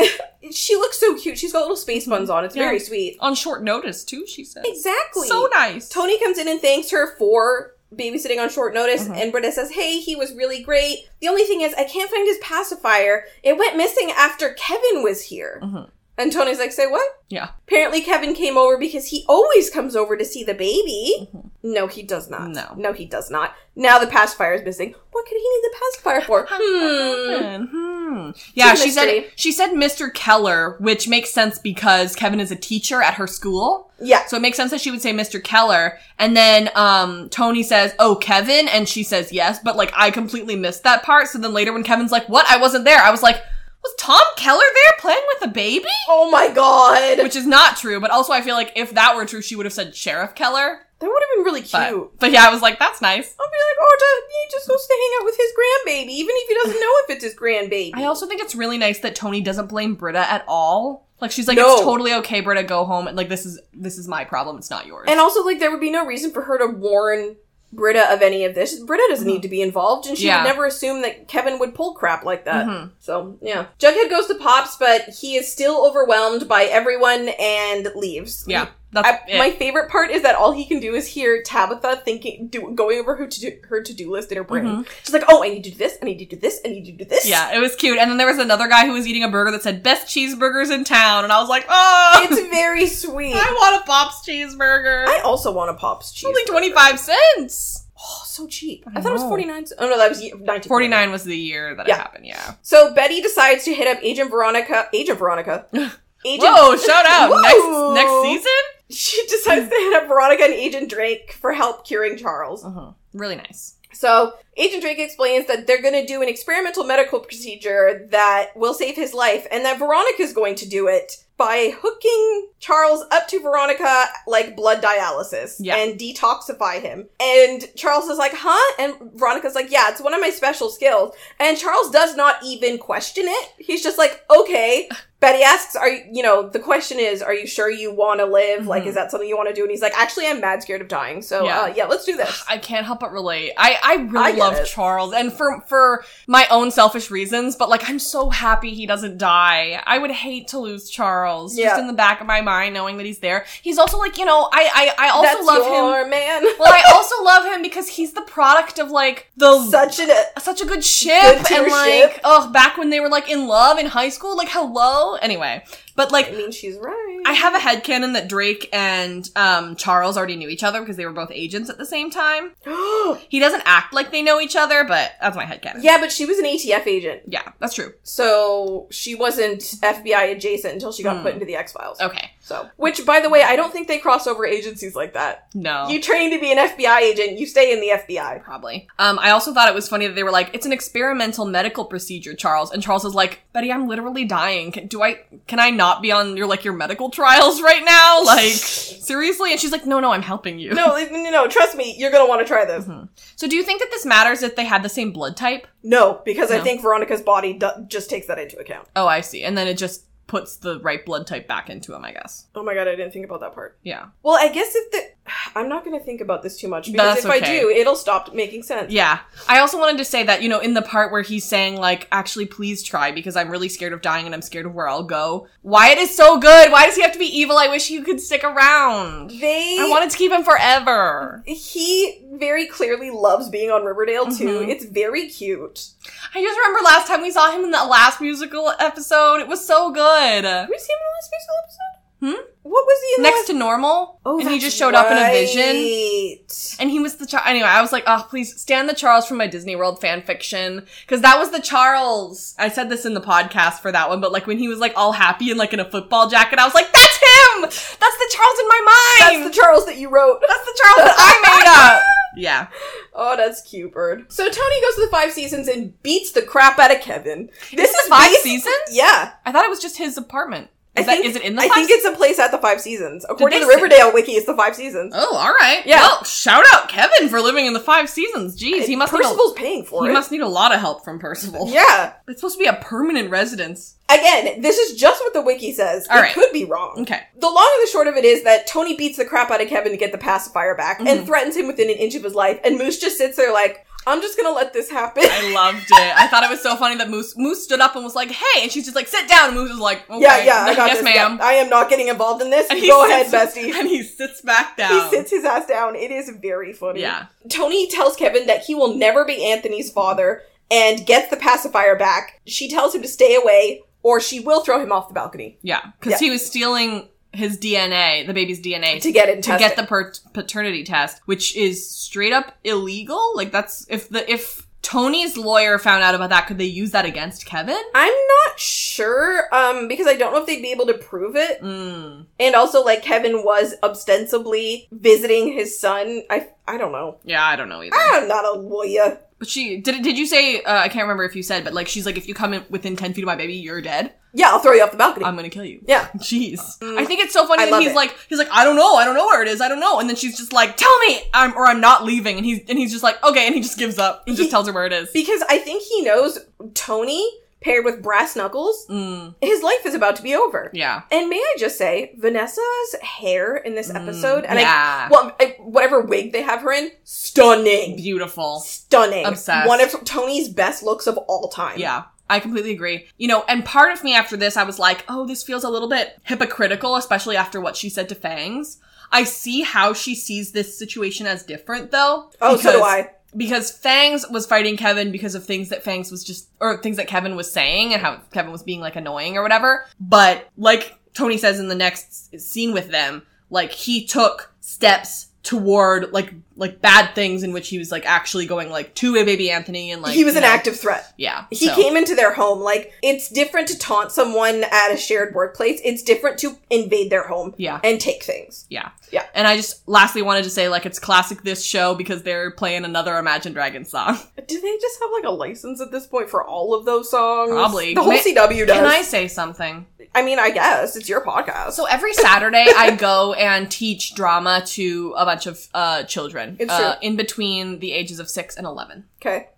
[SPEAKER 1] She looks so cute. She's got little space buns on. It's
[SPEAKER 2] Yeah.
[SPEAKER 1] very sweet.
[SPEAKER 2] On short notice, too, she said.
[SPEAKER 1] Exactly.
[SPEAKER 2] So nice.
[SPEAKER 1] Tony comes in and thanks her for babysitting on short notice,
[SPEAKER 2] Mhm.
[SPEAKER 1] and Britta says, "Hey, he was really great. The only thing is, I can't find his pacifier. It went missing after Kevin was here."
[SPEAKER 2] Mhm.
[SPEAKER 1] And Tony's like, "Say what?"
[SPEAKER 2] Yeah.
[SPEAKER 1] Apparently, Kevin came over because he always comes over to see the baby. No, he does not.
[SPEAKER 2] Mm-hmm. No.
[SPEAKER 1] no, he does not. Now the pacifier is missing. What could he need the pacifier
[SPEAKER 2] [laughs]
[SPEAKER 1] for? hmm.
[SPEAKER 2] Hmm. Yeah,
[SPEAKER 1] It's a
[SPEAKER 2] she said
[SPEAKER 1] mystery.
[SPEAKER 2] she said Mr. Keller, which makes sense because Kevin is a teacher at her school.
[SPEAKER 1] Yeah.
[SPEAKER 2] So it makes sense that she would say Mr. Keller. And then um Tony says, Oh, Kevin, and she says yes, but like I completely missed that part. So then later when Kevin's like, What? I wasn't there, I was like, Was Tom Keller there playing with a baby?
[SPEAKER 1] Oh my god.
[SPEAKER 2] Which is not true, but also I feel like if that were true, she would have said Sheriff Keller.
[SPEAKER 1] that would have been really cute.
[SPEAKER 2] But, but yeah, I was like, that's nice.
[SPEAKER 1] I'll be like, oh, just, he just goes to hang out with his grandbaby, even if he doesn't know if it's his grandbaby.
[SPEAKER 2] I also think it's really nice that Tony doesn't blame Britta at all. Like she's like,
[SPEAKER 1] No.
[SPEAKER 2] it's totally okay, Britta, go home. And like this is this is my problem, it's not yours.
[SPEAKER 1] And also, like, there would be no reason for her to warn Britta of any of this. Britta doesn't need to be involved, and she
[SPEAKER 2] Mm-hmm. Yeah.
[SPEAKER 1] would never assume that Kevin would pull crap like that.
[SPEAKER 2] Mhm.
[SPEAKER 1] So, yeah. Jughead goes to Pops, but he is still overwhelmed by everyone and leaves.
[SPEAKER 2] Yeah. That's
[SPEAKER 1] I,
[SPEAKER 2] it.
[SPEAKER 1] my favorite part is that all he can do is hear Tabitha thinking, do, going over her to do, her to do list in her brain.
[SPEAKER 2] Mhm.
[SPEAKER 1] She's like, "Oh, I need to do this. I need to do this. I need to do this."
[SPEAKER 2] Yeah, it was cute. And then there was another guy who was eating a burger that said best cheeseburgers in town, and I was like, oh, [laughs]
[SPEAKER 1] it's very sweet.
[SPEAKER 2] I want a Bob's cheeseburger.
[SPEAKER 1] I also want a Pops
[SPEAKER 2] It's
[SPEAKER 1] cheese.
[SPEAKER 2] only twenty five cents.
[SPEAKER 1] Oh, so cheap.
[SPEAKER 2] I
[SPEAKER 1] I, thought it was
[SPEAKER 2] know.
[SPEAKER 1] forty nine. Oh no, that was nineteen
[SPEAKER 2] Forty nine was the year that
[SPEAKER 1] Yeah.
[SPEAKER 2] it happened. Yeah.
[SPEAKER 1] So Betty decides to hit up Agent Veronica. Agent
[SPEAKER 2] [laughs]
[SPEAKER 1] Veronica. Agent. [laughs]
[SPEAKER 2] Whoa! Shout out
[SPEAKER 1] Whoa.
[SPEAKER 2] next next season.
[SPEAKER 1] She decides to hit up Veronica and Agent Drake for help curing Charles.
[SPEAKER 2] Mhm. Really nice.
[SPEAKER 1] So Agent Drake explains that they're going to do an experimental medical procedure that will save his life, and that Veronica's going to do it by hooking Charles up to Veronica like blood dialysis
[SPEAKER 2] Yeah.
[SPEAKER 1] and detoxify him. And Charles is like, "Huh?" And Veronica's like, "Yeah, it's one of my special skills." And Charles does not even question it. He's just like, "Okay." Betty asks, "Are you, you know, the question is, are you sure you want to live? Like
[SPEAKER 2] Mhm.
[SPEAKER 1] is that something you want to do?" And he's like, "Actually, I'm mad scared of dying. So,
[SPEAKER 2] Yeah.
[SPEAKER 1] uh, yeah let's do this."
[SPEAKER 2] I can't help but relate. I I
[SPEAKER 1] I
[SPEAKER 2] really
[SPEAKER 1] get
[SPEAKER 2] love
[SPEAKER 1] it.
[SPEAKER 2] Charles, and for for my own selfish reasons, but like I'm so happy he doesn't die. I would hate to lose Charles,
[SPEAKER 1] Yeah.
[SPEAKER 2] just in the back of my mind, knowing that he's there. He's also like you know I I, I also
[SPEAKER 1] That's
[SPEAKER 2] love him.
[SPEAKER 1] your [laughs] man.
[SPEAKER 2] Well, I also love him because he's the product of like the
[SPEAKER 1] such an
[SPEAKER 2] such a good ship
[SPEAKER 1] Good
[SPEAKER 2] and
[SPEAKER 1] tier
[SPEAKER 2] like
[SPEAKER 1] ship.
[SPEAKER 2] oh back when they were like in love in high school like hello anyway but
[SPEAKER 1] I
[SPEAKER 2] like
[SPEAKER 1] mean, she's right.
[SPEAKER 2] I have a headcanon that Drake and um, Charles already knew each other because they were both agents at the same time.
[SPEAKER 1] [gasps]
[SPEAKER 2] He doesn't act like they know each other, but that's my headcanon.
[SPEAKER 1] yeah, but she was an ATF agent,
[SPEAKER 2] yeah, that's true.
[SPEAKER 1] so she wasn't FBI adjacent until she got
[SPEAKER 2] Hmm.
[SPEAKER 1] put into the X Files.
[SPEAKER 2] Okay,
[SPEAKER 1] So, which, by the way, I don't think they cross over agencies like that.
[SPEAKER 2] no,
[SPEAKER 1] You train to be an FBI agent, you stay in the FBI.
[SPEAKER 2] probably. Um, I also thought it was funny that they were like, "It's an experimental medical procedure, Charles," and Charles is like, "Betty, I'm literally dying. Can, do I? Can I not be on your like your medical trials right
[SPEAKER 1] [laughs]
[SPEAKER 2] now? Like seriously?" And she's like, "No, no, I'm helping you." [laughs]
[SPEAKER 1] No, [laughs] no, no. Trust me, you're gonna want to try this.
[SPEAKER 2] Mhm. So do you think that this matters if they had the same blood type?
[SPEAKER 1] No, because I
[SPEAKER 2] No.
[SPEAKER 1] think Veronica's body do- just takes that into account.
[SPEAKER 2] Oh, I see. And then it just puts the right blood type back into him, I guess.
[SPEAKER 1] Oh my god, I didn't think about that part.
[SPEAKER 2] Yeah.
[SPEAKER 1] Well, I guess if the [sighs] I'm not gonna think about this too much because
[SPEAKER 2] That's
[SPEAKER 1] if I
[SPEAKER 2] okay.
[SPEAKER 1] do, it'll stop making sense.
[SPEAKER 2] Yeah. I also wanted to say that, you know, in the part where he's saying, like, actually, please try because I'm really scared of dying and I'm scared of where I'll go. Wyatt is so good. Why does he have to be evil? I wish he could stick around.
[SPEAKER 1] They
[SPEAKER 2] I wanted to keep him forever.
[SPEAKER 1] he very clearly loves being on Riverdale too.
[SPEAKER 2] Mhm.
[SPEAKER 1] It's very cute.
[SPEAKER 2] I just remember last time we saw him in that last musical episode. It was so good.
[SPEAKER 1] Was he in the last musical episode?
[SPEAKER 2] Hmm?
[SPEAKER 1] What was he in
[SPEAKER 2] Next
[SPEAKER 1] the last? Oh,
[SPEAKER 2] to normal. and he
[SPEAKER 1] that's
[SPEAKER 2] just showed up in a vision.
[SPEAKER 1] right.
[SPEAKER 2] And he was the Charles. Anyway, I was like, oh, please stand the Charles from my Disney World fan fiction. Cause that was the Charles. I said this in the podcast for that one, but like when he was like all happy and like in a football jacket, I was like, that's him! That's the Charles in my mind!
[SPEAKER 1] That's the Charles that you wrote.
[SPEAKER 2] That's the Charles [laughs] that I made up! Yeah.
[SPEAKER 1] [laughs] Oh, that's cute, bird. So Tony goes to the Five Seasons and beats the crap out of Kevin. This is
[SPEAKER 2] Five
[SPEAKER 1] basi-
[SPEAKER 2] seasons?
[SPEAKER 1] Yeah,
[SPEAKER 2] I thought it was just his apartment.
[SPEAKER 1] I
[SPEAKER 2] Is, that,
[SPEAKER 1] think-
[SPEAKER 2] is it in the
[SPEAKER 1] I
[SPEAKER 2] five
[SPEAKER 1] think it's a place at the Five Seasons. According
[SPEAKER 2] they
[SPEAKER 1] to the Riverdale wiki, it's the Five Seasons.
[SPEAKER 2] Oh, alright.
[SPEAKER 1] Yeah.
[SPEAKER 2] Well, shout out Kevin for living in the five seasons. Jeez, he
[SPEAKER 1] And
[SPEAKER 2] must need a,
[SPEAKER 1] Percival's paying for
[SPEAKER 2] he
[SPEAKER 1] it.
[SPEAKER 2] must need a lot of help from Percival.
[SPEAKER 1] yeah.
[SPEAKER 2] It's supposed to be a permanent residence.
[SPEAKER 1] Again, this is just what the wiki says.
[SPEAKER 2] All
[SPEAKER 1] it
[SPEAKER 2] right.
[SPEAKER 1] could be wrong.
[SPEAKER 2] Okay.
[SPEAKER 1] The long and the short of it is that Tony beats the crap out of Kevin to get the pacifier back and
[SPEAKER 2] Mhm.
[SPEAKER 1] threatens him within an inch of his life. And Moose just sits there like, I'm just gonna let this happen.
[SPEAKER 2] I loved it. I thought it was so funny that Moose Moose stood up and was like, "Hey," and she's just like, "Sit down." And Moose was like, okay,
[SPEAKER 1] [laughs] yeah, yeah,
[SPEAKER 2] [laughs]
[SPEAKER 1] I got
[SPEAKER 2] yes,
[SPEAKER 1] this.
[SPEAKER 2] ma'am."
[SPEAKER 1] Yeah, I am not getting involved in this.
[SPEAKER 2] And
[SPEAKER 1] Go ahead,
[SPEAKER 2] sits- [laughs]
[SPEAKER 1] bestie.
[SPEAKER 2] And he sits back down.
[SPEAKER 1] He sits his ass down. It is very funny.
[SPEAKER 2] Yeah,
[SPEAKER 1] Tony tells Kevin that he will never be Anthony's father and gets the pacifier back. She tells him to stay away or she will throw him off the balcony
[SPEAKER 2] yeah, because
[SPEAKER 1] Yeah.
[SPEAKER 2] he was stealing his DNA, the baby's DNA,
[SPEAKER 1] to get it
[SPEAKER 2] to
[SPEAKER 1] tested.
[SPEAKER 2] get the per- paternity test, which is straight up illegal. Like that's if the if Tony's lawyer found out about that, could they use that against Kevin?
[SPEAKER 1] I'm not sure um, because I don't know if they'd be able to prove it.
[SPEAKER 2] Mm,
[SPEAKER 1] And also, like, Kevin was ostensibly visiting his son. I, I don't know.
[SPEAKER 2] yeah, I don't know either.
[SPEAKER 1] I'm not a lawyer.
[SPEAKER 2] But she did. Did you say? Uh, I can't remember if you said, but like she's like, if you come in within ten feet of my baby, you're dead.
[SPEAKER 1] Yeah, I'll throw you off the balcony.
[SPEAKER 2] I'm gonna kill you.
[SPEAKER 1] yeah.
[SPEAKER 2] [laughs]
[SPEAKER 1] Mm.
[SPEAKER 2] Jeez. I think it's so funny
[SPEAKER 1] I
[SPEAKER 2] that
[SPEAKER 1] love
[SPEAKER 2] he's
[SPEAKER 1] it.
[SPEAKER 2] like he's like I don't know, I don't know where it is, I don't know. And then she's just like, "Tell me, I'm or I'm not leaving." And he's and he's just like, "Okay," and he just gives up and just
[SPEAKER 1] He-
[SPEAKER 2] tells her where it is.
[SPEAKER 1] Because I think he knows Tony paired with brass knuckles,
[SPEAKER 2] Mm,
[SPEAKER 1] his life is about to be over.
[SPEAKER 2] yeah.
[SPEAKER 1] And may I just say, Vanessa's hair in this episode, and
[SPEAKER 2] Mm, yeah.
[SPEAKER 1] I, well, I, whatever wig they have her in, stunning,
[SPEAKER 2] Beautiful.
[SPEAKER 1] stunning,
[SPEAKER 2] Obsessed.
[SPEAKER 1] One of Tony's best looks of all time.
[SPEAKER 2] Yeah. I completely agree. You know, and part of me after this, I was like, oh, this feels a little bit hypocritical, especially after what she said to Fangs. I see how she sees this situation as different, though.
[SPEAKER 1] Oh, so do
[SPEAKER 2] because-
[SPEAKER 1] I.
[SPEAKER 2] Because Fangs was fighting Kevin because of things that Fangs was just, or things that Kevin was saying and how Kevin was being like annoying or whatever. But like Tony says in the next s- scene with them, like he took steps toward like, like bad things in which he was like actually going like to a baby Anthony and like.
[SPEAKER 1] he was an
[SPEAKER 2] you know,
[SPEAKER 1] active threat.
[SPEAKER 2] Yeah.
[SPEAKER 1] He
[SPEAKER 2] so-
[SPEAKER 1] came into their home. Like, it's different to taunt someone at a shared workplace. It's different to invade their home
[SPEAKER 2] Yeah.
[SPEAKER 1] and take things.
[SPEAKER 2] Yeah.
[SPEAKER 1] Yeah.
[SPEAKER 2] And I just lastly wanted to say like it's classic this show because they're playing another Imagine Dragons song.
[SPEAKER 1] Do they just have, like, a license at this point for all of those songs?
[SPEAKER 2] Probably.
[SPEAKER 1] The whole
[SPEAKER 2] May-
[SPEAKER 1] CW does.
[SPEAKER 2] Can I say something?
[SPEAKER 1] I mean, I guess. It's your podcast.
[SPEAKER 2] So every Saturday I go and teach drama to a bunch of uh children
[SPEAKER 1] It's
[SPEAKER 2] uh, in between the ages of 6 and 11.
[SPEAKER 1] okay.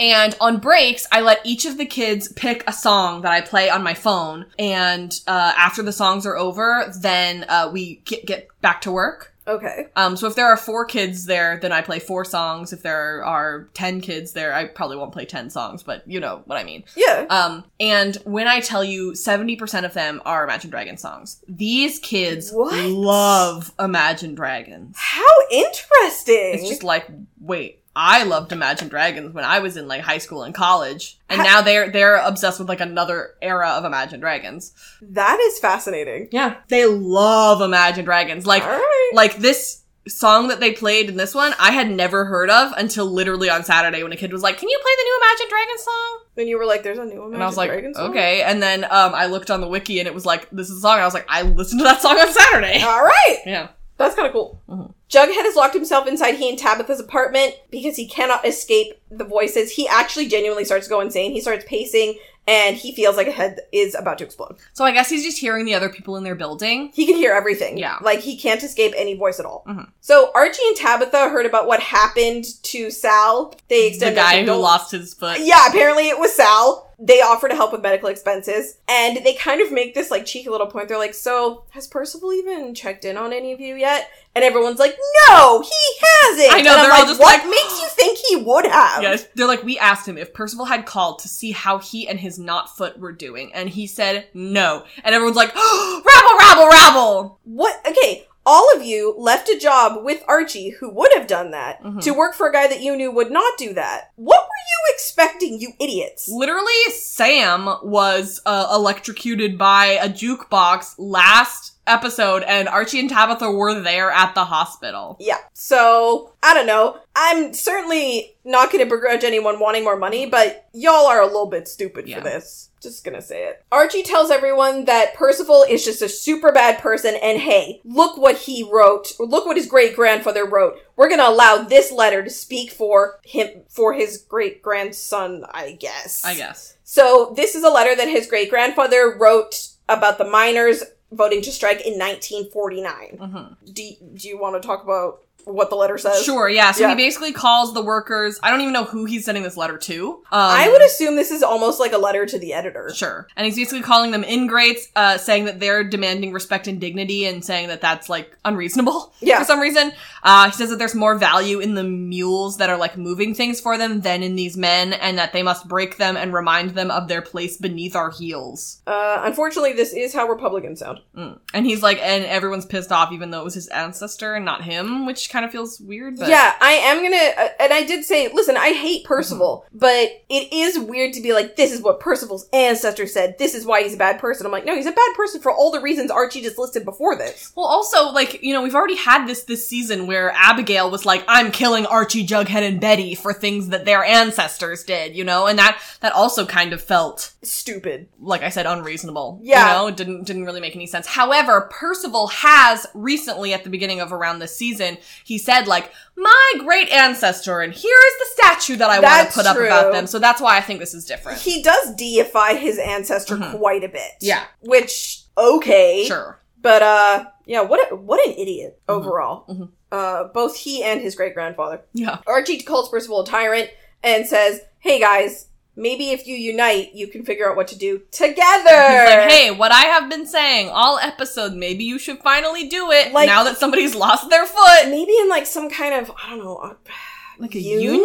[SPEAKER 2] And on breaks, I let each of the kids pick a song that I play on my phone. And uh, after the songs are over, then uh, we get, get back to work.
[SPEAKER 1] Okay.
[SPEAKER 2] Um, so if there are four kids there, then I play four songs. If there are ten kids there, I probably won't play ten songs, but you know what I mean.
[SPEAKER 1] Yeah.
[SPEAKER 2] Um, and when I tell you, seventy percent of them are Imagine Dragons songs. These kids
[SPEAKER 1] What?
[SPEAKER 2] love Imagine Dragons.
[SPEAKER 1] How interesting.
[SPEAKER 2] It's just like, wait, I loved Imagine Dragons when I was in like high school and college, and
[SPEAKER 1] Ha-
[SPEAKER 2] now they're they're obsessed with like another era of Imagine Dragons.
[SPEAKER 1] that is fascinating.
[SPEAKER 2] Yeah, they love Imagine Dragons. Like
[SPEAKER 1] all right.
[SPEAKER 2] like this song that they played in this one i had never heard of until literally on saturday when a kid was like can you play the new imagine dragons song
[SPEAKER 1] Then you were like, there's a new Imagine
[SPEAKER 2] and i was like
[SPEAKER 1] Dragons song?
[SPEAKER 2] okay and then um i looked on the wiki and it was like this is a song i was like i listened to that song on saturday
[SPEAKER 1] All right.
[SPEAKER 2] [laughs] yeah
[SPEAKER 1] That's kind of cool.
[SPEAKER 2] Mhm.
[SPEAKER 1] Jughead has locked himself inside he and Tabitha's apartment because he cannot escape the voices. He actually genuinely starts to go insane. He starts pacing and he feels like a head is about to explode.
[SPEAKER 2] so i guess he's just hearing the other people in their building
[SPEAKER 1] He can hear everything.
[SPEAKER 2] Yeah.
[SPEAKER 1] Like he can't escape any voice at all.
[SPEAKER 2] Mhm.
[SPEAKER 1] So Archie and Tabitha heard about what happened to Sal. They
[SPEAKER 2] the
[SPEAKER 1] extended
[SPEAKER 2] guy
[SPEAKER 1] their
[SPEAKER 2] who
[SPEAKER 1] condol-
[SPEAKER 2] lost his foot
[SPEAKER 1] Yeah, apparently it was Sal. They offer to help with medical expenses, and they kind of make this like cheeky little point. They're like, "So has Percival even checked in on any of you yet?" And everyone's like, "No, he hasn't."
[SPEAKER 2] I know,
[SPEAKER 1] And I'm
[SPEAKER 2] they're all
[SPEAKER 1] like,
[SPEAKER 2] just
[SPEAKER 1] "What
[SPEAKER 2] like-
[SPEAKER 1] makes you think he would have?"
[SPEAKER 2] Yes. They're like, we asked him if Percival had called to see how he and his not foot were doing, and he said no. And everyone's like, "Oh, rabble, rabble, rabble!
[SPEAKER 1] What? Okay, all of you left a job with Archie, who would have done that,
[SPEAKER 2] Mhm.
[SPEAKER 1] to work for a guy that you knew would not do that. What were you expecting, you idiots?
[SPEAKER 2] Literally, Sam was uh, electrocuted by a jukebox last episode, and Archie and Tabitha were there at the hospital.
[SPEAKER 1] Yeah. So, I don't know. I'm certainly not going to begrudge anyone wanting more money, but y'all are a little bit stupid
[SPEAKER 2] Yeah.
[SPEAKER 1] for this. Just gonna say it. Archie tells everyone that Percival is just a super bad person, and hey, look what he wrote. Look what his great grandfather wrote. We're gonna allow this letter to speak for him, for his great grandson, I guess.
[SPEAKER 2] I guess.
[SPEAKER 1] So, this is a letter that his great grandfather wrote about the miners voting to strike in 1949
[SPEAKER 2] Mhm.
[SPEAKER 1] do, do you want to talk about what the letter says?
[SPEAKER 2] Sure, yeah. So
[SPEAKER 1] yeah.
[SPEAKER 2] he basically calls the workers. I don't even know who he's sending this letter to. Um,
[SPEAKER 1] I would assume this is almost like a letter to the editor.
[SPEAKER 2] Sure. And he's basically calling them ingrates, uh, saying that they're demanding respect and dignity and saying that that's like unreasonable [laughs]
[SPEAKER 1] Yeah.
[SPEAKER 2] for some reason. Uh, he says that there's more value in the mules that are like moving things for them than in these men and that they must break them and remind them of their place beneath our heels.
[SPEAKER 1] Uh, unfortunately, this is how Republicans sound.
[SPEAKER 2] Mm. And he's like, and everyone's pissed off even though it was his ancestor and not him, which kind of feels weird, but.
[SPEAKER 1] yeah, I am gonna, uh, and I did say, listen, I hate Percival,
[SPEAKER 2] Mm-hmm.
[SPEAKER 1] but it is weird to be like, this is what Percival's ancestor said. This is why he's a bad person. I'm like, no, he's a bad person for all the reasons Archie just listed before this.
[SPEAKER 2] Well, also, like, you know, we've already had this this season where Abigail was like, I'm killing Archie, Jughead, and Betty for things that their ancestors did, you know? And that, that also kind of felt,
[SPEAKER 1] Stupid.
[SPEAKER 2] like I said, unreasonable.
[SPEAKER 1] Yeah.
[SPEAKER 2] You know, it didn't, didn't really make any sense. However, Percival has recently at the beginning of around this season, he said like, my great ancestor, and here is the statue that I want to
[SPEAKER 1] That's
[SPEAKER 2] put up
[SPEAKER 1] true.
[SPEAKER 2] about them. So that's why I think this is different.
[SPEAKER 1] He does deify his ancestor
[SPEAKER 2] Mhm.
[SPEAKER 1] quite a bit.
[SPEAKER 2] Yeah.
[SPEAKER 1] Which, okay.
[SPEAKER 2] Sure.
[SPEAKER 1] But uh yeah, what a, what an idiot overall.
[SPEAKER 2] Mhm.
[SPEAKER 1] Uh both he and his great grandfather.
[SPEAKER 2] Yeah.
[SPEAKER 1] Archie calls Percival a tyrant and says, "Hey guys, maybe if you unite, you can figure out what to do together.
[SPEAKER 2] He's like, hey, what I have been saying all episode, maybe you should finally do it
[SPEAKER 1] Like-
[SPEAKER 2] now that somebody's lost their foot.
[SPEAKER 1] maybe in like some kind of I don't know, uh, [laughs]
[SPEAKER 2] Like a
[SPEAKER 1] Union?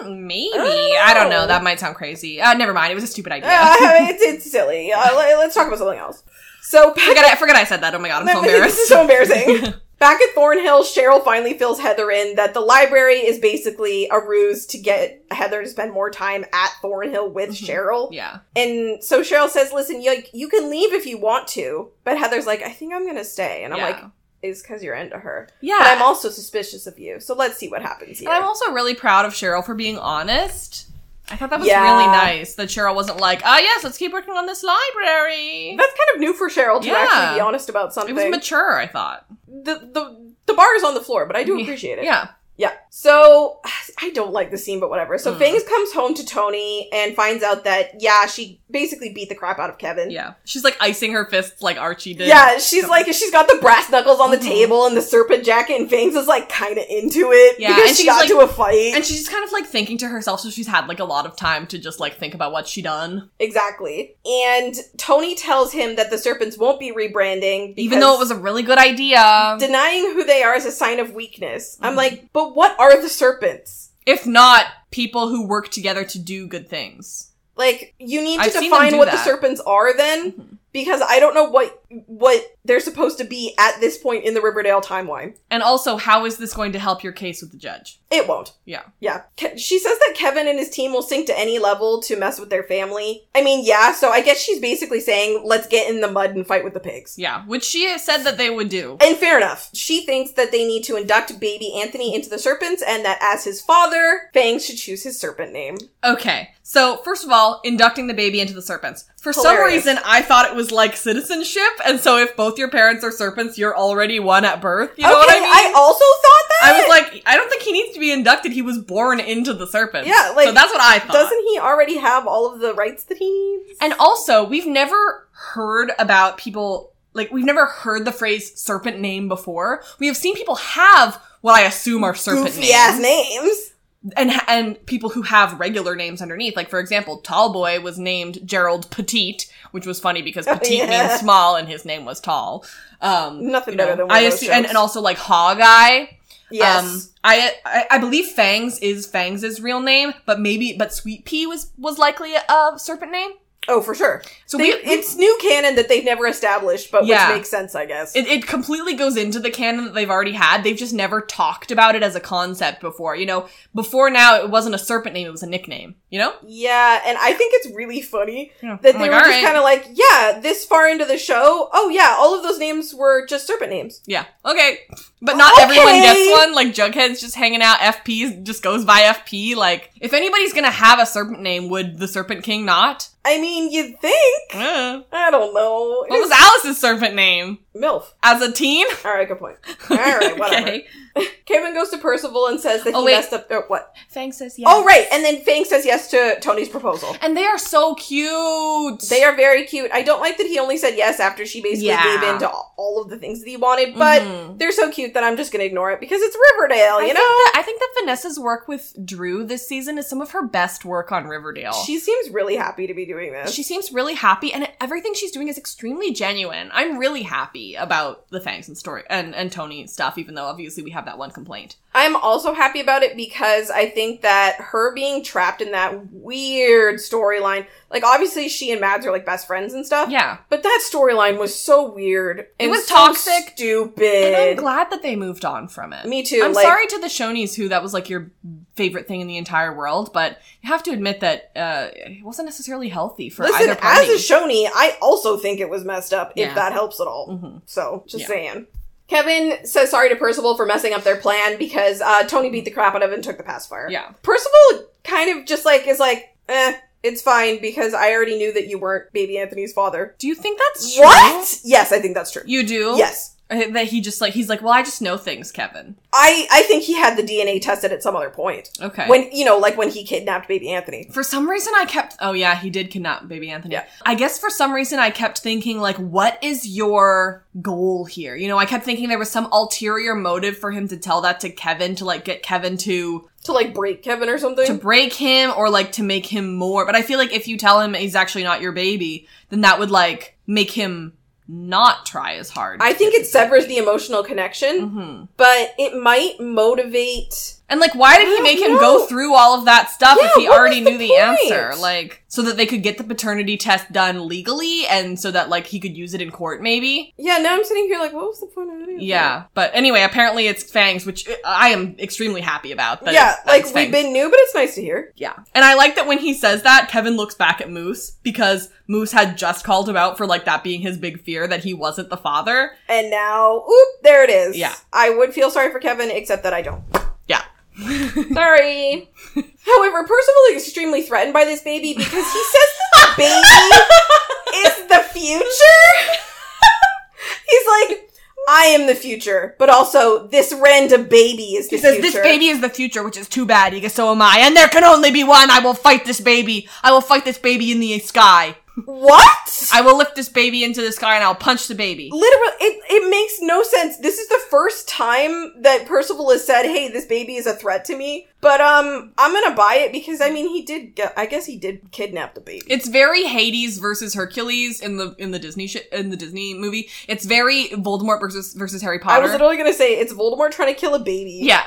[SPEAKER 2] union? Maybe.
[SPEAKER 1] I don't
[SPEAKER 2] I don't know.
[SPEAKER 1] know.
[SPEAKER 2] That might sound crazy. Uh, never mind. It was a stupid idea.
[SPEAKER 1] I mean, it's, it's silly. Uh, let, let's talk about something else. So
[SPEAKER 2] [laughs]
[SPEAKER 1] back,
[SPEAKER 2] forget, [laughs] I, forget I said that. Oh my god, I'm
[SPEAKER 1] [laughs]
[SPEAKER 2] so
[SPEAKER 1] this
[SPEAKER 2] embarrassed.
[SPEAKER 1] is so
[SPEAKER 2] [laughs]
[SPEAKER 1] embarrassing. back at Thornhill, Cheryl finally fills Heather in that the library is basically a ruse to get Heather to spend more time at Thornhill with
[SPEAKER 2] Mhm.
[SPEAKER 1] Cheryl.
[SPEAKER 2] yeah.
[SPEAKER 1] And so Cheryl says, "Listen, you like, you can leave if you want to," but Heather's like, "I think I'm gonna stay," and I'm
[SPEAKER 2] yeah.
[SPEAKER 1] like, "It's because you're into her,
[SPEAKER 2] yeah.
[SPEAKER 1] but I'm also suspicious of you." So let's see what happens here.
[SPEAKER 2] And I'm also really proud of Cheryl for being honest. I thought that was
[SPEAKER 1] Yeah.
[SPEAKER 2] really nice that Cheryl wasn't like, ah, yes, let's keep working on this library.
[SPEAKER 1] That's kind of new for Cheryl to
[SPEAKER 2] Yeah.
[SPEAKER 1] actually be honest about
[SPEAKER 2] It
[SPEAKER 1] something.
[SPEAKER 2] was mature, I thought.
[SPEAKER 1] the the the bar is on the floor, but I do
[SPEAKER 2] Yeah.
[SPEAKER 1] appreciate it.
[SPEAKER 2] Yeah.
[SPEAKER 1] Yeah. So I don't like the scene, but whatever. So
[SPEAKER 2] Mm.
[SPEAKER 1] Fangs comes home to Tony and finds out that yeah, she basically beat the crap out of Kevin.
[SPEAKER 2] Yeah. She's like icing her fists like Archie did.
[SPEAKER 1] Yeah, she's like she's got the brass knuckles on the
[SPEAKER 2] Mhm.
[SPEAKER 1] table and the serpent jacket, and Fangs is like kind of into it
[SPEAKER 2] Yeah,
[SPEAKER 1] because
[SPEAKER 2] and
[SPEAKER 1] she
[SPEAKER 2] she's
[SPEAKER 1] got
[SPEAKER 2] like-
[SPEAKER 1] to a fight.
[SPEAKER 2] And she's just kind of like thinking to herself, so she's had like a lot of time to just like think about what she done.
[SPEAKER 1] exactly. And Tony tells him that the serpents won't be rebranding,
[SPEAKER 2] Even though it was a really good idea.
[SPEAKER 1] denying who they are is a sign of weakness. I'm
[SPEAKER 2] Mhm.
[SPEAKER 1] like, but what are the serpents?
[SPEAKER 2] if not, people who work together to do good things.
[SPEAKER 1] Like you need to
[SPEAKER 2] I've seen them
[SPEAKER 1] define
[SPEAKER 2] do
[SPEAKER 1] what the
[SPEAKER 2] that.
[SPEAKER 1] serpents are then
[SPEAKER 2] Mhm.
[SPEAKER 1] because I don't know what what they're supposed to be at this point in the Riverdale timeline.
[SPEAKER 2] And also, how is this going to help your case with the judge?
[SPEAKER 1] It won't.
[SPEAKER 2] Yeah.
[SPEAKER 1] Yeah. Ke- She says that Kevin and his team will sink to any level to mess with their family. I mean, yeah, so I guess she's basically saying, let's get in the mud and fight with the pigs.
[SPEAKER 2] Yeah, which she has said that they would do.
[SPEAKER 1] And fair enough. She thinks that they need to induct baby Anthony into the serpents and that as his father, Fang should choose his serpent name.
[SPEAKER 2] Okay, so first of all, inducting the baby into the serpents. For
[SPEAKER 1] Hilarious.
[SPEAKER 2] some reason, I thought it was like citizenship, and so if both your parents are serpents, you're already one at birth. You know what I mean?
[SPEAKER 1] also thought that.
[SPEAKER 2] I was like, I don't think he needs to be inducted. He was born into the serpents.
[SPEAKER 1] Yeah, like,
[SPEAKER 2] so that's what I thought.
[SPEAKER 1] doesn't he already have all of the rights that he needs?
[SPEAKER 2] And also, we've never heard about people like we've never heard the phrase serpent name before. We have seen people have what I assume are serpent
[SPEAKER 1] Goofy
[SPEAKER 2] names
[SPEAKER 1] ass names.
[SPEAKER 2] and and people who have regular names underneath. Like for example, Tallboy was named Gerald Petite, which was funny because
[SPEAKER 1] Oh,
[SPEAKER 2] Petite
[SPEAKER 1] yeah.
[SPEAKER 2] means small and his name was tall. Um
[SPEAKER 1] Nothing
[SPEAKER 2] you
[SPEAKER 1] better
[SPEAKER 2] know,
[SPEAKER 1] than one
[SPEAKER 2] I
[SPEAKER 1] of those
[SPEAKER 2] assume, and,
[SPEAKER 1] shows.
[SPEAKER 2] and also like Hawkeye.
[SPEAKER 1] Yes.
[SPEAKER 2] Um, I, I I believe Fangs is Fangs' real name, but maybe but Sweet Pea was was likely a serpent name.
[SPEAKER 1] oh, for sure.
[SPEAKER 2] So
[SPEAKER 1] They-
[SPEAKER 2] we,
[SPEAKER 1] it's new canon that they've never established, but
[SPEAKER 2] Yeah.
[SPEAKER 1] which makes sense, I guess.
[SPEAKER 2] It, it completely goes into the canon that they've already had. They've just never talked about it as a concept before. You know, before now it wasn't a serpent name; it was a nickname. You know,
[SPEAKER 1] yeah, and I think it's really funny
[SPEAKER 2] that
[SPEAKER 1] that they were just kind of like, yeah, this far into the show, oh yeah, all of those names were just serpent names.
[SPEAKER 2] yeah, okay, but not everyone
[SPEAKER 1] Okay.
[SPEAKER 2] gets one. Like Jughead's just hanging out. FP just goes by FP. Like if anybody's gonna have a serpent name, would the Serpent King not?
[SPEAKER 1] I mean, you'd think.
[SPEAKER 2] Uh,
[SPEAKER 1] I don't know. It
[SPEAKER 2] what was
[SPEAKER 1] is-
[SPEAKER 2] Alice's serpent name
[SPEAKER 1] MILF.
[SPEAKER 2] as a teen?
[SPEAKER 1] All right, good
[SPEAKER 2] [laughs]
[SPEAKER 1] point. All right, whatever.
[SPEAKER 2] okay.
[SPEAKER 1] [laughs] Kevin goes to Percival and says that
[SPEAKER 2] Oh,
[SPEAKER 1] he
[SPEAKER 2] wait.
[SPEAKER 1] messed up. Uh, what?
[SPEAKER 2] Fang says yes.
[SPEAKER 1] Oh, right. And then Fang says yes to Tony's proposal.
[SPEAKER 2] And they are so cute.
[SPEAKER 1] They are very cute. I don't like that he only said yes after she basically
[SPEAKER 2] Yeah.
[SPEAKER 1] gave in to all of the things that he wanted, but
[SPEAKER 2] Mhm.
[SPEAKER 1] they're so cute that I'm just gonna ignore it because it's Riverdale,
[SPEAKER 2] I
[SPEAKER 1] Oh, you
[SPEAKER 2] think
[SPEAKER 1] know?
[SPEAKER 2] that- I think that Vanessa's work with Drew this season is some of her best work on Riverdale.
[SPEAKER 1] She seems really happy to be doing this.
[SPEAKER 2] she seems really happy, and everything she's doing is extremely genuine. I'm really happy about the Fangs and story and, and Tony stuff, even though obviously we have that one complaint.
[SPEAKER 1] I'm also happy about it because I think that her being trapped in that weird storyline, like obviously she and Mads are like best friends and stuff,
[SPEAKER 2] Yeah,
[SPEAKER 1] but that storyline was so weird. and
[SPEAKER 2] was
[SPEAKER 1] so
[SPEAKER 2] toxic. and I'm
[SPEAKER 1] stupid.
[SPEAKER 2] glad that they moved on from it.
[SPEAKER 1] Me too.
[SPEAKER 2] I'm
[SPEAKER 1] like,
[SPEAKER 2] sorry to the Shonies who that was like your favorite thing in the entire world, but you have to admit that uh, it wasn't necessarily healthy for
[SPEAKER 1] Listen,
[SPEAKER 2] either party.
[SPEAKER 1] as a Shoney, I also think it was messed up.
[SPEAKER 2] Yeah.
[SPEAKER 1] If that helps at all.
[SPEAKER 2] Mhm.
[SPEAKER 1] So, just
[SPEAKER 2] Yeah.
[SPEAKER 1] saying. Kevin says sorry to Percival for messing up their plan because uh, Tony beat the crap out of him and took the pacifier.
[SPEAKER 2] Yeah.
[SPEAKER 1] Percival kind of just like is like, eh, it's fine because I already knew that you weren't baby Anthony's father.
[SPEAKER 2] Do you think that's true?
[SPEAKER 1] What? Yes, I think that's true.
[SPEAKER 2] You do?
[SPEAKER 1] Yes.
[SPEAKER 2] I think Uh, That he just like he's like, well, I just know things, Kevin.
[SPEAKER 1] I, I think he had the DNA tested at some other point.
[SPEAKER 2] Okay.
[SPEAKER 1] When, you know, like when he kidnapped baby Anthony.
[SPEAKER 2] for some reason I kept oh yeah, he did kidnap baby Anthony.
[SPEAKER 1] Yeah.
[SPEAKER 2] I guess for some reason I kept thinking like what is your goal here? You know, I kept thinking there was some ulterior motive for him to tell that to Kevin to like get Kevin to
[SPEAKER 1] to like break Kevin or something.
[SPEAKER 2] to break him or like to make him more. But I feel like if you tell him he's actually not your baby, then that would like make him not try as hard.
[SPEAKER 1] I think it severs the emotional connection,
[SPEAKER 2] hmm
[SPEAKER 1] but it might motivate.
[SPEAKER 2] And like, why did
[SPEAKER 1] I
[SPEAKER 2] he
[SPEAKER 1] don't
[SPEAKER 2] make him
[SPEAKER 1] know.
[SPEAKER 2] go through all of that stuff
[SPEAKER 1] Yeah,
[SPEAKER 2] if he
[SPEAKER 1] what
[SPEAKER 2] already
[SPEAKER 1] was the
[SPEAKER 2] knew the
[SPEAKER 1] point?
[SPEAKER 2] answer? Like, so that they could get the paternity test done legally and so that like he could use it in court maybe?
[SPEAKER 1] Yeah, now I'm sitting here like, what was the point of it?
[SPEAKER 2] Yeah. But anyway, apparently it's Fangs, which uh, I am extremely happy about. that
[SPEAKER 1] yeah,
[SPEAKER 2] it's- that
[SPEAKER 1] like
[SPEAKER 2] it's
[SPEAKER 1] we've
[SPEAKER 2] Fangs.
[SPEAKER 1] been new, but it's nice to hear.
[SPEAKER 2] Yeah. And I like that when he says that, Kevin looks back at Moose because Moose had just called him out for like that being his big fear that he wasn't the father.
[SPEAKER 1] And now, oop, there it is.
[SPEAKER 2] Yeah.
[SPEAKER 1] I would feel sorry for Kevin, except that I don't.
[SPEAKER 2] [laughs] Yeah.
[SPEAKER 1] Sorry. However, Percival is extremely threatened by this baby because he says that the baby is the future. [laughs] He's like, I am the future, but also this random baby is the
[SPEAKER 2] He says,
[SPEAKER 1] future.
[SPEAKER 2] This baby is the future, which is too bad. He goes, So am I. And there can only be one. I will fight this baby. I will fight this baby in the sky.
[SPEAKER 1] What?
[SPEAKER 2] I will lift this baby into the sky and I'll punch the baby.
[SPEAKER 1] Literally, it, it makes no sense. This is the first time that Percival has said, "Hey, this baby is a threat to me." But um, I'm gonna buy it because I mean, he did. Get, I guess he did kidnap the baby.
[SPEAKER 2] It's very Hades versus Hercules in the in the Disney sh- in the Disney movie. It's very Voldemort versus versus Harry
[SPEAKER 1] I
[SPEAKER 2] Potter.
[SPEAKER 1] was literally gonna say it's Voldemort trying to kill a baby.
[SPEAKER 2] yeah.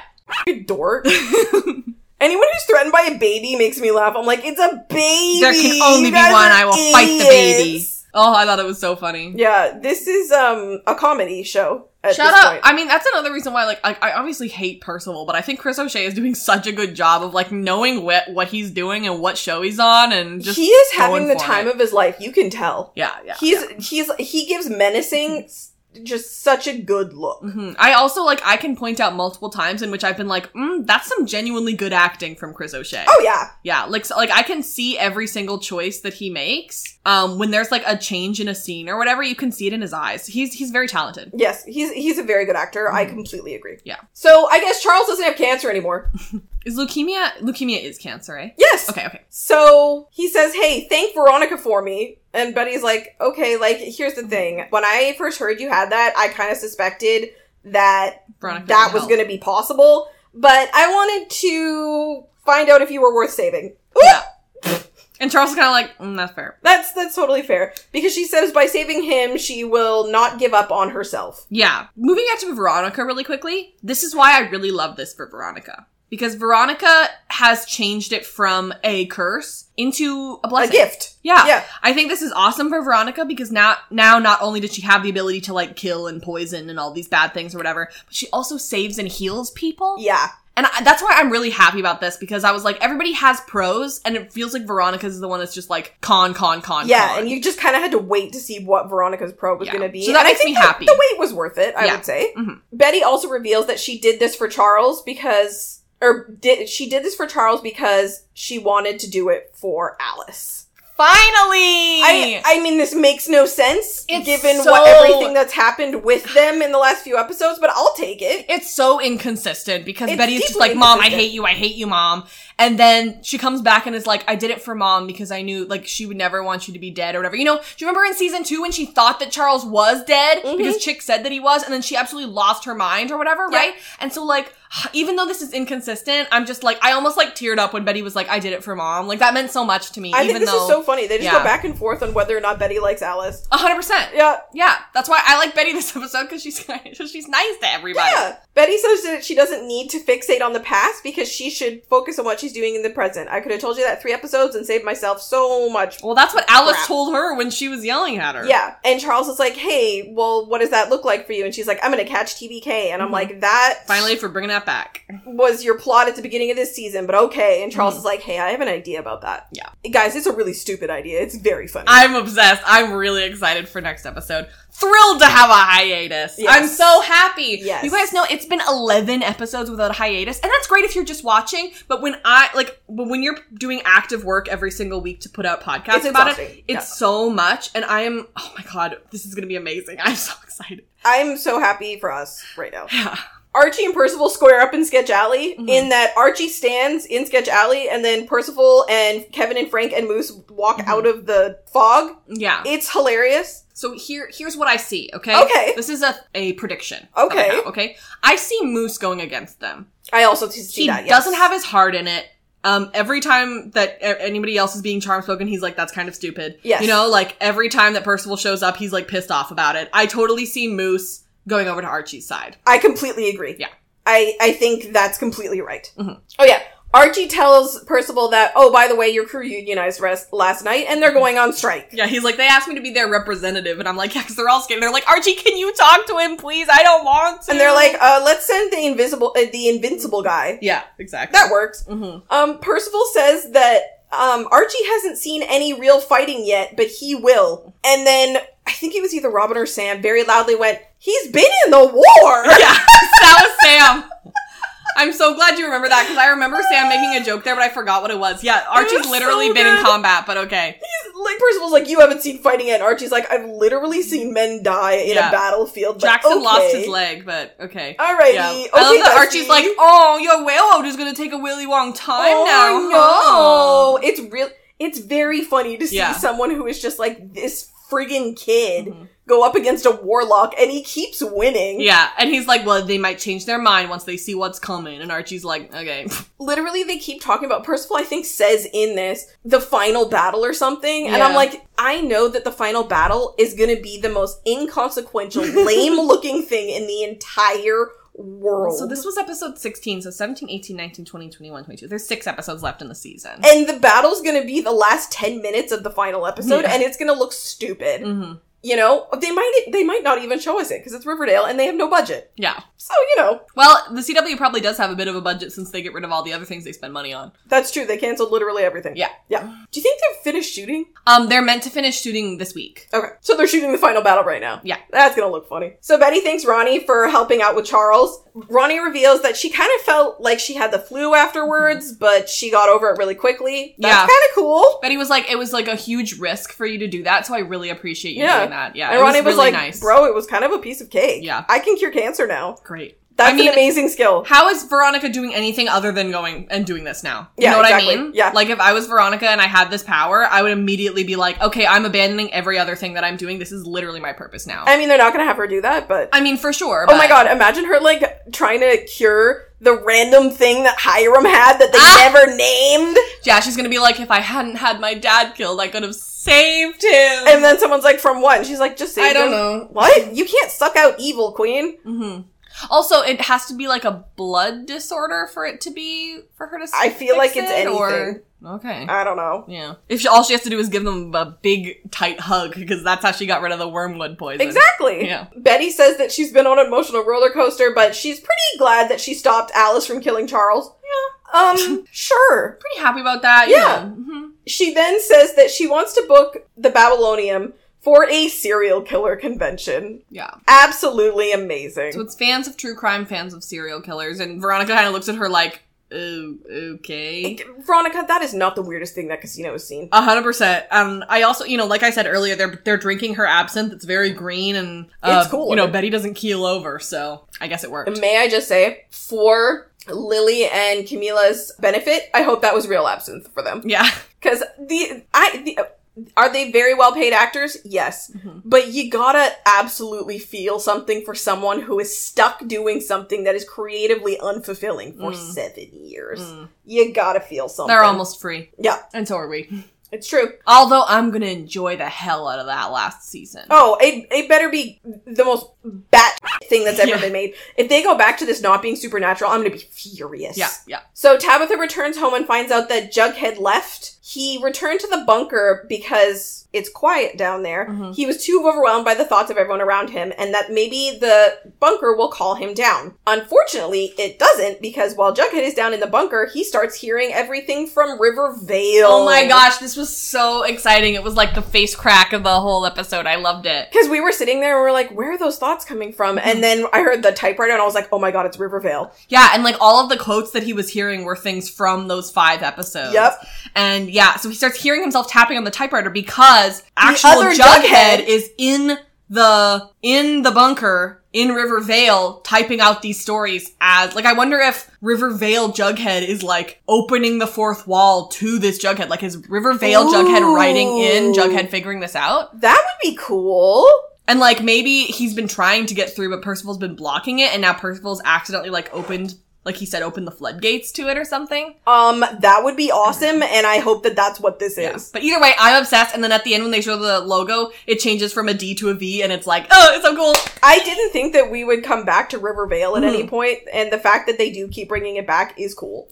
[SPEAKER 1] You dork.
[SPEAKER 2] [laughs]
[SPEAKER 1] Anyone who's threatened by a baby makes me laugh. I'm like, it's a baby.
[SPEAKER 2] There can only
[SPEAKER 1] You
[SPEAKER 2] be
[SPEAKER 1] guys
[SPEAKER 2] one.
[SPEAKER 1] are
[SPEAKER 2] I will fight the baby.
[SPEAKER 1] idiots.
[SPEAKER 2] Oh, I thought it was so funny.
[SPEAKER 1] Yeah, this is um a comedy show. At
[SPEAKER 2] Shut
[SPEAKER 1] this
[SPEAKER 2] up!
[SPEAKER 1] Point.
[SPEAKER 2] I mean, that's another reason why, like, I, I obviously hate Percival, but I think Chris O'Shea is doing such a good job of like knowing what what he's doing and what show he's on, and just
[SPEAKER 1] he is
[SPEAKER 2] going
[SPEAKER 1] having the
[SPEAKER 2] for
[SPEAKER 1] time
[SPEAKER 2] it.
[SPEAKER 1] of his life. You can tell.
[SPEAKER 2] yeah, yeah.
[SPEAKER 1] he's he's he gives
[SPEAKER 2] [laughs]
[SPEAKER 1] menacing s- just such a good look.
[SPEAKER 2] hmm I also like I can point out multiple times in which I've been like, mm, that's some genuinely good acting from Chris O'Shea.
[SPEAKER 1] Oh yeah,
[SPEAKER 2] Yeah, like so, like I can see every single choice that he makes. Um, when there's like a change in a scene or whatever, you can see it in his eyes. He's he's very talented.
[SPEAKER 1] yes, he's he's a very good actor. I
[SPEAKER 2] Mhm.
[SPEAKER 1] completely agree.
[SPEAKER 2] Yeah.
[SPEAKER 1] So I guess Charles doesn't have cancer anymore.
[SPEAKER 2] Is leukemia leukemia is cancer, eh?
[SPEAKER 1] Yes.
[SPEAKER 2] Okay, okay.
[SPEAKER 1] So he says, "Hey, thank Veronica for me." And Betty's like, "Okay, like here's the thing. When I first heard you had that, I kind of suspected that
[SPEAKER 2] Veronica
[SPEAKER 1] that
[SPEAKER 2] can
[SPEAKER 1] was
[SPEAKER 2] help.
[SPEAKER 1] going to be possible, but I wanted to find out if you were worth saving." Ooh,
[SPEAKER 2] Yeah. And Charles is kind of like, mm, that's fair.
[SPEAKER 1] That's that's totally fair because she says by saving him, she will not give up on herself.
[SPEAKER 2] Yeah. Moving back to Veronica really quickly. This is why I really love this for Veronica. Because Veronica has changed it from a curse into
[SPEAKER 1] a
[SPEAKER 2] a blessing.
[SPEAKER 1] gift.
[SPEAKER 2] Yeah.
[SPEAKER 1] Yeah.
[SPEAKER 2] I think this is awesome for Veronica because now now not only does she have the ability to like kill and poison and all these bad things or whatever, but she also saves and heals people.
[SPEAKER 1] Yeah.
[SPEAKER 2] And I, that's why I'm really happy about this because I was like everybody has pros and it feels like Veronica's is the one that's just like con con con.
[SPEAKER 1] yeah.
[SPEAKER 2] con.
[SPEAKER 1] And you just kind of had to wait to see what Veronica's probe was
[SPEAKER 2] Yeah.
[SPEAKER 1] going to be.
[SPEAKER 2] So that
[SPEAKER 1] and
[SPEAKER 2] makes
[SPEAKER 1] I think
[SPEAKER 2] me
[SPEAKER 1] that
[SPEAKER 2] happy.
[SPEAKER 1] The wait was worth it, I
[SPEAKER 2] Yeah.
[SPEAKER 1] would say.
[SPEAKER 2] Mhm.
[SPEAKER 1] Betty also reveals that she did this for Charles because, or did, she did this for Charles because she wanted to do it for Alice.
[SPEAKER 2] finally
[SPEAKER 1] I, I mean, this makes no sense
[SPEAKER 2] It's
[SPEAKER 1] given
[SPEAKER 2] so-
[SPEAKER 1] what everything that's happened
[SPEAKER 2] [sighs]
[SPEAKER 1] with them in the last few episodes, but I'll take it.
[SPEAKER 2] It's so inconsistent because
[SPEAKER 1] It's
[SPEAKER 2] Betty's just
[SPEAKER 1] deeply
[SPEAKER 2] like, Mom, I
[SPEAKER 1] inconsistent.
[SPEAKER 2] hate you, I hate you, Mom. And then she comes back and is like, I did it for Mom because I knew, like, she would never want you to be dead or whatever. You know, do you remember in season two when she thought that Charles was dead
[SPEAKER 1] Mhm.
[SPEAKER 2] because Chick said that he was and then she absolutely lost her mind or whatever,
[SPEAKER 1] Yeah.
[SPEAKER 2] right? And so, like, [sighs] even though this is inconsistent, I'm just like, I almost like teared up when Betty was like, I did it for Mom. Like, that meant so much to me,
[SPEAKER 1] I
[SPEAKER 2] even
[SPEAKER 1] think this
[SPEAKER 2] though.
[SPEAKER 1] is so funny. They just
[SPEAKER 2] yeah.
[SPEAKER 1] go back and forth on whether or not Betty likes Alice.
[SPEAKER 2] 100%. Yeah.
[SPEAKER 1] Yeah.
[SPEAKER 2] that's why I like Betty this episode because she's [laughs] she's nice to everybody.
[SPEAKER 1] Yeah. Betty says that she doesn't need to fixate on the past because she should focus on what she's doing in the present. I could have told you that three episodes and saved myself so much.
[SPEAKER 2] Well, that's what Alice
[SPEAKER 1] Crap.
[SPEAKER 2] told her when she was yelling at her.
[SPEAKER 1] Yeah. And Charles is like, hey, well, what does that look like for you? And she's like, I'm going to catch TBK. And I'm
[SPEAKER 2] Mhm.
[SPEAKER 1] like, that
[SPEAKER 2] Finally, for bringing that back.
[SPEAKER 1] was your plot at the beginning of this season, but okay. And Charles
[SPEAKER 2] Mhm.
[SPEAKER 1] is like, hey, I have an idea about that.
[SPEAKER 2] Yeah.
[SPEAKER 1] Guys, it's a really stupid idea. It's very funny.
[SPEAKER 2] I'm obsessed. I'm really excited for next episode. Thrilled to have a hiatus.
[SPEAKER 1] Yes.
[SPEAKER 2] I'm so happy.
[SPEAKER 1] Yes.
[SPEAKER 2] You guys know it's been 11 episodes without a hiatus, and that's great if you're just watching, but when I, like, when you're doing active work every single week to put out podcasts
[SPEAKER 1] it's
[SPEAKER 2] about it,
[SPEAKER 1] exhausting.
[SPEAKER 2] it's
[SPEAKER 1] Yeah.
[SPEAKER 2] so much, and I am, oh my god, this is gonna be amazing. [laughs] I'm so excited.
[SPEAKER 1] I'm so happy for us right now.
[SPEAKER 2] Yeah.
[SPEAKER 1] Archie and Percival square up in Sketch Alley
[SPEAKER 2] Mhm.
[SPEAKER 1] in that Archie stands in Sketch Alley and then Percival and Kevin and Frank and Moose walk
[SPEAKER 2] Mhm.
[SPEAKER 1] out of the fog.
[SPEAKER 2] Yeah.
[SPEAKER 1] It's hilarious.
[SPEAKER 2] So here, here's what I see. Okay.
[SPEAKER 1] Okay.
[SPEAKER 2] This is a a prediction.
[SPEAKER 1] Okay.
[SPEAKER 2] that I have, okay. I see Moose going against them.
[SPEAKER 1] I also see
[SPEAKER 2] he
[SPEAKER 1] that. Yes.
[SPEAKER 2] doesn't have his heart in it. Um, every time that a- anybody else is being charm spoken, he's like, "That's kind of stupid."
[SPEAKER 1] Yes.
[SPEAKER 2] you know, like every time that Percival shows up, he's like pissed off about it. I totally see Moose going over to Archie's side.
[SPEAKER 1] I completely agree.
[SPEAKER 2] Yeah.
[SPEAKER 1] I, I think that's completely right.
[SPEAKER 2] Mhm.
[SPEAKER 1] Oh, yeah. Archie tells Percival that, oh, by the way, your crew unionized rest last night and
[SPEAKER 2] Mm-hmm.
[SPEAKER 1] they're going on strike.
[SPEAKER 2] Yeah, he's like, "They asked me to be their representative," and I'm like, [laughs] "Yeah," because they're all scared. They're like, "Archie, can you talk to him, please? I don't want to."
[SPEAKER 1] And they're like, uh, let's send the invisible, uh, the invincible guy.
[SPEAKER 2] "Yeah, exactly."
[SPEAKER 1] That works.
[SPEAKER 2] hmm
[SPEAKER 1] Um, Percival says that, um, Archie hasn't seen any real fighting yet, but he will. And then, I think it was either Robin or Sam very loudly went, he's been in the war!
[SPEAKER 2] [laughs] Yeah, that was Sam. I'm so glad you remember that because I remember Sam making a joke there, but I forgot what it was. Yeah, Archie's
[SPEAKER 1] was
[SPEAKER 2] literally
[SPEAKER 1] so
[SPEAKER 2] been in
[SPEAKER 1] good.
[SPEAKER 2] combat, but okay.
[SPEAKER 1] He's [laughs] like, Percival's like, you haven't seen fighting yet. And Archie's like, I've literally seen men die in
[SPEAKER 2] Yeah.
[SPEAKER 1] a battlefield. but
[SPEAKER 2] Jackson lost
[SPEAKER 1] okay."
[SPEAKER 2] his leg, but okay.
[SPEAKER 1] Alrighty.
[SPEAKER 2] Yeah.
[SPEAKER 1] Okay,
[SPEAKER 2] I love that
[SPEAKER 1] Dusty.
[SPEAKER 2] Archie's like, oh, your railroad is gonna take a really long time now. [laughs]
[SPEAKER 1] Oh, no. It's real. It's very funny to see
[SPEAKER 2] Yeah.
[SPEAKER 1] someone who is just like this friggin' kid
[SPEAKER 2] Mhm.
[SPEAKER 1] go up against a warlock and he keeps winning.
[SPEAKER 2] Yeah, and he's like, well, they might change their mind once they see what's coming. And Archie's like, okay.
[SPEAKER 1] Literally, they keep talking about Percival, I think, says in this the final battle or something. And I'm
[SPEAKER 2] Yeah.
[SPEAKER 1] like, I know that the final battle is going to be the most
[SPEAKER 2] [laughs]
[SPEAKER 1] inconsequential, lame looking thing in the entire world.
[SPEAKER 2] So this was episode 16, so 17, 18, 19, 20, 21, 22. There's six episodes left in the season.
[SPEAKER 1] and the battle's gonna be the last 10 minutes of the final episode
[SPEAKER 2] Yeah.
[SPEAKER 1] and it's gonna look stupid
[SPEAKER 2] hmm
[SPEAKER 1] you know they might they might not even show us it because it's riverdale and they have no budget
[SPEAKER 2] Yeah.
[SPEAKER 1] so you know
[SPEAKER 2] Well, the CW probably does have a bit of a budget since they get rid of all the other things they spend money on.
[SPEAKER 1] that's true they canceled literally everything
[SPEAKER 2] Yeah.
[SPEAKER 1] yeah do you think they're finished shooting
[SPEAKER 2] Um, they're meant to finish shooting this week.
[SPEAKER 1] okay so they're shooting the final battle right now
[SPEAKER 2] Yeah.
[SPEAKER 1] that's gonna look funny so betty thanks ronnie for helping out with charles ronnie reveals that she kind of felt like she had the flu afterwards but she got over it really quickly that's
[SPEAKER 2] Mm-hmm. Yeah.
[SPEAKER 1] kind of cool
[SPEAKER 2] But he was like, it was like a huge risk for you to do that, so I really appreciate you
[SPEAKER 1] Yeah.
[SPEAKER 2] doing that. Yeah.
[SPEAKER 1] and
[SPEAKER 2] it
[SPEAKER 1] ronnie was,
[SPEAKER 2] really
[SPEAKER 1] like
[SPEAKER 2] nice.
[SPEAKER 1] bro it was kind of a piece of cake
[SPEAKER 2] Yeah.
[SPEAKER 1] i can cure cancer now
[SPEAKER 2] Great.
[SPEAKER 1] That's
[SPEAKER 2] I mean-
[SPEAKER 1] an amazing skill.
[SPEAKER 2] How is Veronica doing anything other than going and doing this now? You
[SPEAKER 1] Yeah,
[SPEAKER 2] know what
[SPEAKER 1] exactly.
[SPEAKER 2] I mean?
[SPEAKER 1] Yeah.
[SPEAKER 2] Like if I was Veronica and I had this power, I would immediately be like, okay, I'm abandoning every other thing that I'm doing. This is literally my purpose now.
[SPEAKER 1] I mean, they're not gonna have her do that, but
[SPEAKER 2] I mean, for sure.
[SPEAKER 1] oh my god, imagine her like trying to cure the random thing that Hiram had that they
[SPEAKER 2] Ah!
[SPEAKER 1] never named,
[SPEAKER 2] Yeah, she's gonna be like, if I hadn't had my dad killed, I could have saved him.
[SPEAKER 1] and then someone's like, "From what?" And she's like, "Just saved
[SPEAKER 2] I don't
[SPEAKER 1] him."
[SPEAKER 2] know.
[SPEAKER 1] What? You can't suck out evil, Queen.
[SPEAKER 2] hmm Also, it has to be like a blood disorder for it to be for her to.
[SPEAKER 1] I feel
[SPEAKER 2] fix
[SPEAKER 1] like it's
[SPEAKER 2] it,
[SPEAKER 1] anything.
[SPEAKER 2] Or... Okay.
[SPEAKER 1] I don't know.
[SPEAKER 2] yeah. If she, all she has to do is give them a big tight hug because that's how she got rid of the wormwood poison.
[SPEAKER 1] Exactly.
[SPEAKER 2] Yeah.
[SPEAKER 1] Betty says that she's been on an emotional roller coaster, but she's pretty glad that she stopped Alice from killing Charles. Yeah.
[SPEAKER 2] [laughs]
[SPEAKER 1] Um. sure.
[SPEAKER 2] Pretty happy about that. you
[SPEAKER 1] Yeah.
[SPEAKER 2] know. Mhm.
[SPEAKER 1] She then says that she wants to book the Babylonium for a serial killer convention.
[SPEAKER 2] Yeah.
[SPEAKER 1] Absolutely amazing.
[SPEAKER 2] So it's fans of true crime, fans of serial killers, and Veronica kind of looks at her like, "Oh, okay."
[SPEAKER 1] Veronica, that is not the weirdest thing that casino has seen.
[SPEAKER 2] A hundred percent. Um, I also, you know, like I said earlier, they're they're drinking her absinthe. It's very green, and uh,
[SPEAKER 1] It's cool.
[SPEAKER 2] You know, Betty doesn't keel over, so I guess it worked.
[SPEAKER 1] May I just say, for Lily and Camila's benefit, I hope that was real absinthe for them.
[SPEAKER 2] Yeah.
[SPEAKER 1] Because the I the, are they very well paid actors? Yes,
[SPEAKER 2] Mhm.
[SPEAKER 1] but you gotta absolutely feel something for someone who is stuck doing something that is creatively unfulfilling for
[SPEAKER 2] Mm.
[SPEAKER 1] seven years.
[SPEAKER 2] Mm.
[SPEAKER 1] You gotta feel something.
[SPEAKER 2] They're almost free.
[SPEAKER 1] Yeah.
[SPEAKER 2] And so are we.
[SPEAKER 1] It's true.
[SPEAKER 2] Although I'm gonna enjoy the hell out of that last season.
[SPEAKER 1] Oh, it, it better be the most bat thing that's ever
[SPEAKER 2] [laughs] Yeah.
[SPEAKER 1] been made. If they go back to this not being supernatural, I'm gonna be furious.
[SPEAKER 2] Yeah, yeah.
[SPEAKER 1] So Tabitha returns home and finds out that Jughead left. He returned to the bunker because it's quiet down there.
[SPEAKER 2] Mhm.
[SPEAKER 1] He was too overwhelmed by the thoughts of everyone around him and that maybe the bunker will call him down. Unfortunately, it doesn't because while Jughead is down in the bunker, he starts hearing everything from Rivervale.
[SPEAKER 2] Oh my gosh, this was so exciting. It was like the face crack of the whole episode. I loved it.
[SPEAKER 1] Because we were sitting there and we are like, where are those thoughts coming from?
[SPEAKER 2] Mm-hmm.
[SPEAKER 1] And then I heard the typewriter and I was like, oh my god, it's Rivervale.
[SPEAKER 2] Yeah, and like all of the quotes that he was hearing were things from those five episodes.
[SPEAKER 1] Yep.
[SPEAKER 2] And yeah, so he starts hearing himself tapping on the typewriter because actual
[SPEAKER 1] other
[SPEAKER 2] Jughead
[SPEAKER 1] Jughead-
[SPEAKER 2] is in the in the bunker in Rivervale typing out these stories as like I wonder if Rivervale Jughead is like opening the fourth wall to this Jughead. Like is Rivervale Jughead
[SPEAKER 1] Ooh.
[SPEAKER 2] writing in Jughead figuring this out?
[SPEAKER 1] That would be cool.
[SPEAKER 2] And like maybe he's been trying to get through, but Percival's been blocking it, and now Percival's accidentally like opened Like he said, open the floodgates to it or something.
[SPEAKER 1] Um, that would be awesome, and I hope that that's what this
[SPEAKER 2] Yeah.
[SPEAKER 1] is.
[SPEAKER 2] But either way, I'm obsessed. And then at the end, when they show the logo, it changes from a D to a V, and it's like, oh, it's so cool.
[SPEAKER 1] I didn't think that we would come back to Rivervale at
[SPEAKER 2] Mhm.
[SPEAKER 1] any point, and the fact that they do keep bringing it back is cool.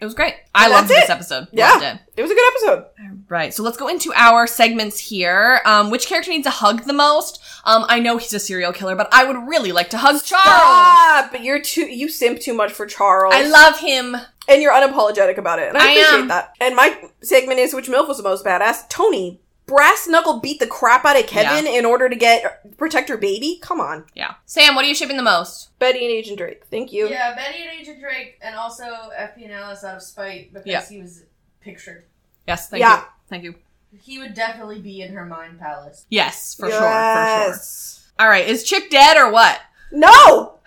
[SPEAKER 2] It was great. I
[SPEAKER 1] And
[SPEAKER 2] loved
[SPEAKER 1] that's
[SPEAKER 2] this
[SPEAKER 1] it.
[SPEAKER 2] episode.
[SPEAKER 1] Yeah.
[SPEAKER 2] Loved it.
[SPEAKER 1] It was a good episode.
[SPEAKER 2] Right. So let's go into our segments here. Um, which character needs a hug the most? Um, I know he's a serial killer, but I would really like to hug Charles.
[SPEAKER 1] Ah, but you're too you simp too much for Charles.
[SPEAKER 2] I love him.
[SPEAKER 1] and you're unapologetic about it, and I,
[SPEAKER 2] I
[SPEAKER 1] appreciate
[SPEAKER 2] am.
[SPEAKER 1] that. And my segment is which MILF was the most badass? Tony. Brass knuckle beat the crap out of Kevin in order to get protect her baby. Come on,
[SPEAKER 2] Yeah. Sam, what are you shipping the most?
[SPEAKER 1] Betty and Agent Drake. Thank you.
[SPEAKER 3] Yeah, Betty and Agent Drake, and also FP and Alice out of spite because
[SPEAKER 2] Yeah.
[SPEAKER 3] he was pictured.
[SPEAKER 2] Yes. Thank
[SPEAKER 1] Yeah.
[SPEAKER 2] you. Thank you.
[SPEAKER 3] He would definitely be in her mind palace.
[SPEAKER 2] Yes, for sure. For sure.
[SPEAKER 1] Yes.
[SPEAKER 2] All right. Is Chick dead or what?
[SPEAKER 1] No.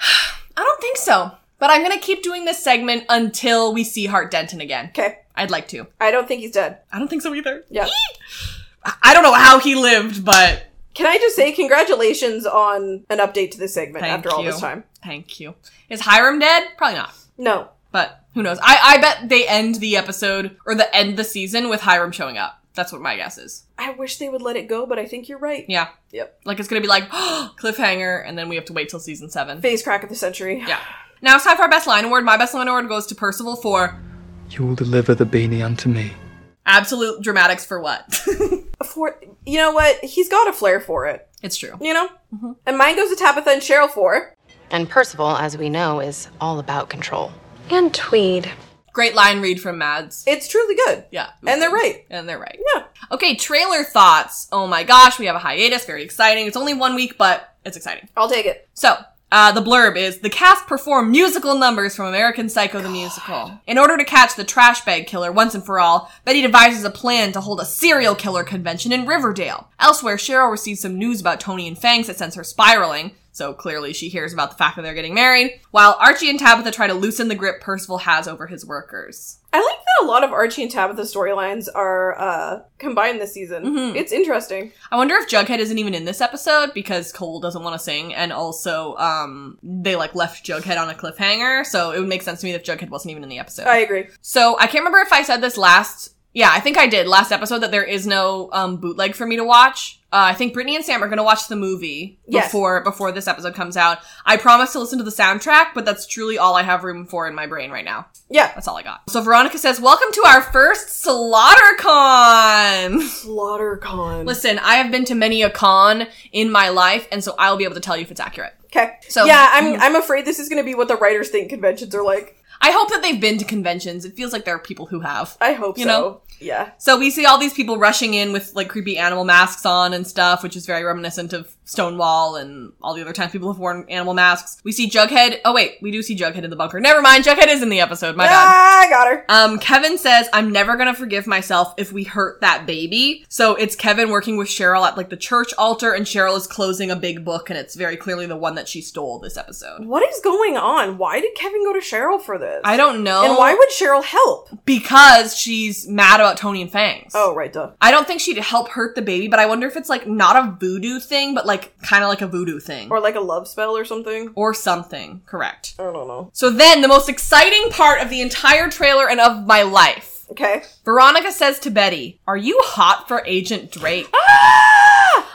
[SPEAKER 2] I don't think so. But I'm gonna keep doing this segment until we see Hart Denton again.
[SPEAKER 1] Okay.
[SPEAKER 2] I'd like to.
[SPEAKER 1] I don't think he's dead.
[SPEAKER 2] I don't think so either.
[SPEAKER 1] Yeah.
[SPEAKER 2] I- I don't know how he lived, but
[SPEAKER 1] Can I just say congratulations on an update to this segment
[SPEAKER 2] Thank
[SPEAKER 1] after all
[SPEAKER 2] you.
[SPEAKER 1] this time?
[SPEAKER 2] thank you. Is Hiram dead? Probably not.
[SPEAKER 1] No.
[SPEAKER 2] But who knows? I, I bet they end the episode or the end the season with Hiram showing up. That's what my guess is.
[SPEAKER 1] I wish they would let it go, but I think you're right.
[SPEAKER 2] Yeah.
[SPEAKER 1] Yep.
[SPEAKER 2] Like it's gonna be like [gasps] cliffhanger, and then we have to wait till season seven.
[SPEAKER 1] Face crack of the century.
[SPEAKER 2] Yeah. Now it's time for our best line award. My best line award goes to Percival for
[SPEAKER 4] You will deliver the beanie unto me.
[SPEAKER 2] absolute dramatics for what? [laughs]
[SPEAKER 1] For you know what? He's got a flair for it.
[SPEAKER 2] it's true.
[SPEAKER 1] You know?
[SPEAKER 2] Mm-hmm.
[SPEAKER 1] And mine goes to Tabitha and Cheryl for.
[SPEAKER 5] And Percival, as we know, is all about control.
[SPEAKER 6] And Tweed.
[SPEAKER 2] Great line read from Mads.
[SPEAKER 1] It's truly good.
[SPEAKER 2] Yeah.
[SPEAKER 1] And they're right.
[SPEAKER 2] And they're right.
[SPEAKER 1] Yeah.
[SPEAKER 2] Okay, trailer thoughts. Oh my gosh, we have a hiatus. Very exciting. It's only one week, but it's exciting.
[SPEAKER 1] I'll take it.
[SPEAKER 2] So, uh, the blurb is the cast perform musical numbers from American Psycho the Musical. In order to catch the trash bag killer once and for all, Betty devises a plan to hold a serial killer convention in Riverdale. Elsewhere, Cheryl receives some news about Tony and Fangs that sends her spiraling. So clearly she hears about the fact that they're getting married, while Archie and Tabitha try to loosen the grip Percival has over his workers.
[SPEAKER 1] I like that a lot of Archie and Tabitha storylines are uh combined this season.
[SPEAKER 2] Mhm.
[SPEAKER 1] It's interesting.
[SPEAKER 2] I wonder if Jughead isn't even in this episode because Cole doesn't want to sing and also um they like left Jughead on a cliffhanger, so it would make sense to me if Jughead wasn't even in the episode.
[SPEAKER 1] I agree.
[SPEAKER 2] So I can't remember if I said this last. Yeah, I think I did last episode that there is no um, bootleg for me to watch. Uh, I think Brittany and Sam are going to watch the movie
[SPEAKER 1] Yes.
[SPEAKER 2] before before this episode comes out. I promise to listen to the soundtrack, but that's truly all I have room for in my brain right now.
[SPEAKER 1] Yeah.
[SPEAKER 2] That's all I got. So Veronica says, "Welcome to our first SlaughterCon." [laughs]
[SPEAKER 1] SlaughterCon.
[SPEAKER 2] Listen, I have been to many a con in my life, and so I'll be able to tell you if it's accurate.
[SPEAKER 1] Okay.
[SPEAKER 2] So-
[SPEAKER 1] So
[SPEAKER 2] mm-hmm.
[SPEAKER 1] yeah, I'm I'm afraid this is going to be what the writers think conventions are like.
[SPEAKER 2] I hope that they've been to conventions. It feels like there are people who have.
[SPEAKER 1] I hope
[SPEAKER 2] You
[SPEAKER 1] so.
[SPEAKER 2] know?
[SPEAKER 1] Yeah.
[SPEAKER 2] So we see all these people rushing in with like creepy animal masks on and stuff, which is very reminiscent of Stonewall and all the other times people have worn animal masks. We see Jughead. Oh wait, we do see Jughead in the bunker. Never mind, Jughead is in the episode. My bad.
[SPEAKER 1] ah, I got her.
[SPEAKER 2] Um, Kevin says, I'm never gonna forgive myself if we hurt that baby. So it's Kevin working with Cheryl at like the church altar and Cheryl is closing a big book and it's very clearly the one that she stole this episode.
[SPEAKER 1] What is going on? Why did Kevin go to Cheryl for this?
[SPEAKER 2] I don't know.
[SPEAKER 1] And why would Cheryl help?
[SPEAKER 2] Because she's mad about Tony and Fangs.
[SPEAKER 1] Oh, right, duh.
[SPEAKER 2] I don't think she'd help hurt the baby, but I wonder if it's like not a voodoo thing, but like kind of like a voodoo thing
[SPEAKER 1] Or like a love spell or something.
[SPEAKER 2] or something. Correct.
[SPEAKER 1] I don't know.
[SPEAKER 2] So then, the most exciting part of the entire trailer and of my life.
[SPEAKER 1] Okay.
[SPEAKER 2] Veronica says to Betty, "Are you hot for Agent
[SPEAKER 1] [laughs]
[SPEAKER 2] Drake?"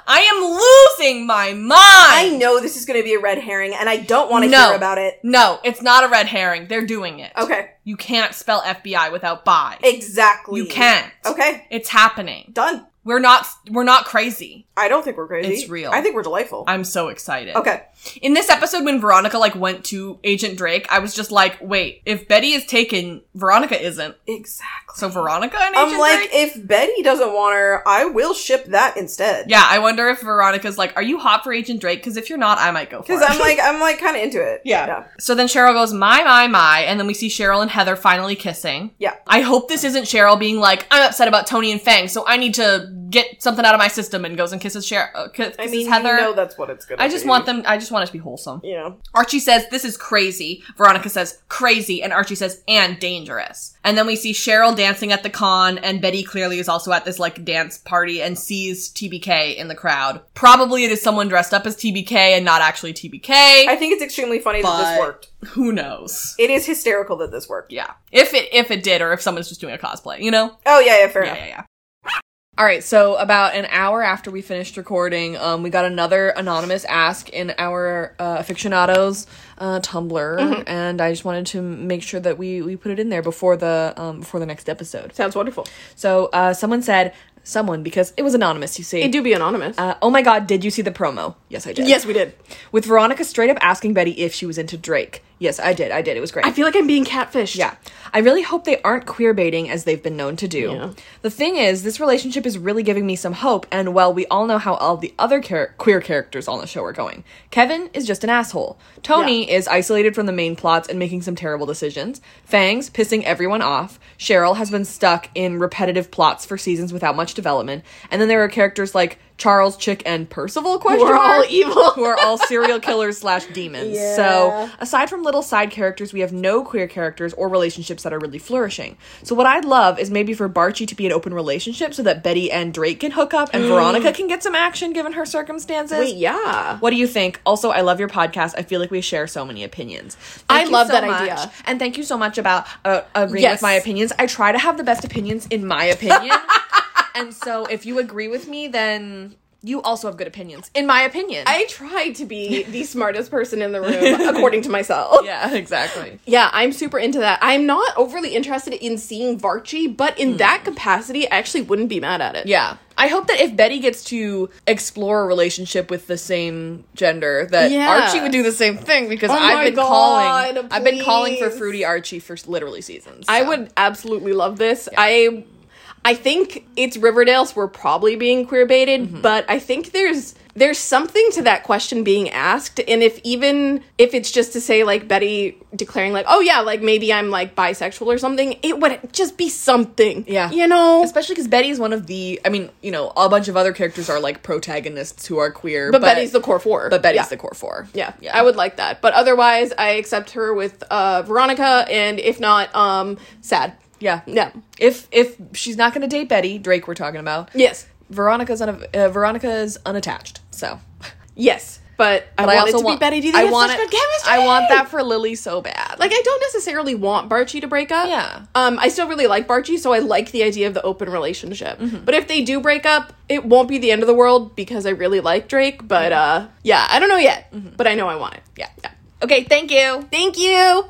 [SPEAKER 2] I am losing my mind.
[SPEAKER 1] I know this is going to be a red herring, and I don't want to
[SPEAKER 2] No.
[SPEAKER 1] hear about it.
[SPEAKER 2] no, it's not a red herring. They're doing it.
[SPEAKER 1] Okay.
[SPEAKER 2] You can't spell FBI without bi.
[SPEAKER 1] Exactly.
[SPEAKER 2] You can't.
[SPEAKER 1] Okay.
[SPEAKER 2] It's happening.
[SPEAKER 1] Done.
[SPEAKER 2] We're not we're not crazy.
[SPEAKER 1] I don't think we're crazy.
[SPEAKER 2] It's real.
[SPEAKER 1] I think we're delightful.
[SPEAKER 2] I'm so excited.
[SPEAKER 1] okay.
[SPEAKER 2] In this episode, when Veronica like went to Agent Drake, I was just like, wait, if Betty is taken, Veronica isn't.
[SPEAKER 1] Exactly.
[SPEAKER 2] So Veronica and Agent
[SPEAKER 1] I'm like,
[SPEAKER 2] Drake.
[SPEAKER 1] if Betty doesn't want her, I will ship that instead.
[SPEAKER 2] yeah, I wonder if Veronica's like, are you hot for Agent Drake? Because if you're not, I might
[SPEAKER 1] [laughs]
[SPEAKER 2] go for
[SPEAKER 1] Because
[SPEAKER 2] it.
[SPEAKER 1] I'm like, I'm like kind of into it.
[SPEAKER 2] Yeah. [laughs] so then Cheryl goes, my, my, my, and then we see Cheryl and Heather finally kissing.
[SPEAKER 1] Yeah.
[SPEAKER 2] I hope this isn't Cheryl being like, I'm upset about Tony and Fang, so I need to get something out of my system and goes and kisses Cher- uh, ki- kisses
[SPEAKER 1] I mean,
[SPEAKER 2] Heather.
[SPEAKER 1] you know that's what it's gonna.
[SPEAKER 2] I just
[SPEAKER 1] be.
[SPEAKER 2] want them. I just want it to be wholesome.
[SPEAKER 1] You know,
[SPEAKER 2] Archie says, This is crazy. Veronica says, Crazy. And Archie says, And dangerous. And then we see Cheryl dancing at the con, and Betty clearly is also at this like dance party and sees TBK in the crowd. Probably it is someone dressed up as TBK and not actually TBK.
[SPEAKER 1] I think it's extremely funny that
[SPEAKER 2] But-
[SPEAKER 1] this worked.
[SPEAKER 2] Who knows?
[SPEAKER 1] It is hysterical that this worked.
[SPEAKER 2] Yeah. If it if it did, or if someone's just doing a cosplay, you know?
[SPEAKER 1] Oh yeah, yeah, fair
[SPEAKER 2] Yeah,
[SPEAKER 1] enough.
[SPEAKER 2] yeah, yeah. All right, so about an hour after we finished recording, um, we got another anonymous ask in our uh, aficionados uh, Tumblr, and I just wanted to make sure that we, we put it in there before the um, before the next episode.
[SPEAKER 7] Sounds wonderful.
[SPEAKER 2] So uh, someone said someone because it was anonymous, you see.
[SPEAKER 7] They do be anonymous.
[SPEAKER 2] Uh, oh my God, did you see the promo? Yes, I did.
[SPEAKER 7] yes, we did.
[SPEAKER 2] with Veronica straight up asking Betty if she was into Drake. Yes, I did. I did. It was great.
[SPEAKER 7] I feel like I'm being catfished.
[SPEAKER 2] Yeah. I really hope they aren't queer baiting as they've been known to do. The thing is, this relationship is really giving me some hope, and well, we all know how all the other char- queer characters on the show are going. Kevin is just an asshole. Tony is isolated from the main plots and making some terrible decisions. Fangs pissing everyone off. Cheryl has been stuck in repetitive plots for seasons without much development. And then there are characters like Charles, Chick, and Percival question
[SPEAKER 7] We're all
[SPEAKER 2] mark?
[SPEAKER 7] evil.
[SPEAKER 2] who are
[SPEAKER 7] [laughs]
[SPEAKER 2] all serial killers slash demons. So aside from little side characters, we have no queer characters or relationships that are really flourishing. So what I'd love is maybe for Barchi to be an open relationship so that Betty and Drake can hook up and Veronica can get some action given her circumstances.
[SPEAKER 7] Mm. Wait, yeah.
[SPEAKER 2] What do you think? Also, I love your podcast. I feel like we share so many opinions.
[SPEAKER 7] I
[SPEAKER 2] you
[SPEAKER 7] love
[SPEAKER 2] so
[SPEAKER 7] that
[SPEAKER 2] much.
[SPEAKER 7] idea.
[SPEAKER 2] And thank you so much about uh, agreeing
[SPEAKER 7] Yes.
[SPEAKER 2] with my opinions. I try to have the best opinions in my
[SPEAKER 7] [laughs]
[SPEAKER 2] opinion. and so if you agree with me, then you also have good opinions, in my opinion.
[SPEAKER 7] I tried to be the smartest person in the room, according to myself.
[SPEAKER 2] yeah, [laughs] exactly.
[SPEAKER 7] Yeah, I'm super into that. I'm not overly interested in seeing Varchi, but in that capacity, I actually wouldn't be mad at it.
[SPEAKER 2] Hmm. Yeah. I hope that if Betty gets to explore a relationship with the same gender, that
[SPEAKER 7] Yeah.
[SPEAKER 2] Archie would do the same thing because
[SPEAKER 7] Oh my
[SPEAKER 2] I've been
[SPEAKER 7] God,
[SPEAKER 2] calling. I've been calling for
[SPEAKER 7] please.
[SPEAKER 2] Fruity Archie for literally seasons.
[SPEAKER 7] I
[SPEAKER 2] so.
[SPEAKER 7] would absolutely love this. I I think it's Riverdale's we're probably being queer baited,
[SPEAKER 2] Mm-hmm.
[SPEAKER 7] but I think there's there's something to that question being asked and if even if it's just to say like Betty declaring like, "Oh yeah, like maybe I'm like bisexual or something," it would just be something.
[SPEAKER 2] Yeah.
[SPEAKER 7] You know.
[SPEAKER 2] Especially because Betty's one of the. I mean, you know, a bunch of other characters are like protagonists who are queer.
[SPEAKER 7] but, Betty's the core four.
[SPEAKER 2] But Betty's
[SPEAKER 7] Yeah.
[SPEAKER 2] the core four.
[SPEAKER 7] Yeah,
[SPEAKER 2] yeah.
[SPEAKER 7] I would like that. But otherwise, I accept her with uh, Veronica, and if not, um, sad.
[SPEAKER 2] Yeah.
[SPEAKER 7] Yeah.
[SPEAKER 2] If if she's not going to date Betty, Drake, we're talking about.
[SPEAKER 7] Yes.
[SPEAKER 2] Veronica's un- uh, Veronica's unattached. So.
[SPEAKER 7] Yes. But I
[SPEAKER 2] But
[SPEAKER 7] want it to be Betty. Do you think
[SPEAKER 2] I
[SPEAKER 7] it's
[SPEAKER 2] want
[SPEAKER 7] such
[SPEAKER 2] it-
[SPEAKER 7] good chemistry?
[SPEAKER 2] I want that for Lily so bad.
[SPEAKER 7] Like, I don't necessarily want Barchi to break up.
[SPEAKER 2] Yeah.
[SPEAKER 7] Um, I still really like Barchi, so I like the idea of the open relationship.
[SPEAKER 2] Mm-hmm.
[SPEAKER 7] But if they do break up, it won't be the end of the world because I really like Drake. But uh, yeah, I don't know yet. But I know I want it.
[SPEAKER 2] Mm-hmm. Yeah. Okay, thank you.
[SPEAKER 7] Thank you.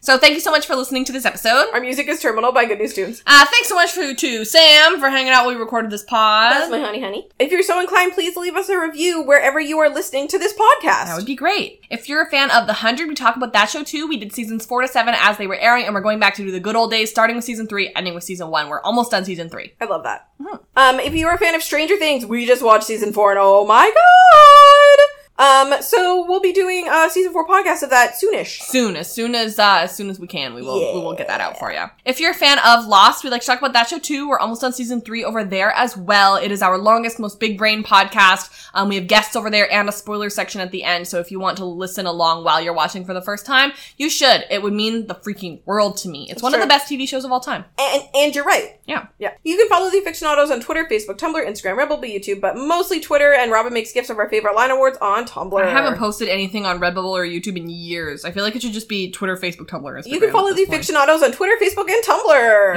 [SPEAKER 2] So thank you so much for listening to this episode.
[SPEAKER 1] Our music is Terminal by Good News Tunes.
[SPEAKER 2] Uh, thanks so much for, to Sam for hanging out while we recorded this pod.
[SPEAKER 7] That's my honey, honey.
[SPEAKER 1] If you're so inclined, please leave us a review wherever you are listening to this podcast.
[SPEAKER 2] That would be great. If you're a fan of The Hundred, we talk about that show too. We did seasons four to seven as they were airing, and we're going back to do the good old days, starting with season three, ending with season one. We're almost done season three.
[SPEAKER 1] I love that. Um, if you're a fan of Stranger Things, we just watched season four, and oh my god! Um, so we'll be doing a season four podcast of that soonish.
[SPEAKER 2] Soon, as soon as uh, as soon as we can, we will we will get that out for you. If you're a fan of Lost, we like to talk about that show too. We're almost on season three over there as well. It is our longest, most big brain podcast. Um, we have guests over there and a spoiler section at the end. So if you want to listen along while you're watching for the first time, you should. It would mean the freaking world to me. It's one of the best TV shows of all time.
[SPEAKER 1] And and you're right.
[SPEAKER 2] Yeah.
[SPEAKER 1] Yeah. You can follow the Fictionados on Twitter, Facebook, Tumblr, Instagram, Rebel, YouTube, but mostly Twitter. And Robin makes gifs of our favorite line awards on Tumblr.
[SPEAKER 2] I haven't posted anything on Redbubble or YouTube in years. I feel like it should just be Twitter, Facebook, Tumblr. Instagram
[SPEAKER 1] You can follow
[SPEAKER 2] at
[SPEAKER 1] the
[SPEAKER 2] this point.
[SPEAKER 1] Fictionados on Twitter, Facebook, and Tumblr.
[SPEAKER 2] [laughs]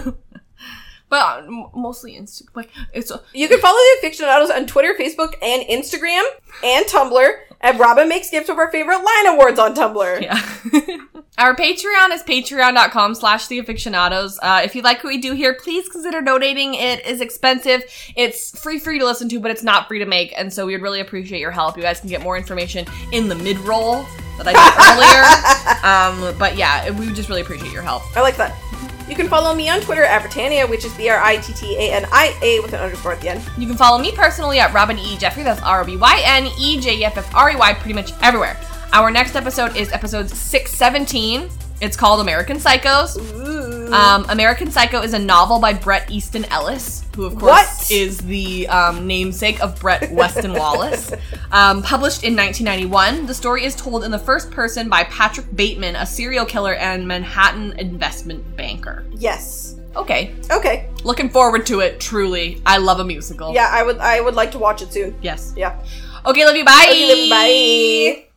[SPEAKER 2] Yeah. [laughs] But uh, m- mostly Insta. Like it's uh,
[SPEAKER 1] You can follow the Fictionados on Twitter, Facebook, and Instagram, and Tumblr. And Robin makes gifs of our favorite line awards on Tumblr.
[SPEAKER 2] Yeah. [laughs] Our Patreon is patreon.com slash theaficionados. Uh, if you like what we do here, please consider donating. It is expensive. It's free free to listen to, but it's not free to make. And so we'd really appreciate your help. You guys can get more information in the mid-roll that I did earlier. Um, but yeah, we would just really appreciate your help.
[SPEAKER 1] I like that. You can follow me on Twitter at Britannia, which is B R I T T A N I A with an underscore at the end.
[SPEAKER 2] You can follow me personally at Robin E. Jeffrey. That's R O B Y N E J E F F R E Y, pretty much everywhere. Our next episode is episode 617. It's called American Psychos.
[SPEAKER 1] Uh,
[SPEAKER 2] Um, American Psycho is a novel by Brett Easton Ellis, who of course
[SPEAKER 1] What?
[SPEAKER 2] is the um, namesake of Brett Weston [laughs] Wallace. Um, published in 1991, the story is told in the first person by Patrick Bateman, a serial killer and Manhattan investment banker.
[SPEAKER 1] Yes.
[SPEAKER 2] Okay,
[SPEAKER 1] Okay.
[SPEAKER 2] looking forward to it. Truly, I love a musical.
[SPEAKER 1] Yeah, I would I would like to watch it soon.
[SPEAKER 2] Yes.
[SPEAKER 1] Yeah.
[SPEAKER 2] Okay, love you. Bye.
[SPEAKER 1] Okay, then, bye.